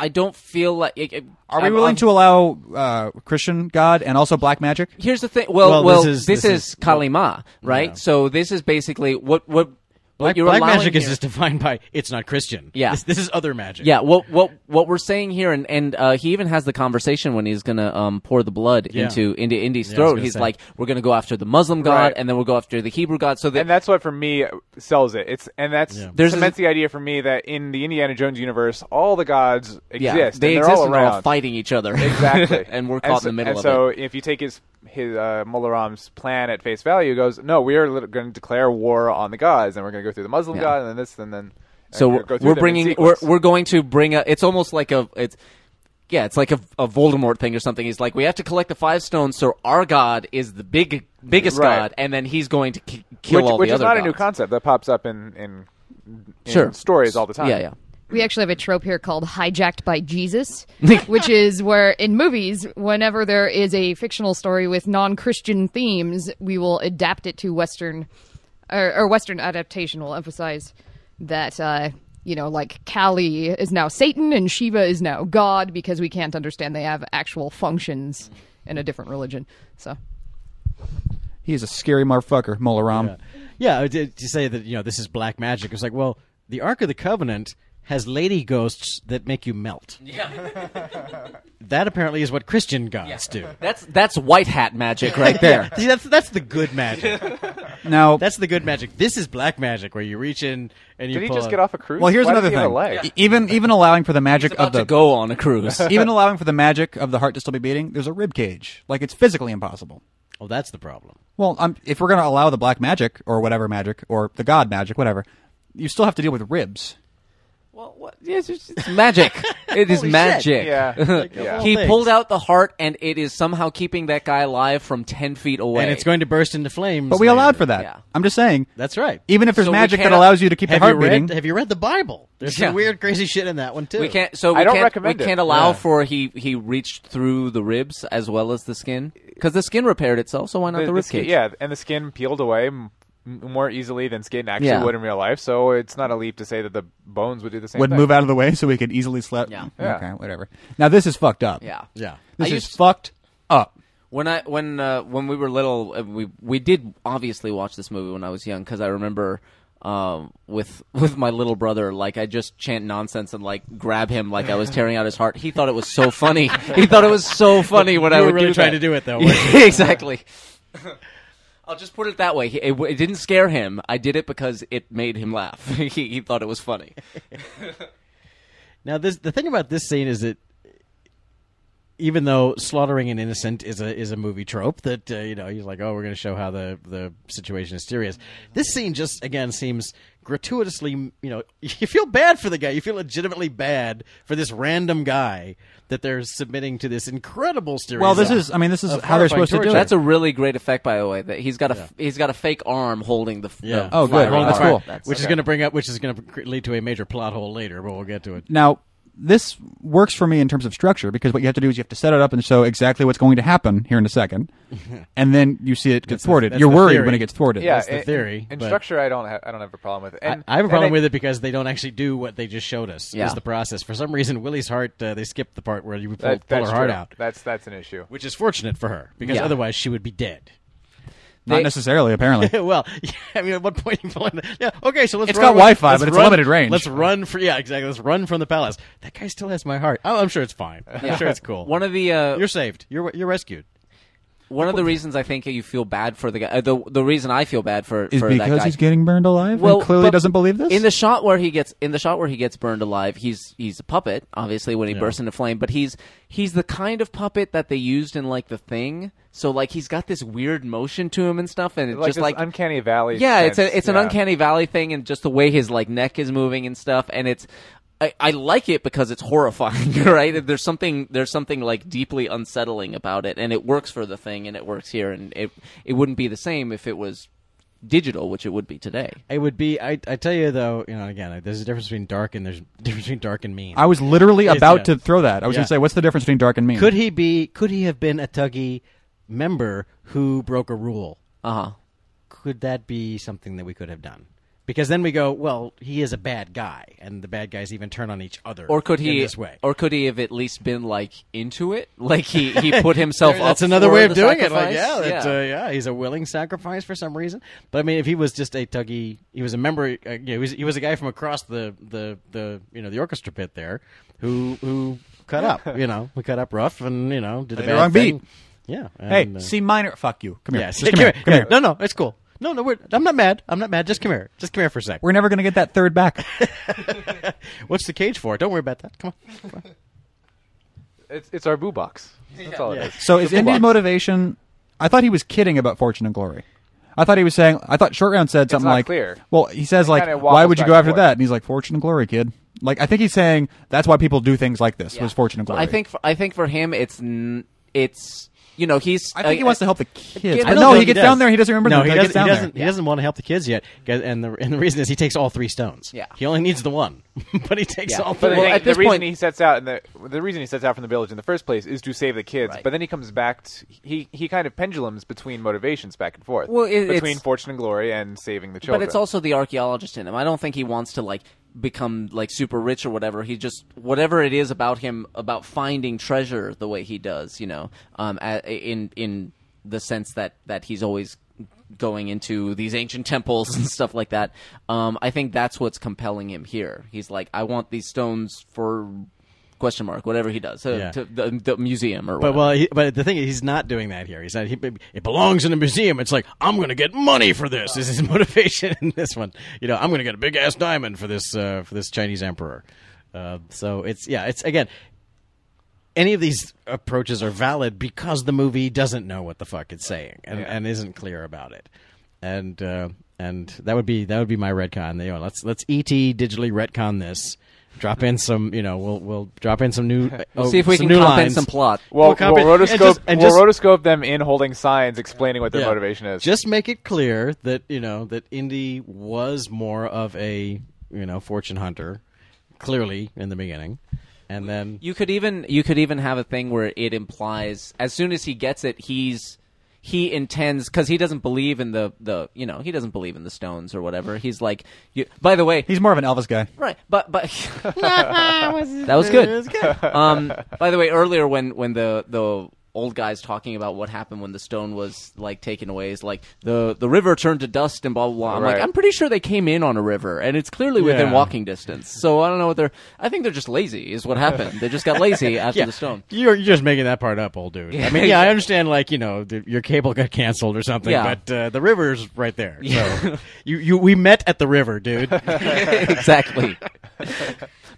S4: I don't feel like. It, it-
S2: Are we
S4: I'm-
S2: willing
S4: I'm-
S2: to allow uh, Christian God and also black magic?
S4: Here's the thing. Well,
S5: Well,
S4: well,
S5: this is-
S4: this,
S5: this
S4: is,
S5: is-
S4: kalima, right? So this is basically what what
S5: Black,
S4: what you're
S5: black
S4: allowing
S5: magic is
S4: here-
S5: just defined by it's not Christian.
S4: Yeah.
S5: This, this is other magic.
S4: Yeah, what what what we're saying here, and and uh, he even has the conversation when he's gonna um, pour the blood
S5: Yeah.
S4: into into Indy's
S5: Yeah, I was
S4: throat.
S5: gonna
S4: He's
S5: say.
S4: like, we're gonna go after the Muslim god,
S3: Right.
S4: and then we'll go after the Hebrew god. So that
S3: and that's what for me sells it. It's and that's
S5: Yeah.
S4: There's
S3: cements
S4: a-
S3: the idea for me that in the Indiana Jones universe, all the gods exist.
S4: yeah,
S3: and
S4: they
S3: they're
S4: exist
S3: all
S4: and
S3: around.
S4: they're all fighting each other
S3: Exactly,
S4: and we're caught
S3: so,
S4: in the middle
S3: And
S4: of
S3: so,
S4: it.
S3: if you take his his uh, Molaram's plan at face value, he goes, no, we are going to declare war on the gods, and we're going to go through the Muslim
S4: Yeah.
S3: god, and then this, and then and
S4: So
S3: we'll
S4: we're,
S3: go through
S4: we're
S3: them in
S4: bringing we're
S3: sequence.
S4: we're going to bring a. It's almost like a it's. Yeah, it's like a, a Voldemort thing or something. He's like, we have to collect the five stones, so our god is the big biggest
S3: Right.
S4: god, and then he's going to ki- kill
S3: which,
S4: all
S3: which
S4: the
S3: is
S4: other
S3: not
S4: gods.
S3: a new concept that pops up in in, in
S4: Sure.
S3: stories all the time.
S4: Yeah, yeah.
S7: We actually have a trope here called hijacked by Jesus, which is where in movies, whenever there is a fictional story with non Christian themes, we will adapt it to Western or, or Western adaptation will emphasize that, uh, you know, like Kali is now Satan and Shiva is now God because we can't understand they have actual functions in a different religion. So
S2: He's a scary motherfucker, Molaram.
S5: Yeah, I did- to say that you know this is black magic. It's like, well, the Ark of the Covenant has lady ghosts that make you melt. Yeah. that apparently is what Christian gods do.
S4: That's that's white hat magic right there.
S5: See, that's that's the good magic.
S2: Now,
S5: That's the good magic. This is black magic where you reach in and you
S3: Did he
S5: pull
S3: just
S5: a-
S3: get off a cruise?
S2: well, here's
S3: Why does
S2: another
S3: he have a
S2: thing.
S3: leg?
S2: E- Even even allowing for the magic
S4: about
S2: of the
S4: to go on a cruise.
S2: even allowing for the magic of the heart to still be beating, there's a rib cage. Like it's physically impossible.
S5: Well, Oh, that's the problem.
S2: Well, um, if we're going to allow the black magic or whatever magic or the god magic, whatever, you still have to deal with ribs.
S4: well, what? Yes, it's, it's magic. It is
S5: Holy shit.
S4: magic.
S3: Yeah. Yeah.
S4: He
S5: Thanks.
S4: pulled out the heart, and it is somehow keeping that guy alive from ten feet away.
S5: And it's going to burst into flames.
S2: But we allowed for that.
S4: Yeah.
S2: I'm just saying.
S5: That's right.
S2: Even if there's
S4: So we
S2: magic that
S4: cannot-
S2: allows you to keep
S5: have
S2: the heart
S5: you read?
S2: beating,
S5: Have you read the Bible? There's
S4: Yeah.
S5: some weird, crazy shit in that one too.
S4: we can't. So we
S3: I don't
S4: can't,
S3: recommend
S4: We
S3: it.
S4: can't allow
S5: Yeah.
S4: for he he reached through the ribs as well as the skin because the skin repaired itself. So why not the,
S3: the,
S4: rib
S3: the skin,
S4: cage?
S3: yeah, and the skin peeled away m- m- more easily than skin actually
S4: Yeah.
S3: would in real life. So it's not a leap to say that the bones would do the same.
S2: would
S3: thing.
S2: move out of the way so we could easily slap.
S4: Yeah.
S3: Yeah.
S2: Okay, whatever. Now this is fucked up.
S4: yeah,
S5: Yeah.
S2: This
S4: I
S2: is
S4: used-
S2: fucked up.
S4: When I when uh, when we were little, uh, we we did obviously watch this movie when I was young because I remember um, with with my little brother, like I just chant nonsense and like grab him like I was tearing out his heart. He thought it was so funny. he thought it was so funny when I
S5: were
S4: would
S5: really
S4: do
S5: trying
S4: that.
S5: to do it, though,
S4: Yeah,
S5: weren't
S4: exactly. I'll just put it that way. He, it, w- it didn't scare him. I did it because it made him laugh. he, he thought it was funny.
S5: Now, this the thing about this scene is that even though slaughtering an innocent is a is a movie trope that uh, you know he's like, oh, we're going to show how the the situation is serious. This scene just again seems gratuitously, you know, you feel bad for the guy. You feel legitimately bad for this random guy that they're submitting to this incredible series.
S2: Well, this
S5: of-
S2: is. I mean, this is
S5: of
S2: how they're
S5: horrifying
S2: supposed to do
S5: torture.
S2: it.
S4: That's a really great effect, by the way. That he's got a f- he's got a fake arm holding the. f-
S5: yeah.
S4: the
S2: Oh, good.
S4: firing
S2: That's
S4: arm.
S2: cool.
S5: Which is
S4: okay.
S5: going to bring up, which is going to lead to a major plot hole later, but we'll get to it.
S2: Now, this works for me in terms of structure because what you have to do is you have to set it up and show exactly what's going to happen here in a second, and then you see it get
S5: That's the-
S2: thwarted.
S5: that's
S2: You're
S5: the
S2: worried
S5: theory.
S2: when it gets thwarted.
S3: Yeah,
S5: That's the
S3: in-
S5: theory,
S3: In,
S5: but-
S3: structure, I don't ha- I don't have a problem with it. And
S5: I, I have a problem
S3: and
S5: with it because they don't actually do what they just showed us.
S4: Yeah.
S5: Is the process for some reason Willie's heart? Uh, they skipped the part where you pull,
S3: That,
S5: pull
S3: that's
S5: her heart
S3: true.
S5: out,
S3: That's that's an issue.
S5: which is fortunate for her because
S4: Yeah.
S5: otherwise she would be dead.
S2: Not
S4: They-
S2: necessarily, apparently.
S5: well, yeah, I mean, at what point you pull in? the- Yeah, okay, so let's.
S2: It's
S5: run
S2: got
S5: away-
S2: Wi-Fi,
S5: let's
S2: but it's
S5: run-
S2: limited range.
S5: Let's run for yeah, exactly. Let's run from the palace. That guy still has my heart. Oh, I'm sure it's fine. I'm sure it's cool.
S4: One of the uh,
S5: You're saved. You're you're rescued.
S4: One of the reasons I think you feel bad for the guy, uh, the the reason I feel bad for
S2: Is
S4: for that
S2: because
S4: guy,
S2: he's getting burned alive and clearly
S4: but
S2: doesn't believe this?
S4: In the shot where he gets in the shot where he gets burned alive, he's he's a puppet, obviously when he bursts into flame, but he's he's the kind of puppet that they used in like the thing. So like he's got this weird motion to him and stuff and it's
S3: Like
S4: just
S3: this
S4: like
S3: uncanny valley
S4: Yeah, it's
S3: sense,
S4: a, it's an
S3: yeah.
S4: uncanny valley thing and just the way his like neck is moving and stuff and it's I, I like it because it's horrifying, right? There's something there's something like deeply unsettling about it, and it works for the thing, and it works here, and it it wouldn't be the same if it was digital, which it would be today.
S5: It would be. I, I tell you though, you know, again, like, there's a difference between dark and there's a difference between dark and mean.
S2: I was literally
S5: Is
S2: about
S5: that-
S2: to throw that. I was
S5: Yeah.
S2: going to say, what's the difference between dark and mean?
S5: could he be? Could he have been a Tuggy member who broke a rule?
S4: Uh huh.
S5: Could that be something that we could have done? Because then we go, well, he is a bad guy, and the bad guys even turn on each other.
S4: Or could
S5: in
S4: he?
S5: this way?
S4: Or could he have at least been like into it? Like he, he put himself.
S5: There- that's
S4: up
S5: another
S4: for
S5: way of
S4: the
S5: doing it. Like,
S4: sacrifice?
S5: yeah, that's, Uh, yeah, he's a willing sacrifice for some reason. But I mean, if he was just a tuggy, he was a member. Uh, you know, he, was, he was a guy from across the, the, the you know the orchestra pit there, who who cut up. You know, who cut up rough and you know did a
S2: Played the
S5: bad
S2: wrong
S5: thing.
S2: beat.
S5: Yeah.
S2: Hey,
S5: and, uh,
S2: C minor. Fuck you. Come here.
S5: yes.
S2: Just come, here. Come here.
S5: No, no, it's cool. No, no, we're, I'm not mad. I'm not mad. Just come here. Just come here for a sec.
S2: We're never going to get that third back.
S5: What's the cage for? Don't worry about that. Come on.
S3: It's, it's our boo box. That's all it is.
S2: So is Indy's motivation? I thought he was kidding about fortune and glory. I thought he was saying. I thought Short Round said something
S3: not
S2: like,
S3: clear.
S2: "Well, he says like,
S3: kinda
S2: why
S3: waffles
S2: would you
S3: back
S2: go
S3: and
S2: after
S3: forth.
S2: that?" And he's like, "Fortune and glory, kid." Like I think he's saying that's why people do things like this was fortune and glory.
S4: I think. For, I think for him, it's n- it's you know he's.
S2: I think he wants to help the kids,
S4: I
S2: but
S4: don't
S2: no,
S4: think
S2: he,
S4: he
S2: gets
S5: does.
S2: down there. He doesn't remember.
S5: No,
S2: them
S5: he
S2: till
S5: doesn't.
S2: Gets down
S5: He doesn't,
S2: There.
S5: he doesn't want to help the kids yet, 'cause- and the and the reason is he takes all three stones.
S4: Yeah.
S5: he only needs the one, but he takes
S4: Yeah.
S5: all
S4: But
S5: three.
S3: But
S4: Well,
S3: I think
S4: at
S3: the
S4: this
S3: reason
S4: point-
S3: he sets out, and the the reason he sets out from the village in the first place is to save the kids.
S4: Right.
S3: But then he comes back. To, he he kind of pendulums between motivations back and forth.
S4: Well, it-
S3: between
S4: it's-
S3: fortune and glory and saving the children.
S4: But it's also the archaeologist in him. I don't think he wants to like become like super rich or whatever. He just whatever it is about him about finding treasure the way he does, you know, um, a- in in the sense that that he's always going into these ancient temples and stuff like that. Um, I think that's what's compelling him here. He's like, I want these stones for question mark whatever he does uh,
S5: Yeah.
S4: to the, the museum or
S5: But
S4: whatever.
S5: well, he, but the thing is, he's not doing that here. He's not. He, it belongs in a museum. It's like I'm going to get money for this. This is his motivation in this one. You know, I'm going to get a big ass diamond for this uh, for this Chinese emperor. Uh, so it's yeah, it's again. Any of these approaches are valid because the movie doesn't know what the fuck it's saying and, and isn't clear about it, and uh, and that would be that would be my retcon. You know, let's let's et digitally retcon this. Drop in some, you know, we'll we'll drop in some new. oh,
S4: see if we
S5: some
S4: can
S5: new
S4: comp in
S5: lines.
S4: some plot.
S3: Well,
S5: Well,
S3: we'll,
S5: copy- and
S3: rotoscope,
S5: just- and
S3: we'll
S5: just-
S3: rotoscope them in holding signs explaining what their
S5: Yeah.
S3: motivation is.
S5: Just make it clear that you know that Indy was more of a you know fortune hunter, clearly in the beginning, and then
S4: You could even you could even have a thing where it implies as soon as he gets it, he's he intends because he doesn't believe in the the you know he doesn't believe in the stones or whatever. He's like, you, by the way,
S2: He's more of an Elvis guy.
S4: right? But but that was good. Um, by the way, earlier when when the the old guy's talking about what happened when the stone was like taken away is like the the river turned to dust and blah blah blah. I'm
S3: Right.
S4: like, I'm pretty sure they came in on a river and it's clearly within
S5: Yeah.
S4: walking distance. So I don't know what they're. I think they're just lazy. Is what happened. They just got lazy after the stone.
S5: You're, you're just making that part up, old dude. I mean, yeah, I understand. Like you know, the, your cable got canceled or something,
S4: Yeah.
S5: but uh, the river's right there. So you, you we met at the river, dude. Oh,
S4: exactly.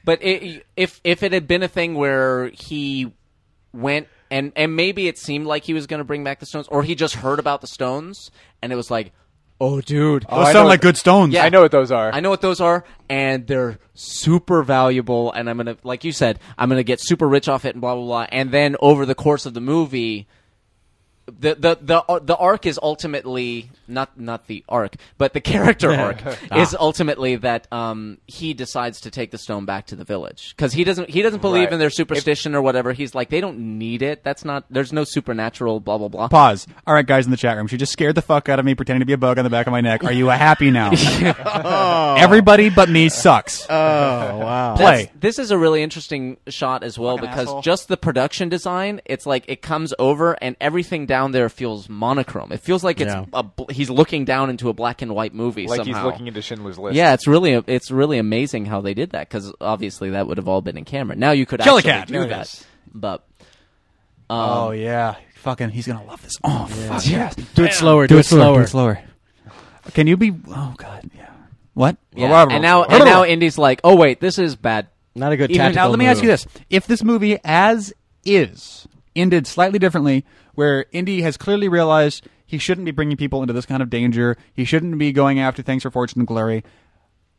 S4: but it, if if it had been a thing where he went and and maybe it seemed like he was going to bring back the stones, or he just heard about the stones and it was like, oh, dude,
S2: Those
S3: I know
S2: sound like
S3: it-
S2: good stones.
S4: Yeah.
S3: I know what those are.
S4: I know what those are, and they're super valuable. And I'm gonna, like you said, I'm gonna get super rich off it, and blah blah blah. And then over the course of the movie, the the uh, the the arc is ultimately not not the arc, but the character arc is ultimately that um, he decides to take the stone back to the village because he doesn't he doesn't believe
S3: Right.
S4: in their superstition or whatever. He's like they don't need it. That's not there's no supernatural. Blah blah blah.
S2: Pause. All right, guys in the chat room, she just scared the fuck out of me, pretending to be a bug on the back of my neck. Are you happy now? Everybody but me sucks.
S5: oh wow.
S2: Play.
S4: That's- This is a really interesting shot as well because just the production design, it's like it comes over and everything down there feels monochrome. It feels like it's
S5: Yeah.
S4: a bl- he's looking down into a black and white movie
S3: like
S4: somehow.
S3: he's looking into Schindler's List.
S4: yeah, it's really it's really amazing how they did that because obviously that would have all been in camera. Now you could actually
S2: Jellycat,
S4: do
S2: there it
S4: that,
S2: is.
S4: but
S2: oh yeah, fucking, he's gonna love this. Oh fuck yes,
S5: Do it slower. Do, it slower.
S2: Do it slower. Can you be? Oh god, yeah. What?
S4: Yeah. And now, and now, Indy's like, oh wait, this is bad.
S5: Not a good
S2: Even-
S5: tactical
S2: now, let me ask you
S5: move.
S2: this: If this movie, as is, ended slightly differently, where Indy has clearly realized he shouldn't be bringing people into this kind of danger, he shouldn't be going after things for fortune and glory,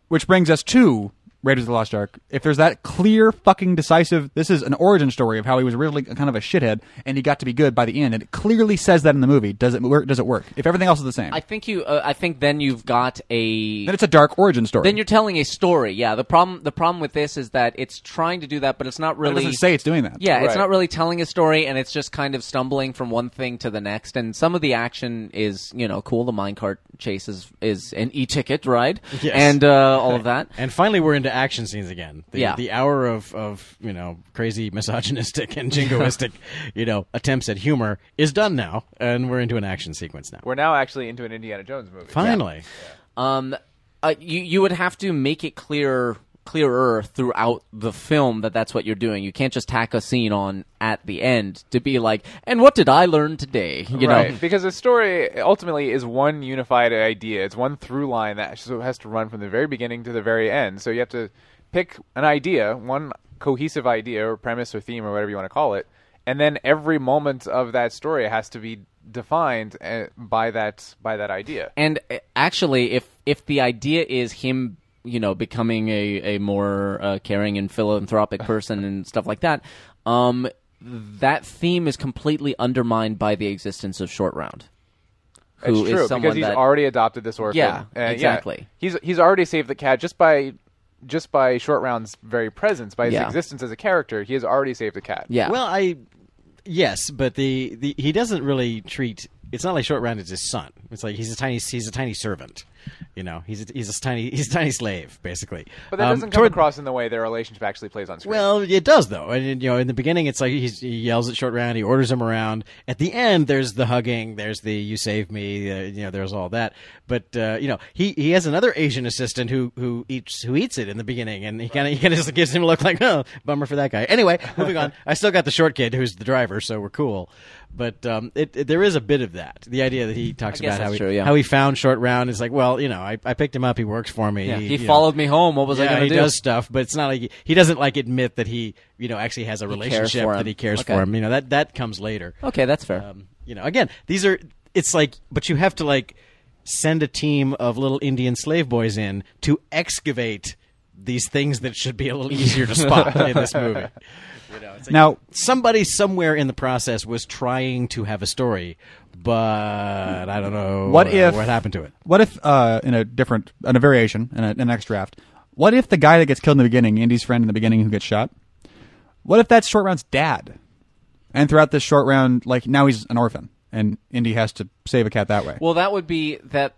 S2: which brings us to Raiders of the Lost Ark. If there's that clear, fucking decisive, this is an origin story of how he was originally kind of a shithead and he got to be good by the end, and it clearly says that in the movie. Does it work? Does it work? If everything else is the same,
S4: I think you. Uh, I think then you've got a.
S2: then it's a dark origin story.
S4: Then you're telling a story. Yeah. The problem. The problem with this is that it's trying to do that, but it's not
S2: But it
S4: really.
S2: doesn't say it's doing that.
S4: Yeah, it's
S3: Right.
S4: not really telling a story, and it's just kind of stumbling from one thing to the next. And some of the action is, you know, cool. The minecart chase is, is an e-ticket ride,
S5: Yes.
S4: and uh, all of that.
S5: And finally, we're into action scenes again. The,
S4: Yeah.
S5: the hour of, of you know crazy misogynistic and jingoistic you know attempts at humor is done now, and we're into an action sequence now.
S3: We're now actually into an Indiana Jones movie.
S5: finally.
S4: Um, uh, you you would have to make it clear clearer throughout the film that that's what you're doing. You can't just tack a scene on at the end to be like, "And what did I learn today?" You
S3: right.
S4: know.
S3: Because a story ultimately is one unified idea. It's one through line that so it has to run from the very beginning to the very end. So you have to pick an idea, one cohesive idea or premise or theme or whatever you want to call it, and then every moment of that story has to be defined uh, by that by that idea.
S4: And uh, actually, if if the idea is him, you know, becoming a a more uh, caring and philanthropic person and stuff like that, um, that theme is completely undermined by the existence of Short Round.
S3: It's
S4: who is
S3: true
S4: someone
S3: because he's
S4: that-
S3: already adopted this orphan.
S4: Yeah,
S3: Uh, yeah.
S4: exactly.
S3: He's he's already saved the cat just by just by short round's very presence, by his
S4: Yeah.
S3: existence as a character. He has already saved the cat.
S4: Yeah.
S5: Well, I yes, but the, the he doesn't really treat. It's not like Short Round is his son. It's like he's a tiny he's a tiny servant. You know, he's a, he's a tiny he's a tiny slave basically.
S3: But that
S5: Um,
S3: doesn't come
S5: toward-
S3: across in the way their relationship actually plays on screen.
S5: Well, it does though, and, and, you know, in the beginning, it's like he's, he yells at Short Round, he orders him around. At the end, there's the hugging, there's the "you saved me," uh, you know, there's all that. But uh, you know, he, he has another Asian assistant who who eats who eats it in the beginning, and he kind of he kind of just gives him a look like, "Oh, bummer for that guy." Anyway, moving on. I still got the short kid who's the driver, so we're cool. But um, it, it- there is a bit of that. The idea that he talks
S4: I guess
S5: about how he
S4: that's true, yeah.
S5: how he found Short Round is like, well, you know, I, I picked him up, he works for me.
S4: Yeah, he
S2: uh,
S5: you know,
S4: followed me home. What was I
S5: yeah,
S4: going to
S5: he
S4: do?
S5: does stuff, but it's not like he, he doesn't like admit that he you know actually has a
S4: cares
S5: relationship
S4: for him.
S5: that he cares
S4: Okay.
S5: for him. You know that that comes later.
S4: okay, that's fair.
S5: Um, you know, again, these are it's like, but you have to like send a team of little Indian slave boys in to excavate these things that should be a little easier to spot in this movie. You know, it's like
S2: Now,
S5: somebody somewhere in the process was trying to have a story, but I don't know
S2: What
S5: uh,
S2: if-
S5: what happened to it.
S2: What if, uh, in a different, in a variation, in, a, in the next draft, what if the guy that gets killed in the beginning, Indy's friend in the beginning who gets shot, what if that's Short Round's dad? And throughout this short round, like now he's an orphan, and Indy has to save a cat that way.
S4: Well, that would be that.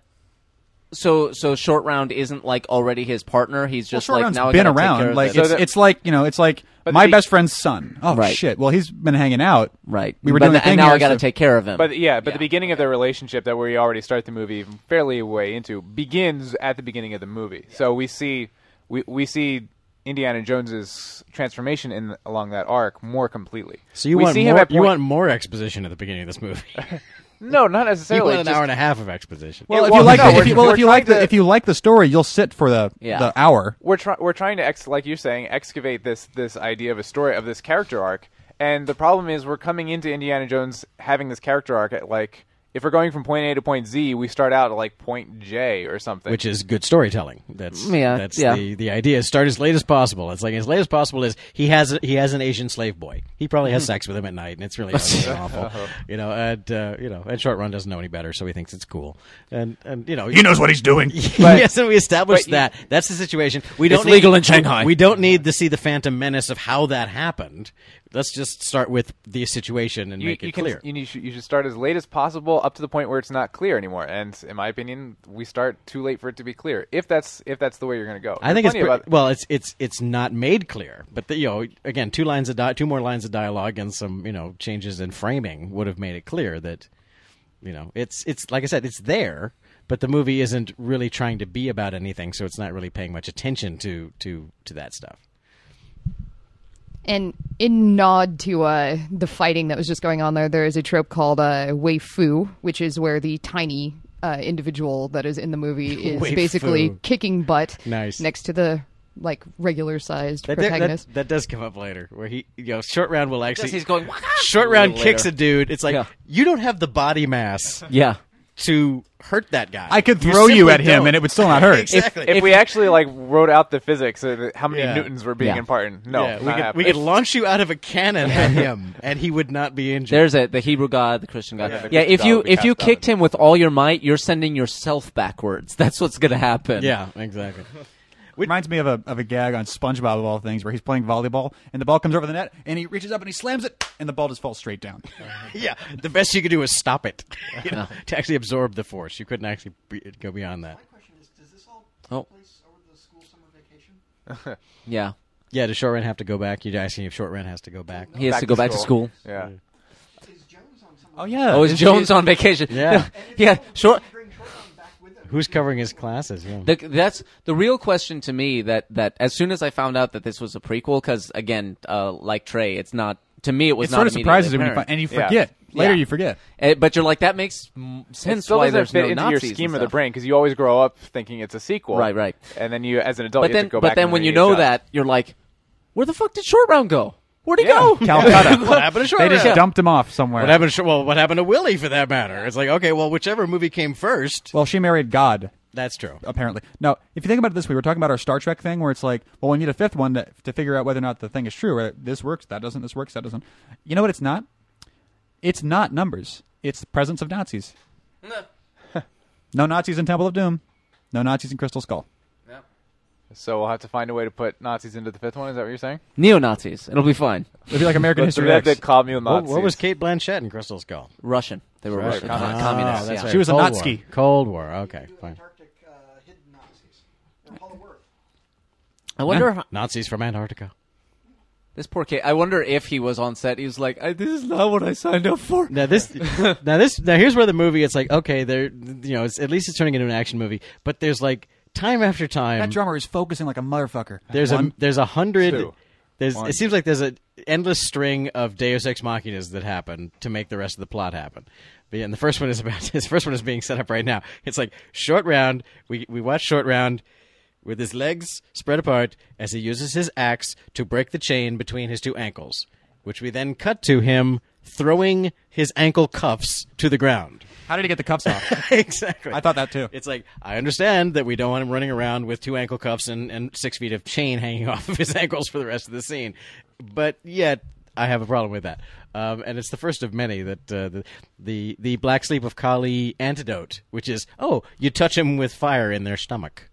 S4: So so short round isn't like already his partner. He's just
S2: short
S4: like
S2: round's
S4: now I
S2: been
S4: gotta take care
S2: around.
S4: of
S2: Like
S4: this.
S2: it's,
S3: that-
S2: it's like you know, it's like
S3: But
S2: my
S3: the-
S2: best friend's son. Oh
S4: Right.
S2: shit! Well, he's been hanging out.
S4: right.
S2: We were
S4: But
S2: doing
S4: the-
S2: a thing
S4: and now
S2: here,
S4: I got to
S2: so-
S4: take care of him.
S3: But yeah, but
S4: Yeah.
S3: the beginning of their relationship that we already start the movie fairly way into begins at the beginning of the movie. So we see we we see Indiana Jones's transformation in along that arc more completely.
S5: So you
S3: we
S5: want
S3: see
S5: more,
S3: him at
S5: you
S3: point-
S5: want more exposition at the beginning of this movie.
S3: no, not
S5: you
S3: necessarily.
S5: want an
S3: just-
S5: hour and a half of exposition.
S2: Well,
S3: Yeah,
S2: if
S3: well,
S2: you like,
S3: no,
S2: the, if
S3: we're-
S2: you, well,
S3: we're
S2: if you
S3: trying
S2: like the
S3: to-
S2: if you like the story, you'll sit for the
S4: Yeah.
S2: the hour.
S3: we're trying we're trying to ex- like you're saying excavate this this idea of a story of this character arc and the problem is we're coming into indiana jones having this character arc at like if we're going from point a to point z we start out at like point j or something
S5: which is good storytelling. That's
S4: Yeah,
S5: that's
S4: yeah.
S5: the the idea. is Start as late as possible. It's like as late as possible is he has a, he has an Asian slave boy. He probably
S4: Mm-hmm.
S5: has sex with him at night, and it's really ugly and awful. You know, and uh, you know, and short run doesn't know any better, so he thinks it's cool. And and you know,
S2: He knows what he's doing.
S5: yes, and we established that. That's the situation. We don't
S4: It's
S5: need,
S4: legal in Shanghai.
S5: We don't need to see the Phantom Menace of how that happened. Let's just start with the situation and
S3: you,
S5: make
S3: you
S5: it
S3: can,
S5: clear.
S3: You, need, you should start as late as possible, up to the point where it's not clear anymore. And in my opinion, we start too late for it to be clear. If that's if that's the way you're going to go,
S5: I think
S3: There's
S5: it's
S3: plenty
S5: pre-
S3: of oth-
S5: well, it's it's it's not made clear, but the, you know, again, two lines of di- two more lines of dialogue and some you know changes in framing would have made it clear that you know it's it's like I said, it's there, but the movie isn't really trying to be about anything, so it's not really paying much attention to to to that stuff.
S7: And in nod to uh, the fighting that was just going on there, there is a trope called uh, weifu, which is where the tiny uh, individual that is in the movie is
S5: Weifu.
S7: basically kicking butt
S5: Nice.
S7: next to the like regular sized
S5: That, that,
S7: protagonist.
S5: that, that does come up later, where he, you know, short round will actually.
S4: he's going, "Waka!"
S5: Short
S4: a
S5: round
S4: little later.
S5: kicks a dude. It's like
S4: Yeah.
S5: you don't have the body mass
S4: Yeah.
S5: to hurt that guy.
S2: I could throw you
S5: simply
S2: at him
S5: don't.
S2: and it would still not hurt.
S5: exactly.
S3: If, we actually like wrote out the physics, of how many
S5: Yeah.
S3: newtons were being
S4: Yeah.
S3: imparted? No,
S5: yeah,
S3: not
S5: we could, we
S3: happening.
S5: could launch you out of a cannon at him, and he would not be injured.
S4: There's a the Hebrew God, the Christian God.
S3: Yeah,
S4: Yeah,
S3: the Christian
S4: if
S3: God
S4: you
S3: would be
S4: if you
S3: cast out
S4: kicked him with all your might, you're sending yourself backwards. That's what's gonna happen.
S5: yeah, exactly.
S2: Reminds me of a, of a gag on SpongeBob of all things where he's playing volleyball and the ball comes over the net and he reaches up and he slams it and the ball just falls straight down.
S5: yeah, the best you could do is stop it you know, to actually absorb the force. You couldn't actually be, go beyond that.
S8: question is, does this all take
S4: Oh.
S8: place over the school summer vacation?
S4: Yeah.
S5: Yeah, does Short Rent have to go back? You're asking if Short Rent has to go back.
S4: He has to go back to school.
S3: Yeah.
S8: Is Jones on summer
S2: Oh yeah.
S4: Oh, is Jones on vacation?
S5: Yeah.
S4: yeah. Sure.
S8: Bring Shortland back with them.
S5: Who's covering his classes? Yeah.
S4: The, that's the real question to me. That that as soon as I found out that this was a prequel, because again, uh, like Trey, it's not to me. It was
S2: It
S4: not
S2: sort of
S4: immediately
S2: surprises you when you find,
S4: apparent.
S2: and you
S3: Yeah.
S2: forget. Later
S4: Yeah.
S2: you forget.
S4: Eh, but you're like, that makes m-
S3: It
S4: sense
S3: still
S4: why
S3: doesn't
S4: there's
S3: fit
S4: no
S3: into
S4: Nazis
S3: your
S4: and
S3: scheme of the
S4: stuff.
S3: brain because you always grow up thinking it's a sequel.
S4: Right, right.
S3: And then you, as an adult,
S4: But
S3: you have
S4: then,
S3: to go
S4: but
S3: back
S4: then
S3: and
S4: when you
S3: readjust.
S4: know that, you're like, where the fuck did Short Round go? Where'd he
S3: Yeah.
S4: go?
S2: Calcutta.
S5: what happened to Short
S2: they
S5: Round?
S2: just dumped him off somewhere.
S5: What happened to Short- well? What happened to Willie for that matter? It's like okay, well, whichever movie came first.
S2: Well, she married God.
S5: That's true.
S2: apparently. Now, if you think about it this way, we were talking about our Star Trek thing where it's like, well, we need a fifth one to, to figure out whether or not the thing is true. Right? This works, that doesn't, this works, that doesn't. You know what it's not? It's not numbers. It's the presence of Nazis. no Nazis in Temple of Doom. No Nazis in Crystal Skull.
S3: so we'll have to find a way to put Nazis into the fifth one. Is that what you're saying?
S4: Neo Nazis. It'll be fine.
S2: It'd be like American
S3: But the
S2: History
S3: red
S2: X.
S3: that called me a
S5: What,
S3: Nazi.
S5: what was Kate Blanchett in Crystal Skull?
S4: Russian. They were Russian.
S3: com-
S4: Uh,
S5: Ah,
S4: communists.
S5: that's
S4: yeah.
S5: right.
S2: She was a
S5: Cold
S2: Nazi.
S5: War. Cold War. Okay,
S8: Do
S5: fine.
S8: Antarctic uh, hidden Nazis. They're hollow earth.
S4: I wonder. How,
S5: Nazis from Antarctica.
S4: this poor kid. I wonder if he was on set. He was like, I, "This is not what I signed up for."
S5: Now this, now this, now here's where the movie. It's like okay, there, you know, it's, at least it's turning into an action movie. But there's like time after time,
S2: that drummer is focusing like a motherfucker.
S5: there's
S2: One-
S5: a there's a hundred.
S3: Two.
S5: There's
S2: One.
S5: it seems like there's an endless string of Deus Ex Machinas that happen to make the rest of the plot happen. But yeah, and the first one is about this first one is being set up right now. It's like short round. We we watch short round with his legs spread apart as he uses his axe to break the chain between his two ankles, which we then cut to him throwing his ankle cuffs to the ground.
S2: How did he get the cuffs off?
S5: exactly.
S2: I thought that too.
S5: It's like I understand that we don't want him running around with two ankle cuffs and, and six feet of chain hanging off of his ankles for the rest of the scene, but yet I have a problem with that. Um, and it's the first of many that uh, the, the the black sleep of Kali antidote, which is oh, you touch him with fire in their stomach.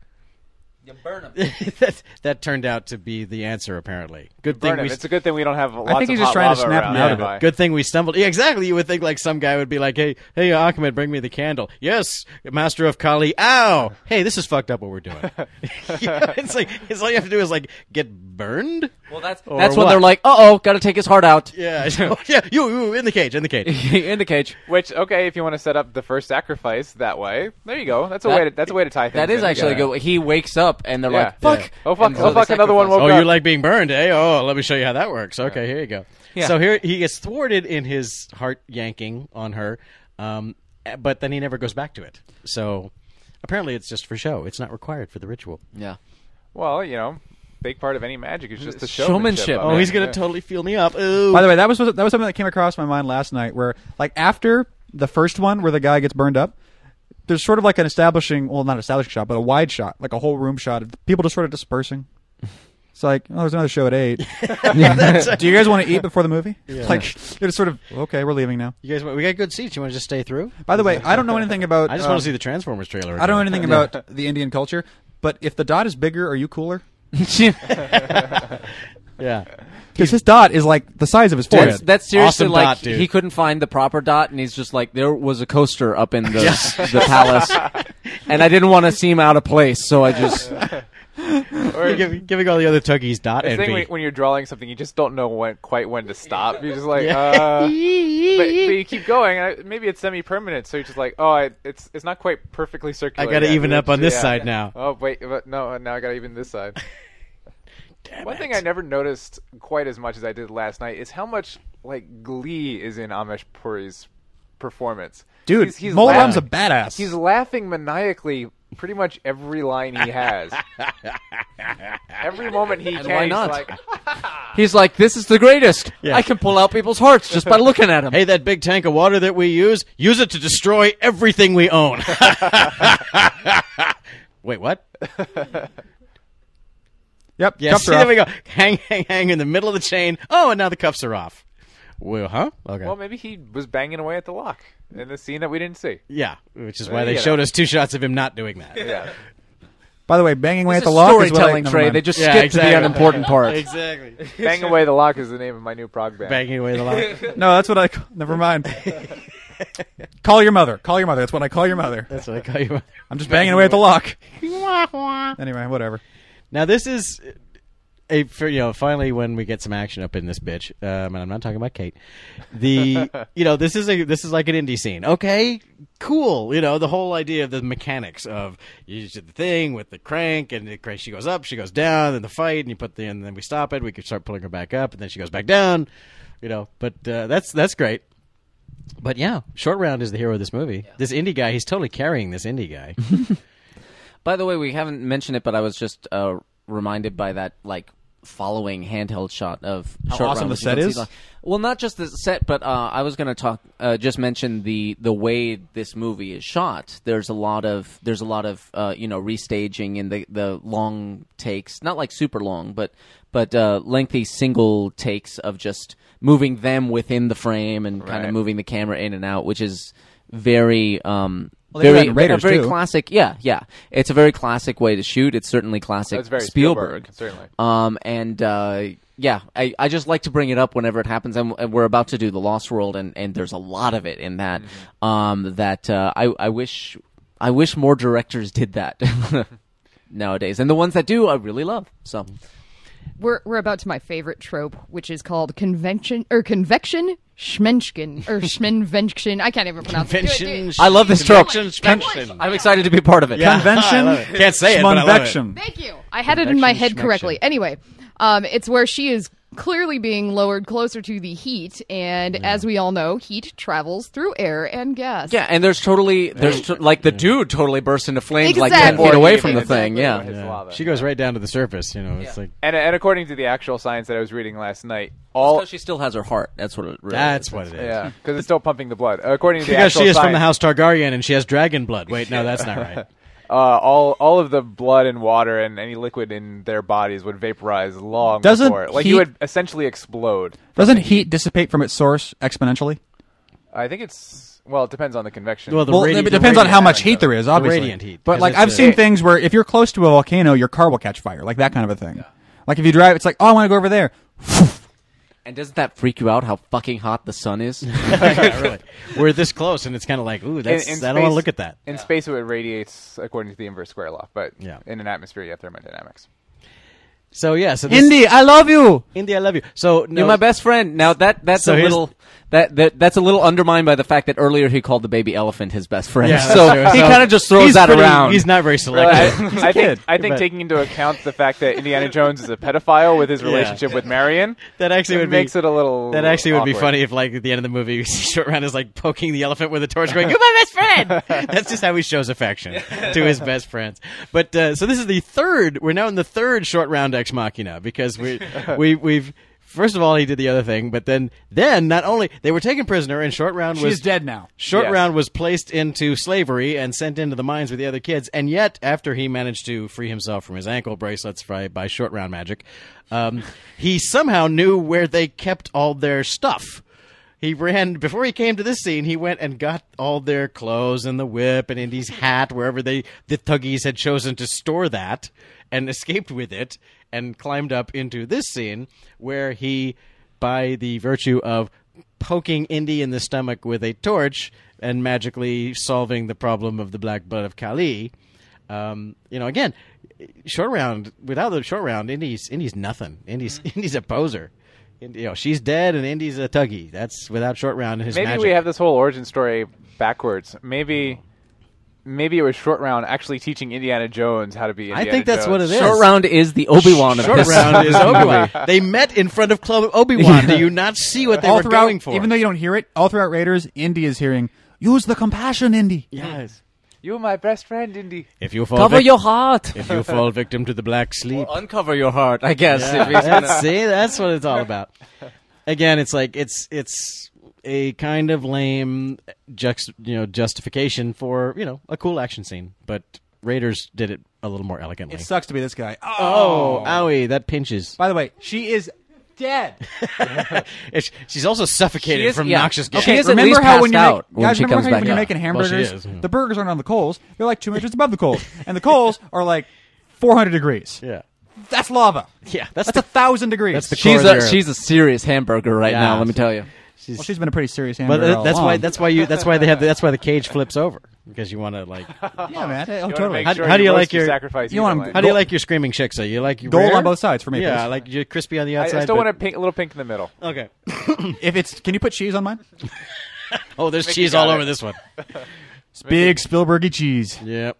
S4: You burn him.
S5: that that turned out to be the answer apparently. Good thing
S3: Burn him.
S5: we
S3: It's a good thing we don't have lots
S2: think he's
S3: of
S2: just
S3: hot
S2: trying to snap
S3: lava around
S2: him out of
S3: nearby.
S2: it.
S5: Good thing we stumbled. Yeah, exactly. You would think like some guy would be like, "Hey, hey, Ahmed, bring me the candle." Yes, Master of Kali. Ow! Hey, this is fucked up. What we're doing. Yeah, it's like it's all you have to do is like get burned.
S4: Well, that's
S5: Or
S4: that's when
S5: what?
S4: they're like, "Uh oh, got to take his heart out
S5: Yeah, so- yeah. You, you in the cage, in the cage.
S4: in the cage."
S3: Which okay, if you want to set up the first sacrifice that way, there you go. That's a
S4: That-
S3: way. To, that's a way to tie things.
S4: That is
S3: in
S4: actually
S3: together.
S4: good. He wakes up and they're
S3: Yeah.
S4: like, "Fuck!"
S3: Oh, fuck.
S4: And so
S3: Oh,
S4: they
S3: fuck, another one
S4: sacrifice
S5: Oh,
S3: woke
S5: you
S3: up.
S5: like being burned, eh? Oh, let me show you how that works. Okay, here you go.
S4: Yeah.
S5: So here he gets thwarted in his heart yanking on her, um, eh, but then he never goes back to it. So apparently, it's just for show. It's not required for the ritual.
S4: him. Yeah.
S3: Well, you know, big part of any magic is just the
S4: Showmanship.
S3: showmanship. of
S5: Oh,
S3: it.
S5: he's gonna
S3: Yeah.
S5: totally feel me up. Ooh.
S2: By the way, that was that was something that came across my mind last night. Where like after the first one, where the guy gets burned up, there's sort of like an establishing, well, not establishing shot, but a wide shot, like a whole room shot of people just sort of dispersing. It's like, oh, there's another show at eight. Do you guys want to eat before the movie? Like, they're just sort of okay. We're leaving now.
S5: You guys, want- we got good seats. You want to just stay through?
S2: By the way, I don't know anything about.
S5: I just
S2: uh,
S5: want to see the Transformers trailer.
S2: I don't know
S5: again.
S2: anything about the Indian culture, but if the dot is bigger, are you cooler?
S5: Yeah,
S2: Because his dot is like the size of his forehead.
S4: That's, that's seriously
S5: Awesome
S4: like
S5: dot, dude.
S4: he couldn't find the proper dot, and he's just like, there was a coaster up in the the palace, and I didn't want to seem out of place, so I just
S3: Or-
S5: giving, giving all the other tuggies dot
S3: The thing
S5: envy.
S3: when, when you're drawing something, you just don't know when, quite when to stop. You're just like, uh, but, but you keep going. And I- maybe it's semi-permanent, so you're just like, oh, I, it's it's not quite perfectly
S5: I
S3: circular.
S5: got to
S3: yet.
S5: even
S3: Yeah, Oh,
S5: up on this
S3: yeah.
S5: side now.
S3: Oh wait, but no, now I got to even this side.
S5: damn
S3: One
S5: it.
S3: thing I never noticed quite as much as I did last night is how much like glee is in Amish Puri's performance.
S2: Dude,
S3: he's, he's
S2: Mola
S3: laugh-
S2: Ram's a badass.
S3: He's laughing maniacally pretty much every line he has. every moment he can,
S4: why
S3: he's
S4: not?
S3: like,
S4: He's like, this is the greatest.
S5: Yeah.
S4: I can pull out people's hearts just by looking at them.
S5: Hey, that big tank of water that we use, use it to destroy everything we own. Wait, what?
S2: yep.
S5: Yeah,
S2: cuffs
S5: see,
S2: are
S5: there
S2: off.
S5: we go. Hang, hang, hang in the middle of the chain. Oh, and now the cuffs are off. Well, huh? Okay.
S3: well, maybe he was banging away at the lock in the scene that we didn't see.
S5: yeah, which is why
S3: you
S5: they
S3: go.
S5: showed us two shots of him not doing that.
S3: Yeah.
S2: By the way, banging away
S4: This
S2: at the
S4: is
S2: lock is what I
S4: storytelling,
S2: like. Never
S4: Trey.
S2: mind.
S4: They just
S5: Yeah,
S4: skip to
S5: exactly.
S4: the unimportant part.
S5: Exactly.
S3: Bang Away the Lock is the name of my new prog band.
S5: Banging away the lock.
S2: no, that's what I. ca- Never mind. call your mother. Call your mother. That's what I call your mother.
S5: That's what I call you.
S2: I'm just banging away at the lock.
S5: lock.
S2: Anyway, whatever.
S5: Now this is a for, you know finally when we get some action up in this bitch, um, and I'm not talking about Kate. The you know this is a this is like an indie scene. Okay, cool. You know the whole idea of the mechanics of you did the thing with the crank and the crank. She goes up, she goes down, and the fight, and you put the and then we stop it. We can start pulling her back up, and then she goes back down. You know, but uh, that's that's great. But yeah, short round is the hero of this movie. This indie guy, he's totally carrying this indie guy.
S4: By the way, we haven't mentioned it, but I was just uh, reminded by that like following handheld shot of
S2: How
S4: short
S2: awesome
S4: round,
S2: the
S4: which you don't
S2: set
S4: see
S2: is?
S4: a lot. Well, not just the set, but uh, I was going to talk. Uh, just mention the the way this movie is shot. There's a lot of there's a lot of uh, you know restaging and the the long takes. Not like super long, but but uh, lengthy single takes of just moving them within the frame and kind of
S3: Right.
S4: moving the camera in and out, which is very um,
S2: Well, they do that
S4: very
S2: in Raiders,
S4: a very
S2: too.
S4: classic. Yeah, yeah. It's a very classic way to shoot. It's certainly classic
S3: That's very
S4: Spielberg.
S3: Spielberg, certainly.
S4: Um, and uh, yeah, I, I just like to bring it up whenever it happens. And and we're about to do The Lost World, and, and there's a lot of it in that. Um, that uh, I I wish I wish more directors did that nowadays. And the ones that do, I really love. So
S7: We're we're about to my favorite trope, which is called convention or convection schmenschken or schmenvention. I can't even pronounce
S5: Convention.
S7: it.
S4: I love this trope.
S5: Convention.
S4: I'm excited to be part of it.
S5: Yeah.
S2: Convention.
S5: I love it. Can't say it, but I love it.
S2: Schmunvection.
S7: Thank you. I had it in my head
S5: Convection
S7: correctly.
S5: schmenction.
S7: Anyway, um, it's where she is clearly being lowered closer to the heat, and as we all know, heat travels through air and gas.
S4: Yeah, and there's totally there's to, like the dude totally bursts into flames like ten
S7: Exactly.
S4: feet away
S3: Or
S4: from the
S3: anything.
S4: thing. Yeah,
S3: His lava.
S5: She goes right down to the surface. You know, it's like
S3: And, and according to the actual science that I was reading last night, all
S4: So she still has her heart. That's what it really
S5: that's
S4: is.
S5: what it is.
S3: yeah, because it's still pumping the blood. According to the
S5: Because
S3: actual
S5: she is
S3: science,
S5: from the house Targaryen and she has dragon blood. Wait, no, that's not right.
S3: uh, all all of the blood and water and any liquid in their bodies would vaporize long
S2: Doesn't
S3: before, like
S2: heat-
S3: you would essentially explode.
S2: Doesn't heat dissipate from its source exponentially?
S3: I think it's well, it depends on the convection.
S5: Well, the
S2: well,
S5: radi-
S2: it
S5: the
S2: depends on
S5: radiant
S2: how much
S5: aspect
S2: heat
S5: of
S2: there
S5: it.
S2: is, obviously.
S5: The radiant heat.
S2: But
S5: 'Cause
S2: like
S5: it's
S2: I've
S5: a-
S2: seen things where if you're close to a volcano, your car will catch fire, like that kind of a thing. Like if you drive, it's like, oh, I want to go over there.
S4: And doesn't that freak you out how fucking hot the sun is?
S5: Yeah, really. We're this close, and it's kind of like, ooh,
S3: in,
S5: that's,
S3: in
S5: I don't want to
S3: space-
S5: look at that.
S3: In space, it radiates according to the inverse square law, but
S5: Yeah.
S3: in an atmosphere, you have thermodynamics.
S5: So yeah, so this,
S2: Indy, I love you.
S5: Indy, I love you. So no,
S4: You're my best friend. Now that that's
S5: So
S4: a
S5: here's-
S4: little that, that that's a little undermined by the fact that earlier he called the baby elephant his best friend.
S5: Yeah, that's
S4: so
S5: true.
S4: he
S5: So
S4: kind of just throws
S5: he's
S4: that
S5: pretty-
S4: around.
S5: He's not very
S3: I,
S5: selective.
S3: I think,
S2: kid.
S3: I think
S5: But-
S3: taking into account the fact that Indiana Jones is a pedophile with his relationship with Marion,
S5: That actually
S3: it
S5: would be-
S3: makes it a little.
S5: That actually would be
S3: awkward.
S5: funny if, like, at the end of the movie, Short Round is like poking the elephant with a torch, going, "You're my best friend." That's just how he shows affection to his best friends. But uh, so this is the third. We're now in the third Short Round Ex Machina because we we we've. First of all, he did the other thing, but then, then not only they were taken prisoner, and Short Round was
S2: She's dead now.
S5: Short
S3: Yes.
S5: Round was placed into slavery and sent into the mines with the other kids, and yet after he managed to free himself from his ankle bracelets by, by Short Round magic, um, he somehow knew where they kept all their stuff. He ran before he came to this scene. He went and got all their clothes and the whip and Indy's hat, wherever they the Tuggies had chosen to store that, and escaped with it and climbed up into this scene where he, by the virtue of poking Indy in the stomach with a torch and magically solving the problem of the black blood of Kali. Um, you know, again, short round without the short round, Indy's Indy's nothing. Indy's Indy's a poser. And, you know, she's dead, and Indy's a tuggy. That's without short round and his
S3: Maybe
S5: magic.
S3: we have this whole origin story backwards. Maybe maybe it was Short Round actually teaching Indiana Jones how to be. Indiana
S5: think that's what
S3: Jones.
S5: it is.
S4: Short round is the Obi Wan of
S5: Short
S4: this.
S5: round is Obi Wan. They met in front of Club Obi Wan. Do you not see what they
S2: all
S5: were
S2: throughout,
S5: going for?
S2: even though you don't hear it, all throughout Raiders, Indy is hearing "Use the compassion, Indy."
S5: yes,
S3: You my best friend, Indy.
S5: if you fall,
S4: Cover
S5: vic-
S4: your heart.
S5: if you fall victim to the black sleep,
S4: Uncover your heart, I guess. if he's gonna-
S5: that's, see, that's what it's all about. Again, it's like it's it's a kind of lame juxt, you know justification for you know a cool action scene, but Raiders did it a little more elegantly.
S2: It sucks to be this guy. Oh,
S5: oh, owie, that pinches.
S2: by the way, she is dead.
S5: It's- She's also suffocated
S4: She is-
S5: from
S4: yeah.
S5: noxious gas.
S4: She is at
S2: remember
S4: least
S2: how when
S4: passed
S2: you
S4: out
S2: make,
S4: when
S2: guys,
S4: she
S2: remember
S4: comes
S2: how
S4: back
S2: when you're
S4: up.
S2: making
S5: Well, she
S2: hamburgers,
S5: is.
S2: the burgers aren't on the coals; they're like two inches above the coals, and the coals are like 400 degrees.
S5: Yeah,
S2: That's lava.
S5: yeah,
S2: That's,
S5: that's the
S2: a thousand degrees.
S5: that's the
S4: she's
S5: Cora
S4: a
S5: Zero.
S4: she's a serious hamburger right
S5: Yeah.
S4: now. Let me tell you.
S2: well, she's been a pretty serious
S5: But
S2: hamburger.
S5: uh,
S2: all
S5: that's why
S2: along.
S5: that's why you that's why they have the, that's why the cage flips over because you want to like how
S2: yeah, man. Oh,
S3: You wanna
S2: totally.
S3: make
S5: How-
S3: sure
S5: how do you
S3: roast
S5: like
S3: your
S5: your-
S3: sacrifice?
S2: you want 'em-
S3: evenly.
S2: how
S5: do you like your screaming shiksa? You like your
S2: Gold
S5: rare?
S2: on both sides for me,
S5: Yeah,
S2: please.
S5: like you're crispy on the
S3: I,
S5: outside.
S3: I still
S5: but-
S3: want a pink, little pink in the middle.
S5: Okay.
S2: if it's, can you put cheese on mine?
S5: Oh, there's cheese
S3: got
S5: all
S3: it.
S5: over this one.
S2: It's big Spielbergy cheese.
S5: Yep.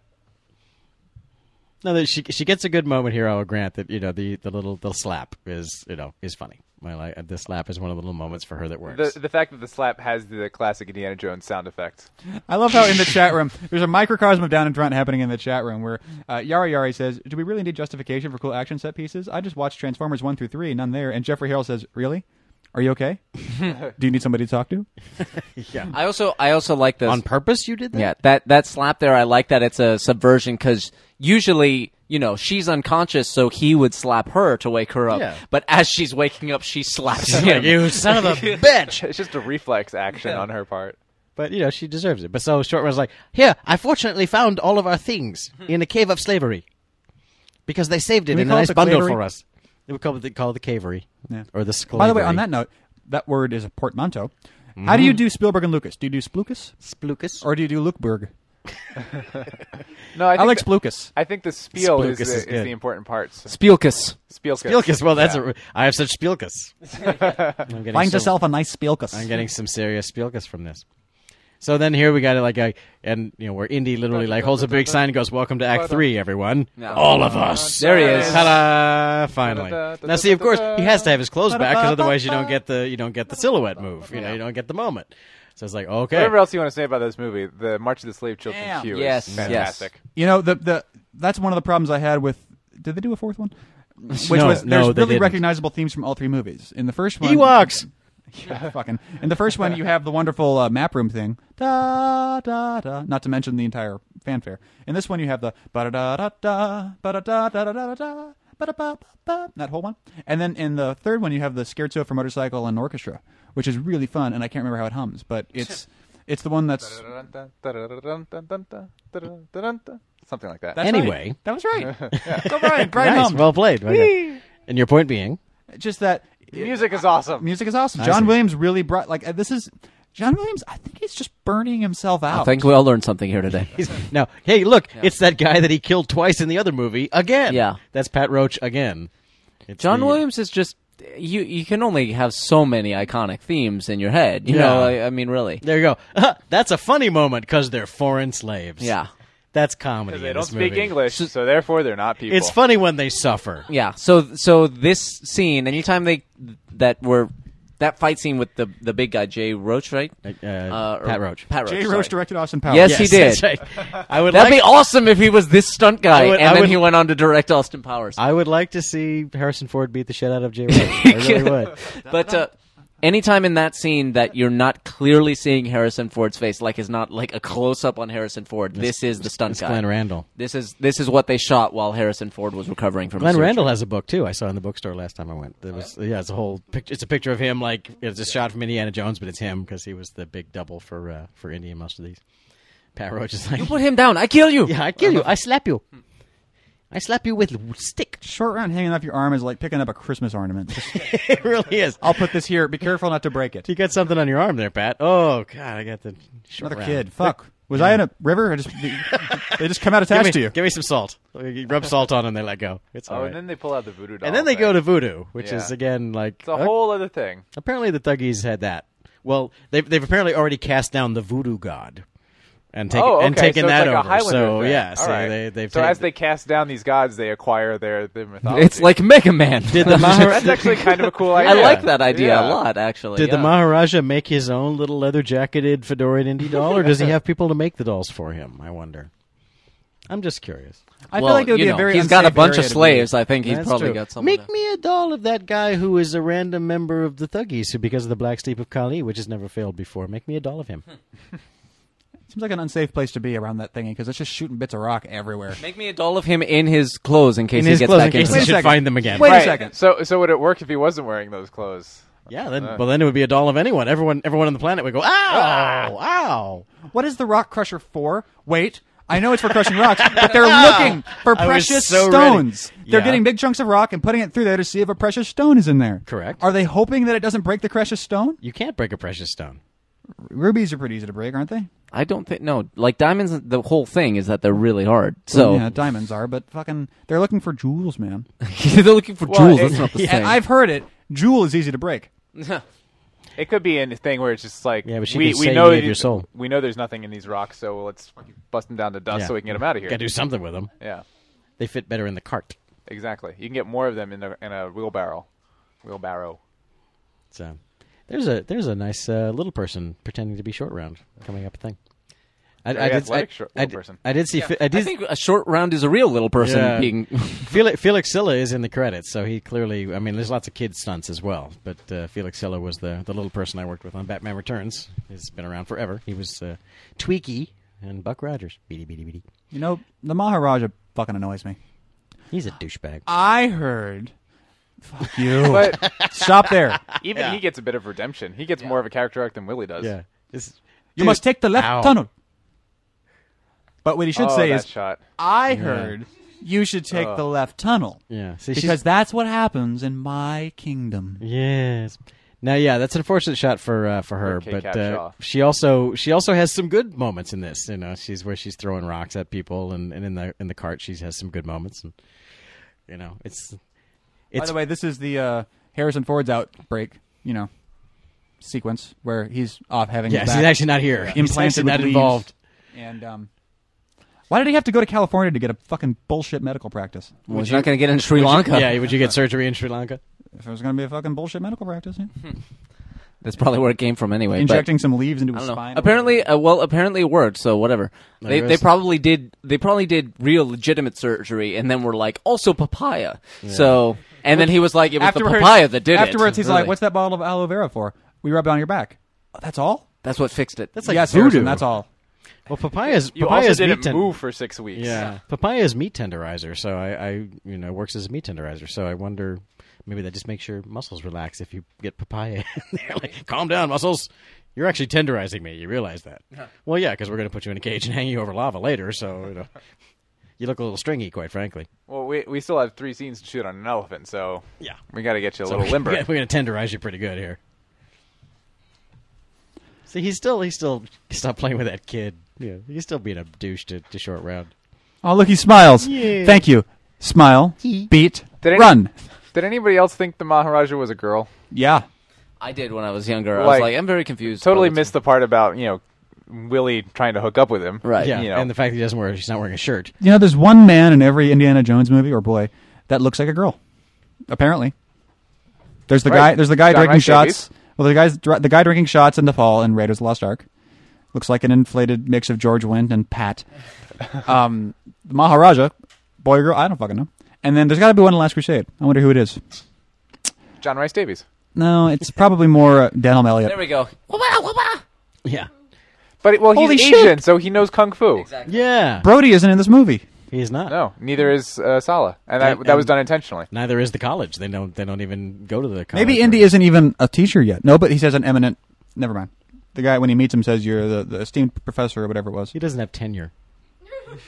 S5: No, that she she gets a good moment here. I'll grant that you know the, the little the slap is you know is funny. My like the slap is one of the little moments for her that works.
S3: The the fact that the slap has the classic Indiana Jones sound effect.
S2: I love how in the chat room there's a microcosm of down and front happening in the chat room where uh, Yari Yari says, "Do we really need justification for cool action set pieces? I just watched Transformers one through three, none there." And Jeffrey Harrell says, "Really? Are you okay? Do you need somebody to talk to?"
S4: I also I also like this
S5: on purpose, you did that.
S4: Yeah, that that slap there, I like that it's a subversion because usually, you know, she's unconscious, so he would slap her to wake her up.
S5: Yeah.
S4: But as she's waking up, she slaps
S5: Like,
S4: him.
S5: you son of a bitch.
S3: It's just a reflex action on her part.
S5: But you know she deserves it. But so short was like, here I fortunately found all of our things
S3: Hmm.
S5: in a cave of slavery because they saved it
S2: we
S5: in a
S2: call it
S5: nice
S2: the
S5: bundle
S2: clavery?
S5: for us. They would call it the, call it the cavery
S2: Yeah.
S5: or the sclavery.
S2: By the way, on that note, that word is a portmanteau. How do you do Spielberg and Lucas? Do you do Splucas
S5: Splucus.
S2: or do you do Lukeberg?
S3: No, I
S2: I
S3: think
S2: like
S3: the-
S2: Splucus.
S3: I think the spiel is
S5: Spilkus
S3: the,
S5: is
S3: is,
S5: good.
S3: the important part. So,
S4: Spielkus.
S3: spielkus.
S5: Spielkus. Well, that's
S3: Yeah.
S5: a, I have such Spielkus. I'm getting
S2: Find
S5: so-
S2: yourself a nice Spielkus.
S5: I'm getting some serious Spielkus from this. So then here we got it like a and you know where Indy literally like holds a big sign and goes, "Welcome to Act Three, everyone, all of us."
S4: There he is.
S5: Ta-da! Finally. Now see, of course, he has to have his clothes back because otherwise you don't get the you don't get the silhouette move. You know, you don't get the moment. So it's like okay,
S3: Whatever else you want to say about this movie, the March of the Slave Children
S2: Damn.
S3: Q
S4: Yes,
S3: is
S4: yes.
S3: fantastic.
S2: You know, the the that's one of the problems I had with. Did they do a fourth one? Which was
S5: no,
S2: there's
S5: they
S2: really
S5: didn't.
S2: recognizable themes from all three movies. In the first one,
S5: Ewoks.
S2: Yeah, fucking. In the first one, you have the wonderful uh, map room thing. Da da da. Not to mention the entire fanfare. In this one, you have the ba da da da da ba da da da da da da da ba da ba ba ba. That whole one. And then in the third one, you have the scherzo for motorcycle and orchestra, which is really fun. And I can't remember how it hums, but it's it's the one that's.
S3: Something like that.
S2: that's
S5: Anyway.
S2: right. that was right. Go Brian. Brian
S5: Nice,
S2: hummed.
S5: well played. Okay. And your point being,
S2: Just that
S3: The music is awesome.
S2: music is awesome.
S5: I
S2: John
S5: see.
S2: Williams really brought like uh, this is John Williams. I think he's just burning himself out.
S4: I think we all learned something here today.
S5: he's no. Hey, look, it's that guy that he killed twice in the other movie again.
S4: Yeah.
S5: that's Pat Roach again. It's
S4: John
S5: the-
S4: Williams is just you you can only have so many iconic themes in your head. You know,
S5: Yeah.
S4: I, I mean really.
S5: There you go. That's a funny moment because they're foreign slaves.
S4: Yeah.
S5: That's comedy.
S3: They
S5: in
S3: don't
S5: this
S3: speak
S5: movie.
S3: English, so therefore they're not people.
S5: It's funny when they suffer.
S4: Yeah. So so this scene, anytime they that were that fight scene with the the big guy Jay Roach, right?
S5: Uh,
S4: or-
S5: Pat Roach.
S4: Pat Roach.
S2: Jay
S4: sorry.
S2: Roach directed Austin Powers.
S4: Yes, he did.
S5: that's right. I would
S4: That'd
S5: like.
S4: be awesome if he was this stunt guy,
S5: I would-
S4: and
S5: I
S4: then
S5: would-
S4: he went on to direct Austin Powers.
S5: I would like to see Harrison Ford beat the shit out of Jay Roach. I really would.
S4: but uh, anytime in that scene that you're not clearly seeing Harrison Ford's face, like is not like a close up on Harrison Ford, this is the stunt
S5: It's
S4: guy.
S5: Glenn Randall.
S4: This is this is what they shot while Harrison Ford was recovering from.
S5: Glenn
S4: a surgery.
S5: Randall has a book too. I saw in the bookstore last time I went. There was yeah, it's a whole picture. It's a picture of him like it's a shot from Indiana Jones, but it's him because he was the big double for uh, for Indy in most of these. Pat Roach is like,
S4: Put him down! I kill you.
S5: yeah, I kill
S2: Uh-huh.
S5: you, I slap you, I slap you with stick.
S2: Short round hanging off your arm is like picking up a Christmas ornament. Just,
S5: it really is.
S2: I'll put this here. Be careful not to break it.
S5: You got something on your arm there, Pat. Oh God, I got the short
S2: Another
S5: round.
S2: kid. Fuck. Was I in a river? I just they just come out
S5: Give
S2: attached
S5: me,
S2: to you.
S5: give me some salt. You rub salt on them, they let go. It's
S3: Oh,
S5: all right.
S3: and then they pull out the voodoo doll.
S5: And then they
S3: thing.
S5: go to voodoo, which
S3: Yeah.
S5: is again like uh,
S3: It's a whole other thing.
S5: Apparently, the Thuggies had that. Well, they've they've apparently already cast down the voodoo god, and taking
S3: oh, okay.
S5: and taking
S3: so it's
S5: that
S3: like a
S5: over.
S3: Highlander
S5: So
S3: thing.
S5: yeah, so
S3: All right.
S5: they they've
S3: so
S5: taken-
S3: as they cast down these gods, they acquire their their mythology.
S4: It's like Mega Man.
S5: did the
S3: that's
S5: Maharaja,
S3: actually kind of a cool idea.
S4: I like that idea
S3: Yeah.
S4: a lot, actually.
S5: did the
S4: yeah.
S5: Maharaja make his own little leather jacketed fedora indie doll, or does he have people to make the dolls for him? I wonder. I'm just curious.
S2: I
S4: well,
S2: feel like it would
S4: you
S2: be
S4: know,
S2: a very.
S4: He's got a
S2: unsafe
S4: bunch
S2: area
S4: of
S2: to be.
S4: slaves. I think he's
S5: That's
S4: probably
S5: true.
S4: got someone.
S5: Make
S4: to-
S5: me a doll of that guy who is a random member of the Thuggies, who because of the Black Steep of Kali, which has never failed before. Make me a doll of him.
S2: Seems like an unsafe place to be around that thingy because it's just shooting bits of rock everywhere.
S4: Make me a doll of him in his clothes in case
S5: In
S4: he
S5: his
S4: gets
S5: clothes, in
S4: back
S5: case
S4: into
S5: he
S4: it.
S5: should find them again.
S2: Wait
S3: Right.
S2: a second.
S3: So so would it work if he wasn't wearing those clothes?
S5: Yeah, then well, then it would be a doll of anyone. Everyone, everyone on the planet would go, "Ow, ow!"
S2: What is the rock crusher for? Wait, I know it's for crushing rocks, but they're looking for
S5: I was
S2: precious
S5: so ready.
S2: stones. They're
S5: Yeah.
S2: getting big chunks of rock and putting it through there to see if a precious stone is in there.
S5: Correct.
S2: Are they hoping that it doesn't break the precious stone?
S5: You can't break a precious stone.
S2: Rubies are pretty easy to break, aren't they?
S4: I don't think no. Like diamonds, the whole thing is that they're really hard. So
S2: yeah, diamonds are, but fucking, they're looking for jewels, man.
S4: they're looking for
S3: Well,
S4: jewels.
S3: it-
S4: That's not the
S2: And
S4: same.
S2: I've heard it. Jewel is easy to break.
S3: It could be a thing where it's just like
S5: Yeah, but she
S3: we
S5: could
S3: we
S5: say
S3: know
S5: you gave
S3: that-
S5: your soul.
S3: We know there's nothing in these rocks, so let's fucking bust them down to dust
S5: Yeah.
S3: so we can get them out of here.
S5: Got to do something with them.
S3: yeah,
S5: They fit better in the cart.
S3: exactly. You can get more of them in a in a wheelbarrow. Wheelbarrow.
S5: So uh, there's a there's a nice uh, little person pretending to be short round coming up a thing. I,
S3: Very
S5: I did,
S3: athletic
S5: I,
S3: short-
S5: I
S3: little
S5: did-
S3: person.
S5: I did see. Fe- I did.
S4: I think a short round is a real little person
S5: Yeah.
S4: being.
S5: Felix, Felix Silla is in the credits, so he clearly. I mean, there's lots of kid stunts as well, but uh, Felix Silla was the the little person I worked with on Batman Returns. He's been around forever. He was uh, Tweaky and Buck Rogers. Beady beady beady.
S2: You know, the Maharaja fucking annoys me.
S5: He's a douchebag.
S4: Ah.
S2: I heard. Fuck you.
S3: But
S2: Stop there.
S3: even he gets a bit of redemption. He gets more of a character arc than Willie does.
S5: yeah. It's-
S2: You
S5: Dude,
S2: must take the left
S5: ow.
S2: tunnel. But what he should
S3: Oh,
S2: say
S3: that
S2: is,
S3: shot.
S2: I heard you should take the left tunnel.
S5: Oh. Yeah. See, she's-
S2: Because that's what happens in my kingdom.
S5: Yes. Now, yeah, that's an unfortunate shot for uh, for her,
S3: Okay,
S5: but
S3: Kat
S5: uh,
S3: Shaw.
S5: she also she also has some good moments in this. You know, she's where she's throwing rocks at people, and, and in the in the cart, she has some good moments. And you know, it's
S2: By
S5: it's
S2: the way, this is the uh, Harrison Ford's outbreak, you know, sequence where he's off having
S5: yes,
S2: his back
S5: he's actually not here. He's
S2: implanted
S5: actually
S2: with
S5: not
S2: leaves.
S5: involved.
S2: And um, why did he have to go to California to get a fucking bullshit medical practice?
S4: Well, he's not going to get in Sri Lanka.
S5: Yeah, would you get surgery in Sri Lanka?
S2: If it was going to be a fucking bullshit medical practice, yeah.
S5: Hmm.
S4: that's probably where it came from anyway. but-
S2: injecting some leaves into
S4: I
S2: his
S4: don't know.
S2: spine. or
S4: Apparently, uh, well, apparently it worked. So whatever. They
S5: there
S4: they
S5: is-
S4: probably did. They probably did real legitimate surgery, and then were like, also papaya. So and then he was like, it was the papaya that did it.
S2: afterwards, he's
S4: Really.
S2: like, "What's that bottle of aloe vera for? We rub it on your back. Oh, that's all.
S4: That's what fixed it.
S5: That's like
S2: yes,
S5: voodoo.
S2: Harrison, that's all.
S5: Well, papayas.
S3: You
S5: papayas
S3: also
S5: meat
S3: didn't
S5: ten-
S3: move for six weeks.
S5: Yeah, papaya is meat tenderizer, so I, I you know works as a meat tenderizer. So I wonder, maybe that just makes your muscles relax if you get papaya. They're like, calm down, muscles. You're actually tenderizing me. You realize that? Well, yeah, because we're going to put you in a cage and hang you over lava later. So you know, you look a little stringy, quite frankly.
S3: Well, we we still have three scenes to shoot on an elephant, so
S5: Yeah.
S3: we got to get you a
S5: So
S3: little limber.
S5: We're going to tenderize you pretty good here. See, he's still he's still stop playing with that kid. Yeah, he's still being a douche to, to short round.
S2: Oh, look, he smiles.
S5: Yeah.
S2: Thank you. Smile. Beat.
S3: Did any-
S2: run.
S3: Did anybody else think the Maharaja was a girl?
S2: Yeah.
S4: I did when I was younger. I was
S3: Like,
S4: like, I'm very confused.
S3: Totally
S4: by this.
S3: missed the part about you know Willie trying to hook up with him.
S4: Right.
S5: Yeah,
S3: Uh, You know.
S5: and the fact that he doesn't wear he's not wearing a shirt.
S2: You know, there's one man in every Indiana Jones movie or boy that looks like a girl. Apparently, there's the
S3: Right.
S2: guy. There's the guy
S3: John
S2: drinking
S3: Rice Davies.
S2: shots. Well, the guy's dr- the guy drinking shots in the fall in Raiders of the Lost Ark. Looks like an inflated mix of George Wendt and Pat. Um, the Maharaja, boy or girl, I don't fucking know. And then there's got to be one in Last Crusade. I wonder who it is.
S3: John Rice Davies.
S2: No, it's probably more uh, Daniel
S4: There
S2: Elliott.
S4: we go.
S5: Yeah.
S3: But well, he's
S2: Holy shit.
S3: Asian, so he knows kung fu.
S5: Yeah.
S2: Brody isn't in this movie.
S5: He's not.
S3: No, neither is uh, Sala, and that,
S5: And-
S3: that was
S5: and-
S3: done intentionally.
S5: Neither is the college. They don't they don't even go to the college.
S2: Maybe Indy isn't even a teacher yet. No, but he says an eminent. Never mind. The guy when he meets him says you're the, the esteemed professor or whatever it was.
S5: He doesn't have tenure.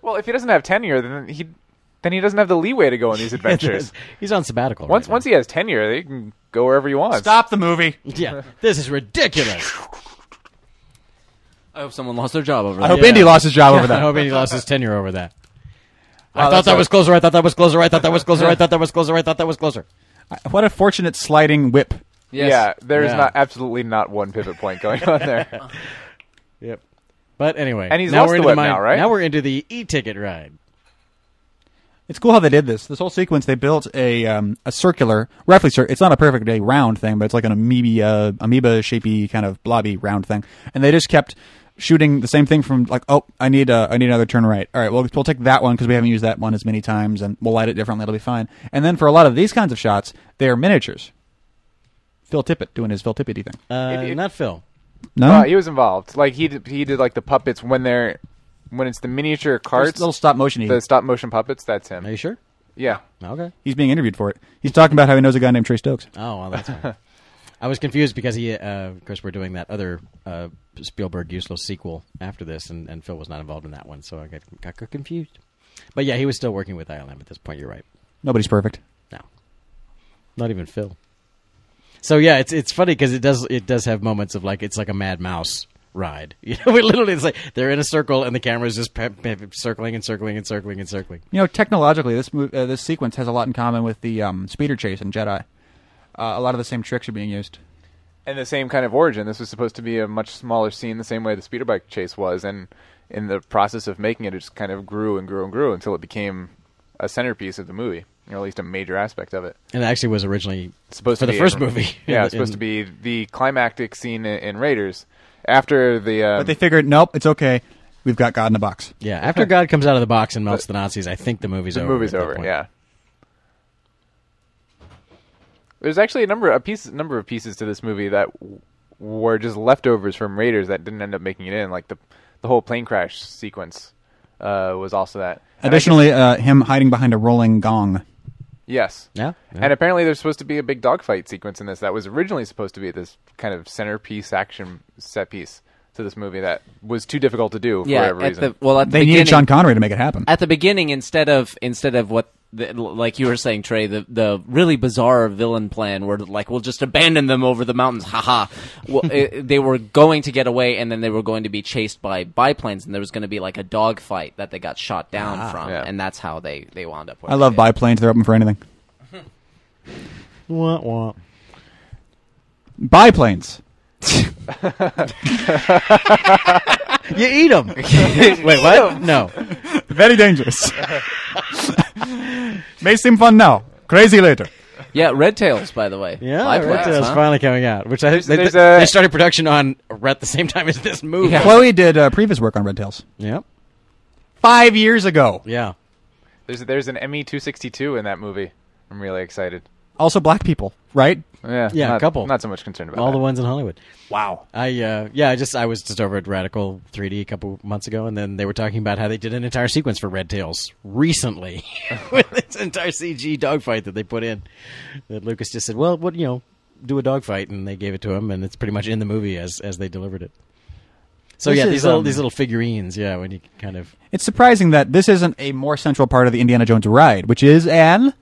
S3: Well, if he doesn't have tenure, then he then he doesn't have the leeway to go on these adventures.
S5: He's on sabbatical.
S3: once
S5: right
S3: once he has tenure, he can go wherever he wants.
S2: Stop the movie.
S5: now. Yeah. This is ridiculous.
S4: I hope someone lost their job over
S2: I
S4: there.
S2: hope Indy lost his job over
S5: I
S2: that.
S5: hope Indy lost his tenure over that.
S3: Wow,
S5: I thought
S3: that's
S5: that
S3: a-
S5: was closer. I thought that was closer. I thought that was closer. I thought that was closer. I thought that was closer.
S2: What a fortunate sliding whip.
S4: Yes.
S3: Yeah, there is
S5: Yeah.
S3: not absolutely not one pivot point going on there.
S5: Yep. But anyway,
S3: And he's
S5: now
S3: lost
S5: we're
S3: the
S5: into
S3: web
S5: my-
S3: now, right?
S5: Now we're into the e-ticket ride.
S2: It's cool how they did this. This whole sequence, they built a um, a circular, roughly cir- It's not a perfect day round thing, but it's like an amoeba amoeba shapey kind of blobby round thing. And they just kept shooting the same thing from like, oh, I need uh, I need another turn right. All right, well we'll take that one because we haven't used that one as many times, and we'll light it differently. It'll be fine. And then for a lot of these kinds of shots, they are miniatures. Phil Tippett doing his Phil Tippetty thing.
S5: Uh,
S3: If you-
S5: not Phil.
S2: No,
S3: Uh, he was involved. Like he did, he did like the puppets when they're when it's the miniature carts,
S2: little stop motion.
S3: the stop motion puppets. That's
S5: Are
S3: him.
S5: you sure?
S3: Yeah.
S5: Okay.
S2: He's being interviewed for it. He's talking about how he knows a guy named Trey Stokes.
S5: Oh well, that's fine. I was confused because he, uh, of course, we're doing that other uh, Spielberg useless sequel after this, and, and Phil was not involved in that one, so I got, got confused. But yeah, he was still working with ILM at this point. You're right.
S2: Nobody's perfect.
S5: No, not even Phil. So yeah, it's it's funny because it does it does have moments of like it's like a Mad Mouse ride. You know, it literally it's like they're in a circle and the camera's just pe- pe- circling and circling and circling and circling.
S2: You know, technologically, this move, uh, this sequence has a lot in common with the um, speeder chase in Jedi. Uh, a lot of the same tricks are being used.
S3: and the same kind of origin. This was supposed to be a much smaller scene, the same way the speeder bike chase was, and in the process of making it, it just kind of grew and grew and grew until it became a centerpiece of the movie, or at least a major aspect of it.
S5: And it actually was originally
S3: It's supposed
S5: for
S3: to be
S5: the first movie.
S3: yeah, it's supposed to be the climactic scene in, in Raiders after the. Um,
S2: But they figured, nope, it's okay. We've got God in a box.
S5: Yeah, after God comes out of the box and melts the Nazis, I think the movie's
S3: the
S5: over.
S3: movie's
S5: at that
S3: over.
S5: point.
S3: Yeah. There's actually a number a piece number of pieces to this movie that w- were just leftovers from Raiders that didn't end up making it in. Like the the whole plane crash sequence uh, was also that. And I
S2: Additionally, uh, him hiding behind a rolling gong.
S3: guess- yes,
S5: Yeah, yeah.
S3: And apparently, there's supposed to be a big dogfight sequence in this that was originally supposed to be this kind of centerpiece action set piece to this movie that was too difficult to do for
S4: yeah,
S3: whatever
S4: at
S3: reason.
S4: the well at the
S2: They
S4: beginning,
S2: needed Sean Connery to make it happen.
S4: at the beginning instead of instead of what the, like you were saying Trey the the really bizarre villain plan where like we'll just abandon them over the mountains haha well, it, they were going to get away and then they were going to be chased by biplanes and there was going to be like a dog fight that they got shot down from
S3: Yeah.
S4: and that's how they they wound up where
S2: Ah, I
S4: they
S2: love
S4: did.
S2: biplanes. They're open for anything.
S5: Wah, wah.
S2: Biplanes.
S5: You eat them. Wait, what? No.
S2: Very dangerous. May seem fun now. Crazy later.
S4: yeah red tails by the way
S5: Yeah,
S4: Biplanes,
S5: Red Tail's
S4: huh?
S5: finally coming out, which I they,
S3: there's
S5: they
S3: a-
S5: started production on right at the same time as this movie.
S4: Yeah.
S2: Chloe did uh, previous work on Red Tails
S5: Yep.
S2: five years ago.
S5: Yeah.
S3: there's there's an E ME 262 in that movie. I'm really excited.
S2: Also, black people, right?
S3: Yeah,
S5: Yeah, a
S3: not,
S5: couple.
S3: Not so much concerned about
S5: All the
S3: that.
S5: ones in Hollywood.
S2: Wow.
S5: I uh, yeah, I just I was just over at Radical 3D a couple months ago, and then they were talking about how they did an entire sequence for Red Tails recently with this entire CG dogfight that they put in. That Lucas just said, "Well, what you know, do a dogfight," and they gave it to him, and it's pretty much in the movie as as they delivered it. So
S2: This
S5: yeah,
S2: is,
S5: these little
S2: um,
S5: these little figurines, yeah, when you kind of
S2: It's surprising that this isn't a more central part of the Indiana Jones ride, which is an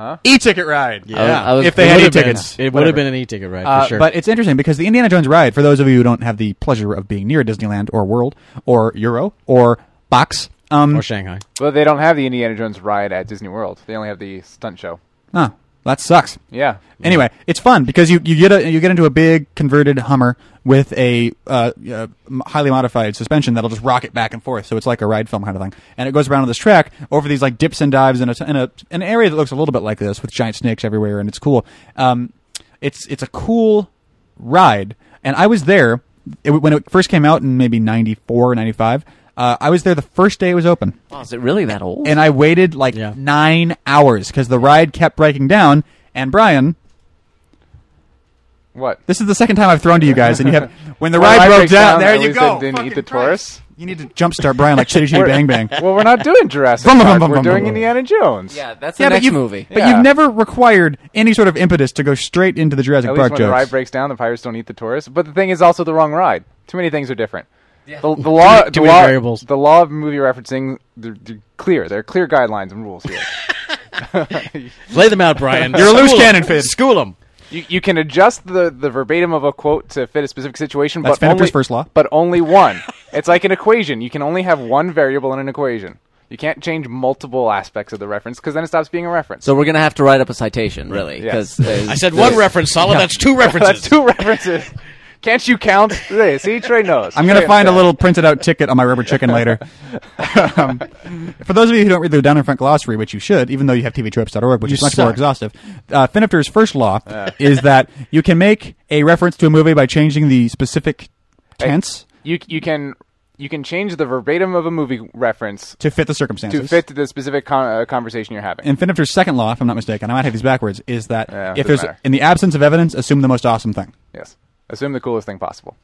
S3: Huh?
S2: e-ticket ride.
S5: yeah,
S4: I was-
S2: If they had
S5: would've
S2: e-tickets,
S5: been- it would
S2: whatever.
S5: have been an e-ticket ride
S2: Uh,
S5: for sure.
S2: But it's interesting because the Indiana Jones ride, for those of you who don't have the pleasure of being near Disneyland or World or Euro or Box, um,
S5: or Shanghai.
S3: Well, they don't have the Indiana Jones ride at Disney World. They only have the stunt show.
S2: huh, that sucks.
S3: Yeah.
S2: Anyway, it's fun because you, you get a you get into a big converted Hummer with a uh, uh, m- highly modified suspension that'll just rock it back and forth. So it's like a ride film kind of thing, and it goes around on this track over these like dips and dives in a, in a an area that looks a little bit like this with giant snakes everywhere, and it's cool. Um, it's it's a cool ride, and I was there it, when it first came out in maybe 94 95. Uh, I was there the first day it was open
S4: oh, is it really that old
S2: and I waited like
S5: Yeah.
S2: nine hours because the ride kept breaking down. And Brian,
S3: What?
S2: this is the second time I've thrown to you guys, and you have when the
S3: Well,
S2: ride
S3: I
S2: broke
S3: break
S2: down.
S3: down,
S2: there
S3: at
S2: you
S3: least
S2: go.
S3: I didn't
S2: Fucking
S3: eat the
S2: Christ.
S3: Taurus.
S2: You need to jumpstart Brian like shitty shitty bang bang.
S3: well, we're not doing Jurassic
S2: Bum, bum,
S3: Park.
S2: bum,
S3: we're
S2: bum,
S3: doing
S2: bum.
S3: Indiana Jones.
S4: yeah that's the
S2: Yeah, but
S4: next
S2: you
S4: movie
S2: but
S3: Yeah.
S2: you've never required any sort of impetus to go straight into the Jurassic
S3: At least
S2: Park
S3: when the
S2: jokes.
S3: ride breaks down, the pirates don't eat the tourists. But the thing is also the wrong ride. Too many things are different. The, the law,
S5: many-
S3: the
S5: too many
S3: law,
S5: variables.
S3: The law of movie referencing, they're, they're clear. There are clear guidelines and rules here.
S5: Lay them out, Brian.
S2: You're a loose
S5: School 'em.
S2: cannon, Finn.
S5: School them.
S3: you, you can adjust the, the verbatim of a quote to fit a specific situation,
S2: That's
S3: but
S2: Fenneker's
S3: only
S2: first law.
S3: But only one. it's like an equation. You can only have one variable in an equation. You can't change multiple aspects of the reference because then it stops being a reference.
S4: so we're gonna have to write up a citation really
S3: Yeah.
S4: because
S5: I said one reference, solid. That's two references.
S3: That's two references. Can't you count? Hey, see, Trey knows.
S2: I'm going to
S3: Trey
S2: find a
S3: understands.
S2: little printed out ticket on my rubber chicken later. um, for those of you who don't read the Down in Front Glossary, which you should, even though you have tvtropes.org, which is much more exhaustive, uh, Finifter's first law
S3: Uh.
S2: is that you can make a reference to a movie by changing the specific tense
S3: You you can you can change the verbatim of a movie reference
S2: to fit the
S3: to
S2: circumstances.
S3: fit the specific con- uh, conversation you're having.
S2: And Finifter's second law, if I'm not mistaken, I might have these backwards, is that
S3: Yeah,
S2: if
S3: doesn't
S2: there's
S3: matter.
S2: in the absence of evidence, assume the most awesome thing.
S3: yes. Assume the coolest thing possible.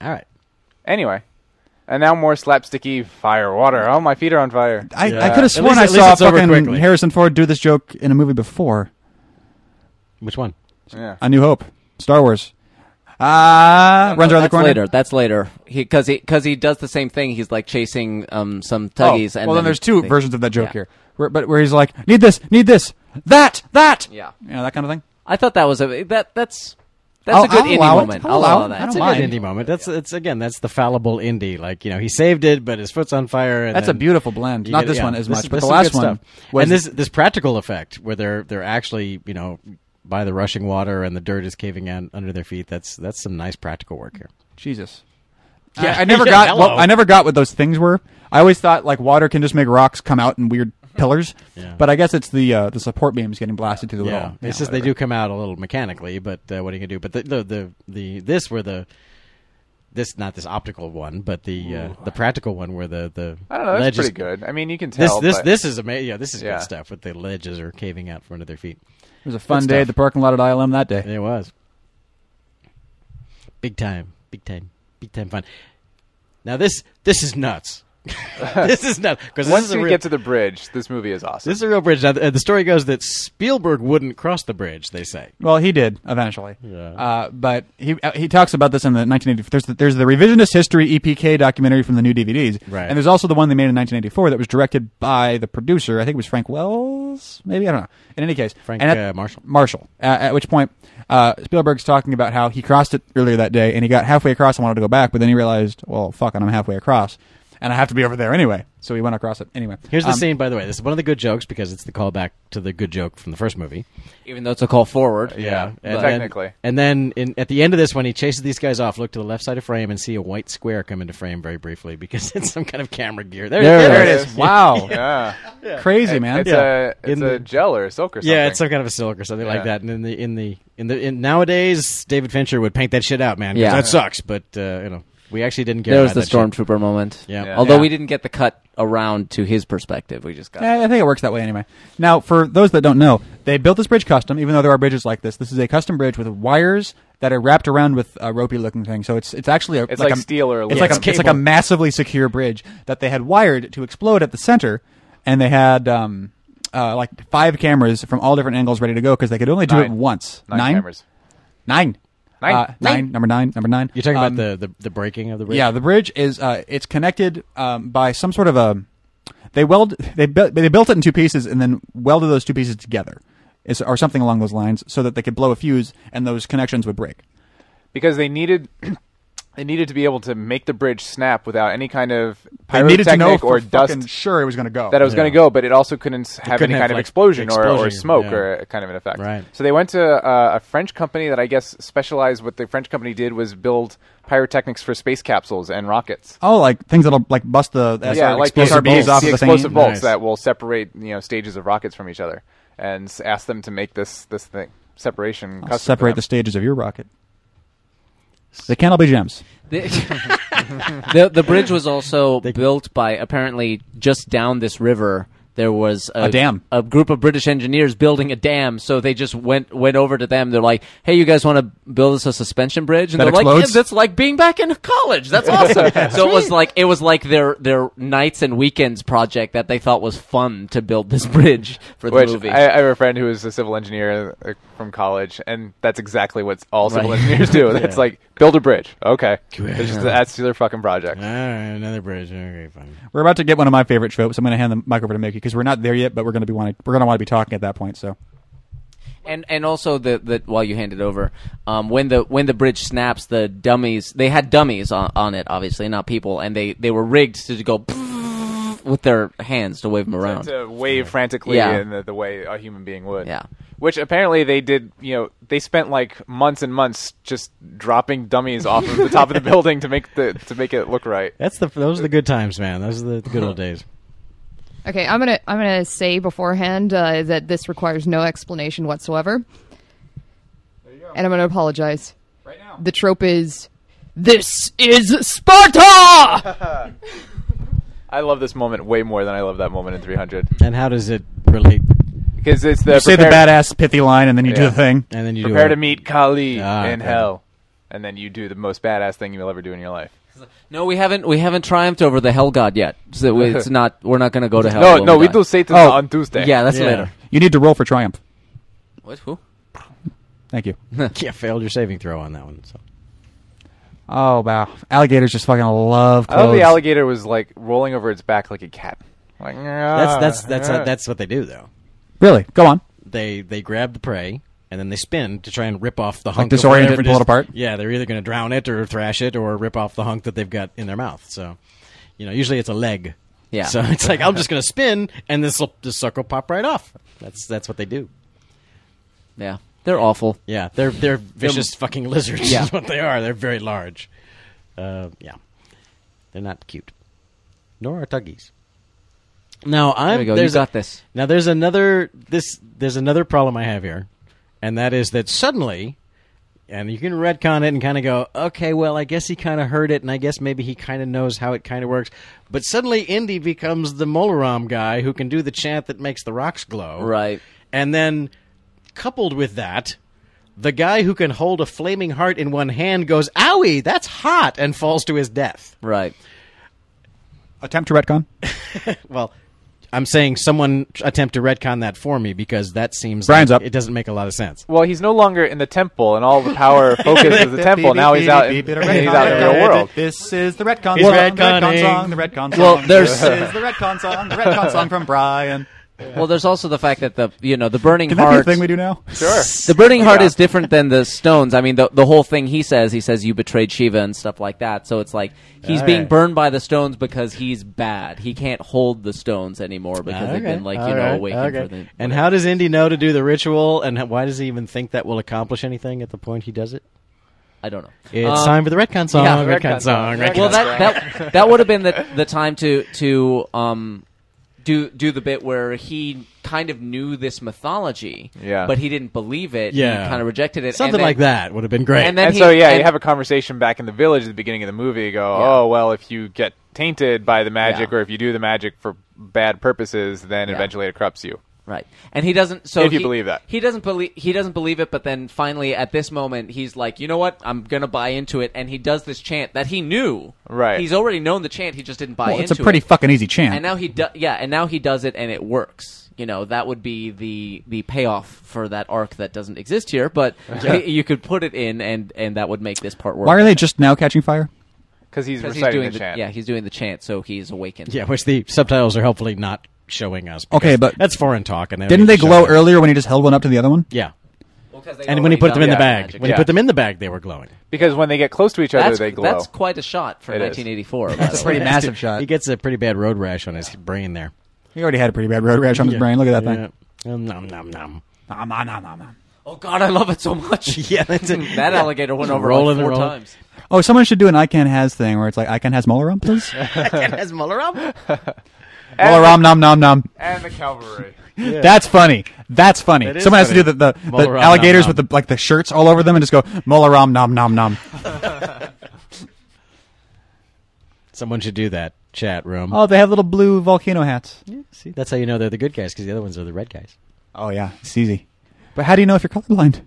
S5: All right.
S3: Anyway, and now more slapsticky fire water. Oh, my feet are on fire.
S2: I, I
S5: Yeah.
S2: could have
S5: At
S2: sworn
S5: least-
S2: I
S5: at least
S2: saw
S5: it's over
S2: fucking
S5: quickly.
S2: Harrison Ford do this joke in a movie before.
S5: Which one?
S3: Yeah.
S2: A New Hope, Star Wars. Ah, runs around the
S4: that's
S2: corner.
S4: later. That's later. Because he, cause he does the same thing. He's like chasing um, some
S2: Oh,
S4: tuggies. and
S2: well, then, there's two
S4: they-
S2: versions of that joke
S4: yeah.
S2: here, where, but where he's like, "Need this, need this, that, that."
S4: Yeah.
S2: you know that kind of thing.
S4: I thought that was a that that's that's
S2: I'll-
S4: a good
S2: I'll
S4: indie
S2: allow it.
S4: moment.
S2: I'll
S4: I'll
S2: allow it.
S4: allow
S2: I
S4: that.
S2: don't
S5: It's a
S2: mind.
S5: good indie moment. That's it's again. That's the fallible indie. Like you know, he saved it, but his foot's on fire. And
S2: That's
S5: then
S2: a beautiful blend.
S5: you
S2: Not
S5: get-
S2: this
S5: yeah,
S2: one as much,
S5: is-
S2: but
S5: this
S2: the
S5: is
S2: last
S5: good
S2: one.
S5: stuff.
S2: Was
S5: and this this practical effect where they're they're actually you know by the rushing water and the dirt is caving in under their feet. That's that's some nice practical work here.
S2: Jesus.
S5: Yeah,
S2: I, I never
S5: yeah,
S2: got.
S5: hello.
S2: Well, I never got what those things were. I always thought like water can just make rocks come out in weird pillars,
S5: Yeah.
S2: but I guess it's the uh, the support beams getting blasted through the
S5: Yeah,
S2: wall.
S5: it's just they do come out a little mechanically, but uh, what are you gonna do? But the the the, the this where the this not this optical one, but the uh, the practical one where the the
S3: I don't know. That's pretty
S5: ledges-
S3: good. I mean, you can
S5: This
S3: tell.
S5: this
S3: but-
S5: this is amazing. Yeah, this is
S3: Yeah.
S5: good stuff. With the ledges are caving out from under their feet.
S2: It was a fun
S5: Good
S2: day
S5: stuff.
S2: at the parking lot at ILM that day.
S5: It was. Big time. Big time. Big time fun. Now this this is nuts. this is nuts because this
S3: Once
S5: is a
S3: we
S5: real,
S3: get to the bridge, this movie is awesome.
S5: this is a real bridge. Now, uh, the, the story goes that Spielberg wouldn't cross the bridge. They say.
S2: Well, he did eventually,
S5: Yeah.
S2: uh, but he uh, he talks about this in the 1984. There's the, there's the revisionist history EPK documentary from the new DVDs,
S5: Right.
S2: And there's also the one they made in 1984 that was directed by the producer. I think it was Frank Wells, maybe I don't know. In any case,
S5: Frank,
S2: and
S5: uh, Marshall.
S2: Marshall. Uh, at which point, uh, Spielberg's talking about how he crossed it earlier that day, and he got halfway across and wanted to go back, but then he realized, well, fuck, and I'm halfway across, and I have to be over there anyway. So he went across it anyway.
S5: Here's the
S2: Um,
S5: scene, by the way. This is one of the good jokes because it's the callback to the good joke from the first movie.
S4: Even though it's a call forward.
S5: Yeah, and
S3: technically.
S5: Then, and then in, at the end of this one, he chases these guys off. Look to the left side of frame and see a white square come into frame very briefly because it's some kind of camera gear. There,
S2: There,
S5: there
S2: it is. Wow,
S3: yeah.
S2: crazy man.
S3: It's
S5: Yeah.
S3: a it's
S5: In
S3: a
S5: the-
S3: gel or a silk or something.
S5: Yeah, it's some kind of a silk or something like
S3: Yeah.
S5: that. And in the in the in the in nowadays, David Fincher would paint that shit out, man. 'cause
S4: Yeah.
S5: that sucks. But uh, you know, we actually didn't care.
S4: There was
S5: about
S4: the
S5: that shit.
S4: stormtrooper moment.
S5: Yeah. Yeah.
S4: Although
S5: Yeah.
S4: we didn't get the cut around to his perspective, we just got.
S2: Yeah, Eh, I think it works that way anyway. Now, for those that don't know, they built this bridge custom. Even though there are bridges like this, this is a custom bridge with wires that are wrapped around with a ropey-looking thing. So it's it's actually a,
S3: It's like
S2: a,
S3: steel or
S2: it's like a,
S5: aluminum.
S2: it's like a
S5: Cable.
S2: massively secure bridge that they had wired to explode at the center, and they had um uh, like five cameras from all different angles ready to go because they could only do it
S3: Nine.
S2: once.
S3: nine, cameras.
S2: Nine.
S3: Nine.
S2: Uh, nine. Number nine. Number nine.
S5: You're talking
S2: Um,
S5: about the, the the breaking of the bridge.
S2: yeah, the bridge is uh, it's connected um, by some sort of a. They weld they bu- they built it in two pieces and then welded those two pieces together, is, or something along those lines, so that they could blow a fuse and those connections would break.
S3: Because they needed they needed to be able to make the bridge snap without any kind of
S2: I needed to know
S3: pyrotechnic
S2: for
S3: or dust
S2: fucking sure it was going to go.
S3: that it was going
S5: Yeah.
S3: to go, but it also couldn't have
S5: couldn't
S3: any
S5: have,
S3: kind of
S5: like,
S3: explosion, or, or
S5: explosion,
S3: smoke
S5: yeah.
S3: or uh, kind of an effect.
S5: Right.
S3: So they went to uh, a French company that I guess specialized. What the French company did was build pyrotechnics for space capsules and rockets.
S2: oh, like things that'll like bust the
S3: yeah,
S2: SR
S3: like the
S2: explosive
S3: explosive,
S2: bolts off
S3: the
S2: of the thing.
S3: explosive bolts
S5: Nice.
S3: that will separate you know stages of rockets from each other, and s- ask them to make this this thing separation.
S2: I'll
S3: custom for
S2: separate
S3: them.
S2: the stages of your rocket. They can't all be gems.
S4: The, the the bridge was also built by apparently just down this river. There was a,
S2: A dam.
S4: A group of British engineers building a dam, so they just went went over to them. They're like, "Hey, you guys want to build us a suspension bridge?" And
S2: That
S4: they're like,
S2: explodes?
S4: yeah, "That's like being back in college. That's awesome." So it was like it was like their their nights and weekends project that they thought was fun to build this bridge for the
S3: Which
S4: movie.
S3: I, I have a friend who is a civil engineer uh, from college, and that's exactly what all civil
S4: Right.
S3: engineers do. That's like build a bridge. Okay, it's just,
S5: Yeah.
S3: that's their fucking project.
S5: All right, another bridge. Okay, fine.
S2: We're about to get one of my favorite tropes. I'm going to hand the mic over to Mickey because we're not there yet, but we're going to be wanting, we're going to want to be talking at that point. So
S4: And and also the, the while you hand it over, um, when the when the bridge snaps, the dummies they had dummies on, on it, obviously not people, and they, they were rigged to go with their hands to wave them around.
S3: To wave frantically
S4: Yeah.
S3: in the, the way a human being would.
S4: Yeah,
S3: Which apparently they did. You know, they spent like months and months just dropping dummies off of the top of the building to make the to make it look right.
S5: That's the those are the good times, man. Those are the good old days.
S7: Okay, I'm gonna I'm gonna say beforehand uh, that this requires no explanation whatsoever, and I'm gonna apologize.
S3: Right now.
S7: The trope is, "This is Sparta."
S3: I love this moment way more than I love that moment in 300
S5: And how does it relate?
S3: because it's the
S2: You say the
S3: prepare-
S2: badass pithy line and then you do
S3: Yeah.
S2: the thing.
S5: And then you
S3: prepare
S5: do
S3: to meet Kali
S5: Ah,
S3: in
S5: okay.
S3: hell, and then you do the most badass thing you'll ever do in your life.
S4: No, we haven't. We haven't triumphed over the hell god yet. So we- it's not. We're not going to go to hell.
S3: No,
S4: when
S3: no, we
S4: die.
S3: do Satan
S2: Oh,
S3: on Tuesday.
S4: Yeah, that's
S5: Yeah.
S4: later.
S2: You need to roll for triumph.
S4: What? Who?
S2: Thank you.
S5: Yeah, failed your saving throw on that one. So.
S2: Oh wow, alligators just fucking love
S3: I
S2: clothes.
S3: love the alligator was like rolling over its back like a cat. Like
S5: That's that's
S3: Ah,
S5: that's that's what they do though.
S2: really, go on.
S5: They they grab the prey and then they spin to try and rip off the
S2: disorient
S5: hunk.
S2: it
S5: of whatever
S2: and pull
S5: is-
S2: it apart?
S5: Yeah, they're either going to drown it or thrash it or rip off the hunk that they've got in their mouth. So, you know, usually it's a leg.
S4: Yeah.
S5: So it's like I'm just going to spin and this this sucker will pop right off. That's that's what they do.
S4: Yeah, they're awful.
S5: Yeah, they're they're vicious fucking lizards.
S4: Yeah.
S5: is what they are. They're very large. Uh, yeah, they're not cute, nor are tuggies. Now I'm
S4: There we go. You
S5: There's a-
S4: got this.
S5: Now there's another this there's another problem I have here, and that is that suddenly, and you can retcon it and kind of go, okay, well I guess he kind of heard it, and I guess maybe he kind of knows how it kind of works, but suddenly Indy becomes the Molaram guy who can do the chant that makes the rocks glow,
S4: Right.
S5: and then, coupled with that, the guy who can hold a flaming heart in one hand goes, "Owie, that's hot," and falls to his death.
S4: Right.
S2: Attempt to retcon.
S5: Well, I'm saying someone attempt to retcon that for me because that seems
S2: Brian's
S5: like
S2: up.
S5: It doesn't make a lot of sense.
S3: Well, he's no longer in the temple, and all the power focus is the temple. Now he's out. In, he's out in the real world.
S2: This is the retcon
S5: He's retconning.
S2: retcon song.
S4: Well, there's-
S2: is the retcon song. The retcon song from Brian.
S4: Well, there's also the fact that the you know the burning
S2: Can that be a
S4: heart.
S2: thing we do now?
S3: Sure.
S4: The burning heart is different than the stones. I mean, the the whole thing he says, he says you betrayed Shiva and stuff like that. So it's like he's
S5: All
S4: being
S5: right.
S4: burned by the stones because he's bad. He can't hold the stones anymore because they've been like you know awakened for the.
S5: and how does Indy know to do the ritual? And h- why does he even think that will accomplish anything at the point he does it?
S4: I don't know.
S5: It's
S4: Um,
S5: time for the retcon song.
S4: yeah,
S5: retcon,
S3: retcon
S5: song.
S3: song,
S5: Retcon
S4: well, that
S5: song.
S4: that that would have been the the time to to um do do the bit where he kind of knew this mythology,
S3: Yeah.
S4: but he didn't believe it.
S5: Yeah.
S4: he kind of rejected it. and
S5: something
S4: then-
S5: like that would have been great.
S4: And then
S3: And
S4: he,
S3: so yeah,
S4: and-
S3: you have a conversation back in the village at the beginning of the movie. You go,
S4: Yeah.
S3: oh well, if you get tainted by the magic,
S4: Yeah.
S3: or if you do the magic for bad purposes, then
S4: Yeah.
S3: eventually it corrupts you.
S4: Right, and he doesn't. So
S3: If you
S4: he-
S3: believe that.
S4: he doesn't believe he doesn't believe it. But then finally, at this moment, he's like, you know what? I'm gonna buy into it, and he does this chant that he knew.
S3: Right.
S4: he's already known the chant. He just didn't buy
S2: Well,
S4: into
S2: it's a pretty
S4: it.
S2: fucking easy chant.
S4: and now he do- yeah, and now he does it, and it works. You know, that would be the the payoff for that arc that doesn't exist here. But you could put it in, and and that would make this part work.
S2: Why are they just now catching fire?
S3: Because he's
S4: 'Cause
S3: reciting
S4: he's doing
S3: the, chant.
S4: yeah, he's doing the chant, so he's awakened.
S5: yeah, which the subtitles are helpfully not showing us.
S2: Okay,
S5: because
S2: but-
S5: that's foreign talk. And
S2: Didn't
S5: don't
S2: they
S5: show
S2: glow
S5: us.
S2: earlier when he just held one up to the other one?
S5: Yeah,
S4: Well, 'cause they'd
S5: and when
S4: already
S5: he put them in
S4: done
S5: the
S4: that
S5: bag,
S4: magic
S5: when he
S4: trick.
S5: put them in the bag, they were glowing.
S3: Because when they get close to each other,
S4: that's,
S3: they glow.
S4: that's quite a shot for
S3: It is.
S4: 1984. by
S2: That's
S4: the
S2: a
S4: way.
S2: pretty massive shot.
S5: He gets a pretty bad road rash on his brain there.
S2: He already had a pretty bad road rash on his brain. Look at that thing.
S5: thing. Um, nom nom nom.
S2: Nom, nom, nom, nom, nom.
S4: Oh God, I love it so much.
S5: Yeah, that's it.
S4: that alligator went over
S5: Rolling
S4: like four
S5: and rolling.
S4: times.
S2: Oh, someone should do an I can has thing where it's like I can has Molaram, please.
S5: Has Muller up?
S2: Molaram, nom, nom, nom.
S3: and the cavalry.
S2: That's funny. That's funny.
S5: That is
S2: Someone
S5: funny.
S2: has to do the, the, the
S5: Molaram,
S2: alligators
S5: nom,
S2: with
S5: nom.
S2: the like the shirts all over them and just go Molaram nom nom nom.
S5: Someone should do that chat room.
S2: Oh, they have little blue volcano hats.
S5: See, that's how you know they're the good guys because the other ones are the red guys.
S2: Oh yeah, it's easy. But how do you know if you're colorblind?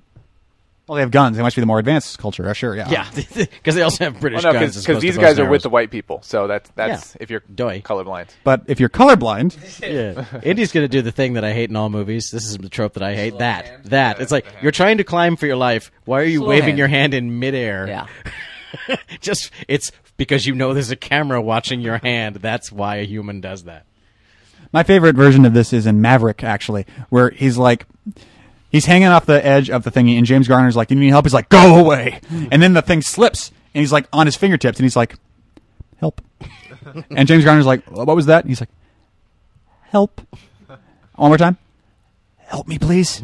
S2: Well, they have guns. They must be the more advanced culture. Uh, sure, yeah.
S5: because they also have British
S3: Well, Oh, no,
S5: guns. as
S3: because
S5: opposed to
S3: these
S5: bows
S3: guys
S5: and
S3: are with the
S5: arrows.
S3: white people, so that's that's
S5: Yeah.
S3: if you're
S5: Doy.
S3: colorblind.
S2: But if you're colorblind,
S5: Yeah, Indy's gonna do the thing that I hate in all movies. This is the trope that I hate. That that it's like you're trying to climb for your life. Why are you
S4: Slow
S5: waving
S4: hand.
S5: your hand in midair?
S4: Yeah.
S5: just it's because you know there's a camera watching your hand. That's why a human does that.
S2: my favorite version of this is in Maverick, actually, where he's like, he's hanging off the edge of the thingy, and James Garner's like, "You need help?" He's like, "Go away!" And then the thing slips, and he's like on his fingertips, and he's like, "Help!" and James Garner's like, "What was that?" And he's like, "Help!" One more time, "Help me, please!"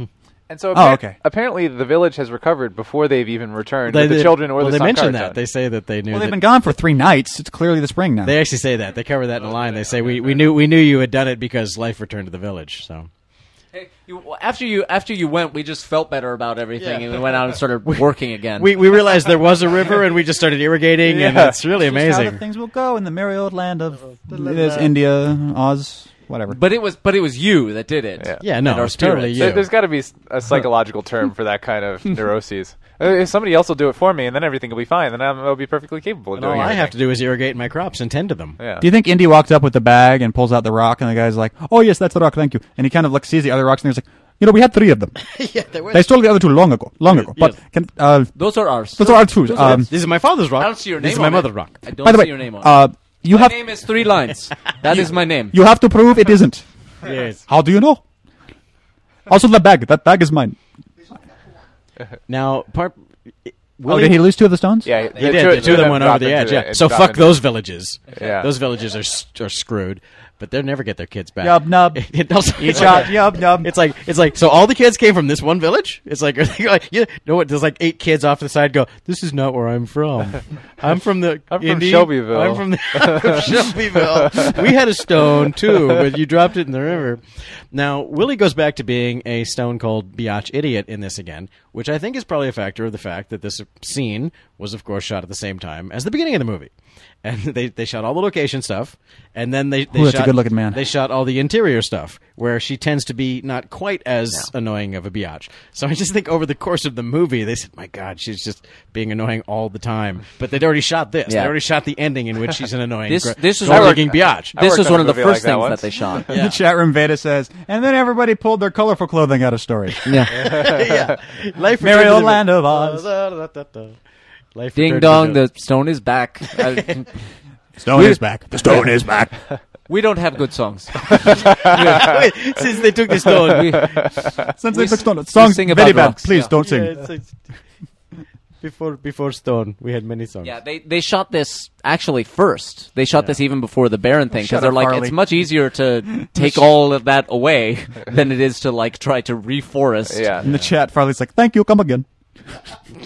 S3: And so,
S2: Oh,
S3: appar-
S2: okay.
S3: apparently, the village has recovered before they've even returned with the
S5: they-
S3: children or
S5: well,
S3: the
S5: they mentioned
S3: Sankharajan.
S5: that they say that they knew
S2: Well,
S5: that
S2: they've been gone for three nights. It's clearly the spring now.
S5: They actually say that. They cover that in a line. They say we, we knew we knew you had done it because life returned to the village. So
S4: Hey, you, after you after you went, we just felt better about everything, and we went out and started working again.
S5: we, we realized there was a river and we just started irrigating and
S3: Yeah.
S5: it's really
S2: Just How the
S5: amazing.
S2: things will go in the merry old land of there's India, Oz, whatever.
S4: but it was but it was you that did it.
S3: Yeah.
S5: Yeah, no,
S4: And our
S5: it's totally
S4: spirits.
S5: you.
S3: There- There's got to be s- a psychological term for that kind of neuroses. Uh, If somebody else will do it for me, and then everything will be fine, then I'm, I'll be perfectly capable of
S5: All
S3: doing it.
S5: I have to do is irrigate my crops and tend to them.
S3: Yeah.
S2: do you think Indy walked up with the bag and pulls out the rock, and the guy's like, "Oh yes, that's the rock, thank you." And he kind of like sees the other rocks, and he's like, "You know, we had three of them. yeah, there was. They stole the other two long ago, long ago. But
S5: yes.
S2: can, uh,
S4: Those are ours.
S2: those are our two.
S5: This-
S2: Um,
S5: this is my father's rock.
S4: I don't see your name.
S5: This is my
S4: on it.
S5: mother's rock.
S4: I don't
S2: by the
S4: see
S2: way,
S4: your name on it.
S2: uh, you
S4: my
S2: have
S4: name is three lines. That is my name.
S2: you have to prove it isn't.
S5: Yes.
S2: How do you know? Also, the bag. That bag is mine.
S5: Now, part.
S2: Oh,
S5: Willie-
S2: did he lose two of the stones?
S3: Yeah,
S5: He did. The two of them went over
S3: dropped
S5: the
S3: into
S5: edge. Yeah.
S3: and
S5: So
S3: dropped
S5: fuck
S3: into-
S5: those villages.
S3: Yeah.
S5: Those villages are s- are screwed, but they'll never get their kids back.
S2: Yub nub.
S5: It doesn't-
S2: Each up, yub nub.
S5: It's like it's like so all the kids came from this one village. It's like are they like you know what? There's like eight kids off to the side. Go. This is not where I'm from. I'm from the.
S3: I'm from
S5: Indi-
S3: Shelbyville."
S5: I'm from, the, I'm from Shelbyville. we had a stone too, but you dropped it in the river. Now Willie goes back to being a stone cold biatch idiot in this again, which I think is probably a factor of the fact that this scene was, of course, shot at the same time as the beginning of the movie. And they, they shot all the location stuff, and then they, they
S2: Ooh, that's a
S5: shot
S2: good-looking man.
S5: They shot all the interior stuff where she tends to be not quite as annoying of a biatch. So I just think over the course of the movie, they said, "My God, she's just being annoying all the time." But they'd already shot this.
S4: Yeah.
S5: They already shot the ending in which she's an annoying.
S4: This-
S5: gr-
S4: this is-
S5: gold-digging
S3: I worked-
S5: biatch.
S3: I
S4: This
S3: worked
S4: was
S3: on
S4: one
S3: a
S4: of the
S3: movie like
S4: first
S3: that
S4: things
S3: once.
S4: that they shot.
S2: In the chat room, Veda says, and then everybody pulled their colorful clothing out of storage.
S5: yeah. Life
S2: Merry
S5: returned to
S2: old
S5: the-
S2: land of Oz.
S5: Life
S4: Ding dong,
S5: returned to
S4: the stone is back. I-
S2: Stone is back. The stone is back.
S4: we don't have good songs.
S5: Wait, since they took the stone.
S4: We,
S2: Since
S4: We
S2: they took
S4: s-
S2: stone,
S4: we
S2: song
S4: sing
S2: very
S4: about
S2: bad.
S4: rocks,
S2: Please
S4: yeah.
S2: don't sing.
S5: Yeah, it's- it's- before before stone, we had many songs.
S4: yeah, they they shot this actually first. They shot this even before the Baron thing
S2: Shut
S4: because they're
S2: up,
S4: like
S2: Harley.
S4: it's much easier to take all of that away than it is to like try to reforest.
S3: Yeah.
S2: In the chat, Farley's like, "Thank you, come again."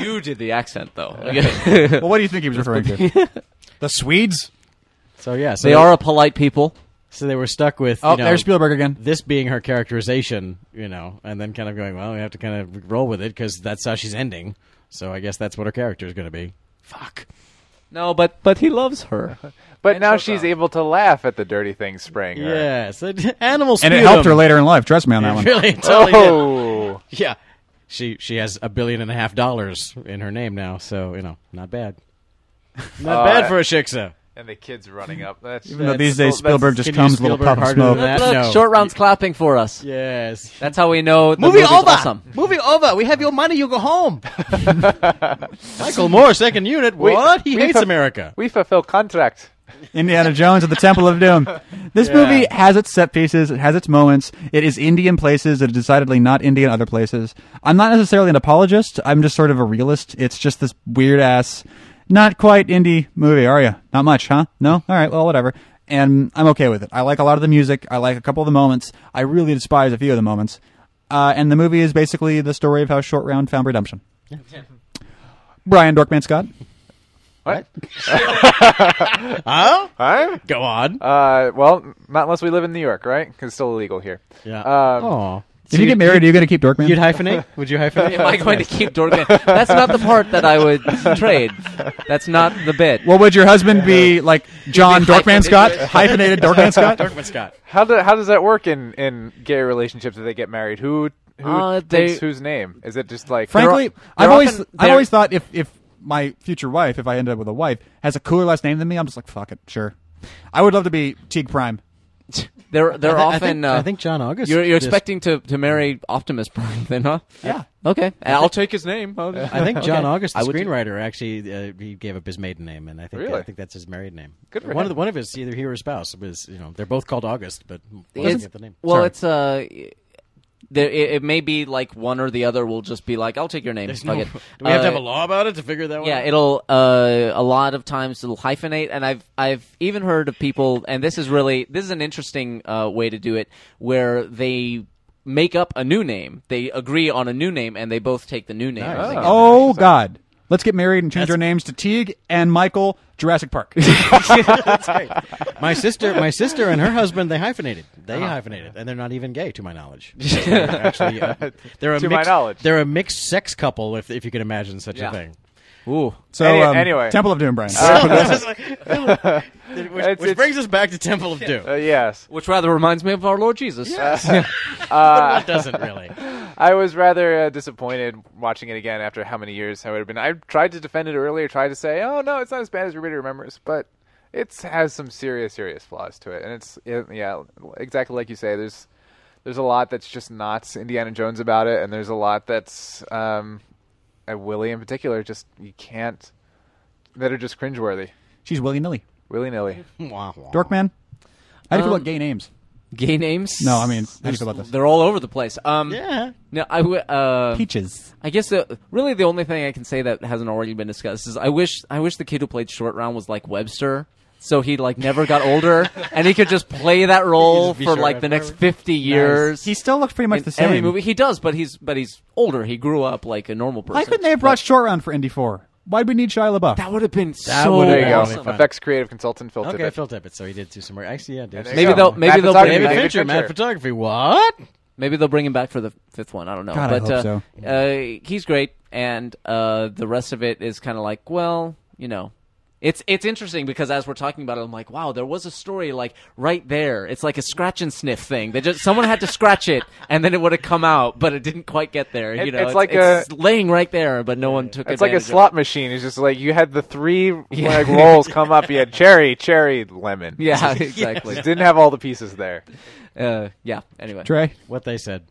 S4: You did the accent though.
S2: Well, what do you think he was referring to? the Swedes.
S5: So yeah, so
S4: they are a polite people.
S5: So they were stuck with
S2: Oh,
S5: you know,
S2: there's Spielberg again.
S5: this being her characterization, you know, and then kind of going, well, we have to kind of roll with it because that's how she's ending. So I guess that's what her character is going to be. Fuck.
S4: No, but but he loves her.
S3: But now she's able to laugh at the dirty things spraying her.
S5: Yes, it- animal
S2: And
S5: sputum.
S2: it helped her later in life. Trust me on that one.
S5: Really, it totally did.
S3: Oh,
S5: yeah. She she has a billion and a half dollars in her name now, so you know, not bad. Not
S3: Uh,
S5: bad for a shiksa.
S3: and the kids running up. That's,
S2: Even though these
S3: that's-
S2: days Spielberg
S5: can
S2: just
S5: you
S2: comes a little
S5: Spielberg
S2: puff of
S5: harder than
S2: smoke.
S5: that? Uh,
S4: Look,
S5: no.
S4: short rounds clapping for us.
S5: Yes.
S4: That's how we know the
S5: Movie
S4: movie's
S5: over.
S4: awesome.
S5: Movie over. We have your money. You go home. Michael Moore, second unit.
S3: We-
S5: What? He
S3: we
S5: hates
S3: fu-
S5: America.
S3: We fulfill contract.
S2: Indiana Jones at the Temple of Doom. This
S5: Yeah.
S2: movie has its set pieces, it has its moments. It is indie in places, it is decidedly not indie in other places. I'm not necessarily an apologist, I'm just sort of a realist. It's just this weird ass, not quite indie movie, are you? Not much, huh? No? All right, well, whatever. And I'm okay with it. I like a lot of the music, I like a couple of the moments, I really despise a few of the moments. Uh, and the movie is basically the story of how Short Round found redemption. Brian Dorkman Scott.
S5: Huh?
S3: Huh?
S5: Go on.
S3: Uh, well, not unless we live in New York, right? 'Cause it's still illegal here.
S5: yeah. Oh.
S3: Um,
S5: Aw.
S2: If you, get married, are you going to keep Dorkman?
S5: You'd hyphenate? Would you hyphenate?
S4: Am I going to keep Dorgan? That's not the part that I would trade. That's not the bit.
S2: Well, would your husband be like John Dorkman
S4: hyphenated.
S2: Scott? Hyphenated Dorkman Scott?
S5: Dorkman Scott.
S3: How do, how does that work in, in gay relationships that they get married? Who who
S4: Uh,
S3: takes
S4: they-
S3: whose name? Is it just like
S2: Frankly,
S4: they're
S2: I've always
S4: often-
S2: I've
S4: they're-
S2: always thought if if my future wife, if I ended up with a wife, has a cooler last name than me, I'm just like fuck it, sure. I would love to be Teague Prime.
S4: They're they're
S5: I thi- I
S4: often.
S5: think-
S4: uh,
S5: I think John August
S4: You're, you're
S5: just-
S4: expecting to, to marry Optimus Prime, then, huh?
S2: Yeah.
S4: Okay, I'll take his name. I'll-
S5: I think John
S4: Okay.
S5: August, the
S4: I would-
S5: screenwriter, actually uh, he gave up his maiden name, and I think uh,
S3: Really?
S5: I think that's his married name.
S3: Good for
S5: one
S3: him.
S5: of the, one of his either he or his spouse was you know they're both called August, but one doesn't
S4: It's-
S5: get the name.
S4: well,
S5: Sorry.
S4: it's uh, there, it, it may be like one or the other will just be like, "I'll take your name."
S5: There's
S4: fuck
S5: no-
S4: it.
S5: do we have to have a
S4: Uh,
S5: law about it to figure that one?
S4: Yeah,
S5: out?
S4: it'll uh, a lot of times it'll hyphenate, and I've I've even heard of people, and this is really this is an interesting uh, way to do it, where they make up a new name. They agree on a new name, and they both take the new name.
S5: Nice.
S4: together.
S2: Oh God. Let's get married and change our names to Teague and Michael Jurassic Park.
S5: my sister, my sister, and her husband, they hyphenated. They hyphenated, and they're not even gay, to my knowledge. Actually, uh, they're a
S3: To my
S5: mixed-
S3: knowledge.
S5: they're a mixed sex couple, if if you can imagine such
S4: Yeah.
S5: a thing.
S4: Ooh.
S2: So um,
S3: Any- anyway.
S2: Temple of Doom, Brian.
S4: Oh.
S5: which
S3: It's-
S5: which
S3: it's-
S5: brings us back to Temple of Doom.
S3: Uh, yes,
S4: Which rather reminds me of our Lord Jesus.
S5: Well, it doesn't really.
S3: I was rather uh, disappointed watching it again after how many years I would have been. I tried to defend it earlier, tried to say, "Oh no, it's not as bad as everybody remembers," but it has some serious, serious flaws to it, and it's it, yeah, exactly like you say. There's there's a lot that's just not Indiana Jones about it, and there's a lot that's um, and Willie in particular just you can't that are just cringeworthy,
S2: She's willy nilly.
S3: willy nilly.
S5: Wah, wah.
S2: Dorkman. How do you feel
S4: Um,
S2: about gay names?
S4: Gay names?
S2: No, I mean, how do you feel about this?
S4: They're all over the place. Um,
S5: Yeah.
S4: No, I w- uh,
S2: Peaches.
S4: I guess the, really the only thing I can say that hasn't already been discussed is I wish I wish the kid who played short round was like Webster, so he like never got older and he could just play that role
S5: just be
S4: for
S5: Short
S4: like
S5: Round
S4: the next
S5: forever.
S4: fifty years.
S2: He still looks pretty much
S4: in
S2: the same.
S4: Every movie he does, but he's but he's older. He grew up like a normal person.
S2: Why couldn't they have brought
S4: But
S2: Short Round for Indy 4? Why'd we need Shia LaBeouf?
S4: that would have been
S5: That
S4: so
S5: would've
S3: There you
S5: been
S4: awesome.
S3: go.
S5: fun.
S3: Effects creative consultant Phil
S5: Okay,
S3: Tippett.
S5: Phil Tippett. So he did do some work. I see. Yeah,
S3: And
S5: dude.
S3: there you
S4: Maybe
S3: go.
S4: they'll- maybe
S3: Matt
S4: they'll
S3: Fitzgerald,
S4: bring
S5: David
S4: David
S3: David
S5: Fincher, Mad
S3: Fincher.
S5: Photography. What?
S4: Maybe they'll bring him back for the fifth one. I don't know.
S2: God, I
S4: but
S2: hope
S4: uh, uh, he's great, and uh, the rest of it is kind of like, well, you know, it's it's interesting because as we're talking about it, I'm like, wow, there was a story like right there. It's like a scratch and sniff thing. They just someone had to scratch it, and then it would have come out, but it didn't quite get there.
S3: It-
S4: you know,
S3: it's like a-
S4: laying right there, but no one took.
S3: It's like a
S4: advantage of it.
S3: slot machine. It's just like you had the three like rolls come up. You had cherry, cherry, lemon.
S4: Yeah, exactly.
S3: Just didn't have all the pieces there.
S4: Uh, yeah. Anyway,
S2: Trey?
S5: what they said.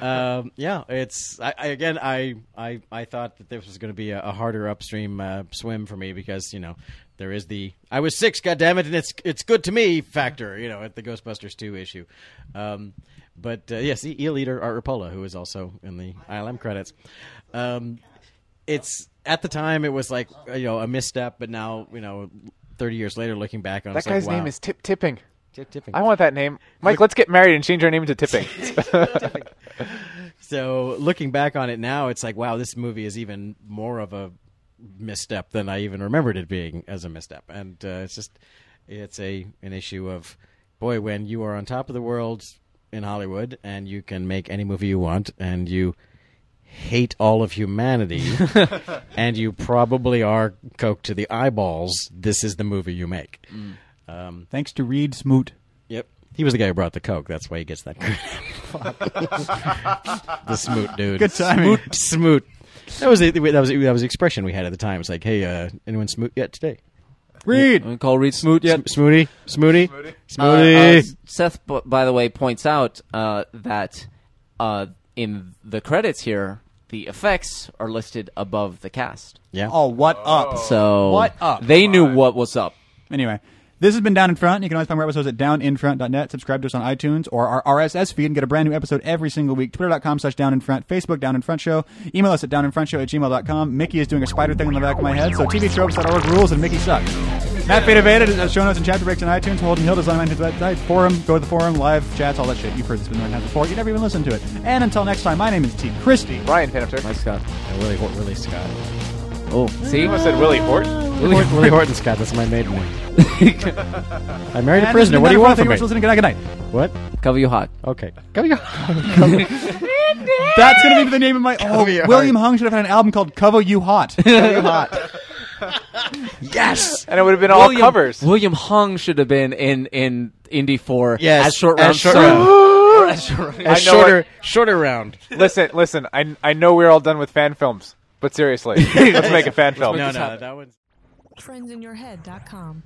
S5: um, yeah, it's I, I, again. I, I I thought that this was going to be a, a harder upstream uh, swim for me because you know there is the I was six, goddammit, and it's it's good to me factor. You know, at the Ghostbusters two issue. Um, but uh, yes, the eel eater Art Rapola, who is also in the ILM credits. Um, it's at the time it was like you know a misstep, but now you know. Thirty years later, looking back on it,
S3: That
S5: it's like,
S3: guy's
S5: wow.
S3: name is Tip Tipping.
S5: Tip Tipping.
S3: I want that name, Mike. Let's get married and change our name to Tipping.
S5: So looking back on it now, it's like, wow, this movie is even more of a misstep than I even remembered it being as a misstep, and uh, it's just it's a an issue of boy when you are on top of the world in Hollywood and you can make any movie you want and you hate all of humanity and you probably are coked to the eyeballs. This is the movie you make.
S2: Thanks to Reed Smoot.
S5: Yep. He was the guy who brought the coke. That's why he gets that credit. the smoot dude.
S2: Good timing.
S5: Smoot. smoot. That was the, that was that was the expression we had at the time. It's like, hey, uh, anyone smoot yet today?
S2: Reed!
S4: I'm gonna call Reed Smoot.
S5: Sm- Smooty, Smooty,
S4: Uh, uh,
S5: Smooty.
S4: Seth, b- by the way, points out uh, that uh, in the credits here, the effects are listed above the cast.
S5: yeah.
S2: Oh, what up?
S4: So
S2: What up?
S4: They knew what was up.
S2: Anyway, this has been Down in Front. You can always find more episodes at downinfront.net. Subscribe to us on iTunes or our RSS feed and get a brand new episode every single week. Twitter.com slash downinfront, Facebook Down in Front Show. Email us at downinfrontshow at gmail.com. Mickey is doing a spider thing on the back of my head, so tvtropes.org rules and Mickey sucks. Matt Fadevada does show notes and chapter breaks on iTunes. Holden Hill does on iTunes website. Forum, go to the forum, live chats, all that shit. You've heard this a million times before. You never even listened to it. And until next time, my name is T. Christie.
S3: Ryan Penipter.
S4: Nice Scott.
S5: Willie, Hort- Willie Scott.
S4: Oh, see,
S3: You almost said Willie Hort.
S5: Willie, Willie Horton Scott. That's my maiden name. I
S2: And
S5: married a
S2: this has
S5: prisoner.
S2: been
S5: What
S2: Down
S5: do you
S2: in Front.
S5: want
S2: Thank you
S5: from me?
S2: much for listening. Good night, good night.
S5: What?
S4: cover you hot.
S5: Okay. Come here.
S2: That's gonna be the name of my. Oh,
S5: Cover your
S2: William Hung should have had an album called "Cover You Hot."
S5: Yes.
S3: And it would have been all covers.
S4: William Hung should have been in in Indy Four
S5: Yes,
S4: as short
S5: as
S4: round.
S5: Short
S4: Son.
S5: Round.
S4: Or as Short Round.
S5: A
S3: know
S5: shorter, shorter round.
S3: listen, listen. I I know we're all done with fan films, but seriously, let's make a fan film.
S5: No, no, that one's.
S1: Friendsinyourhead.com.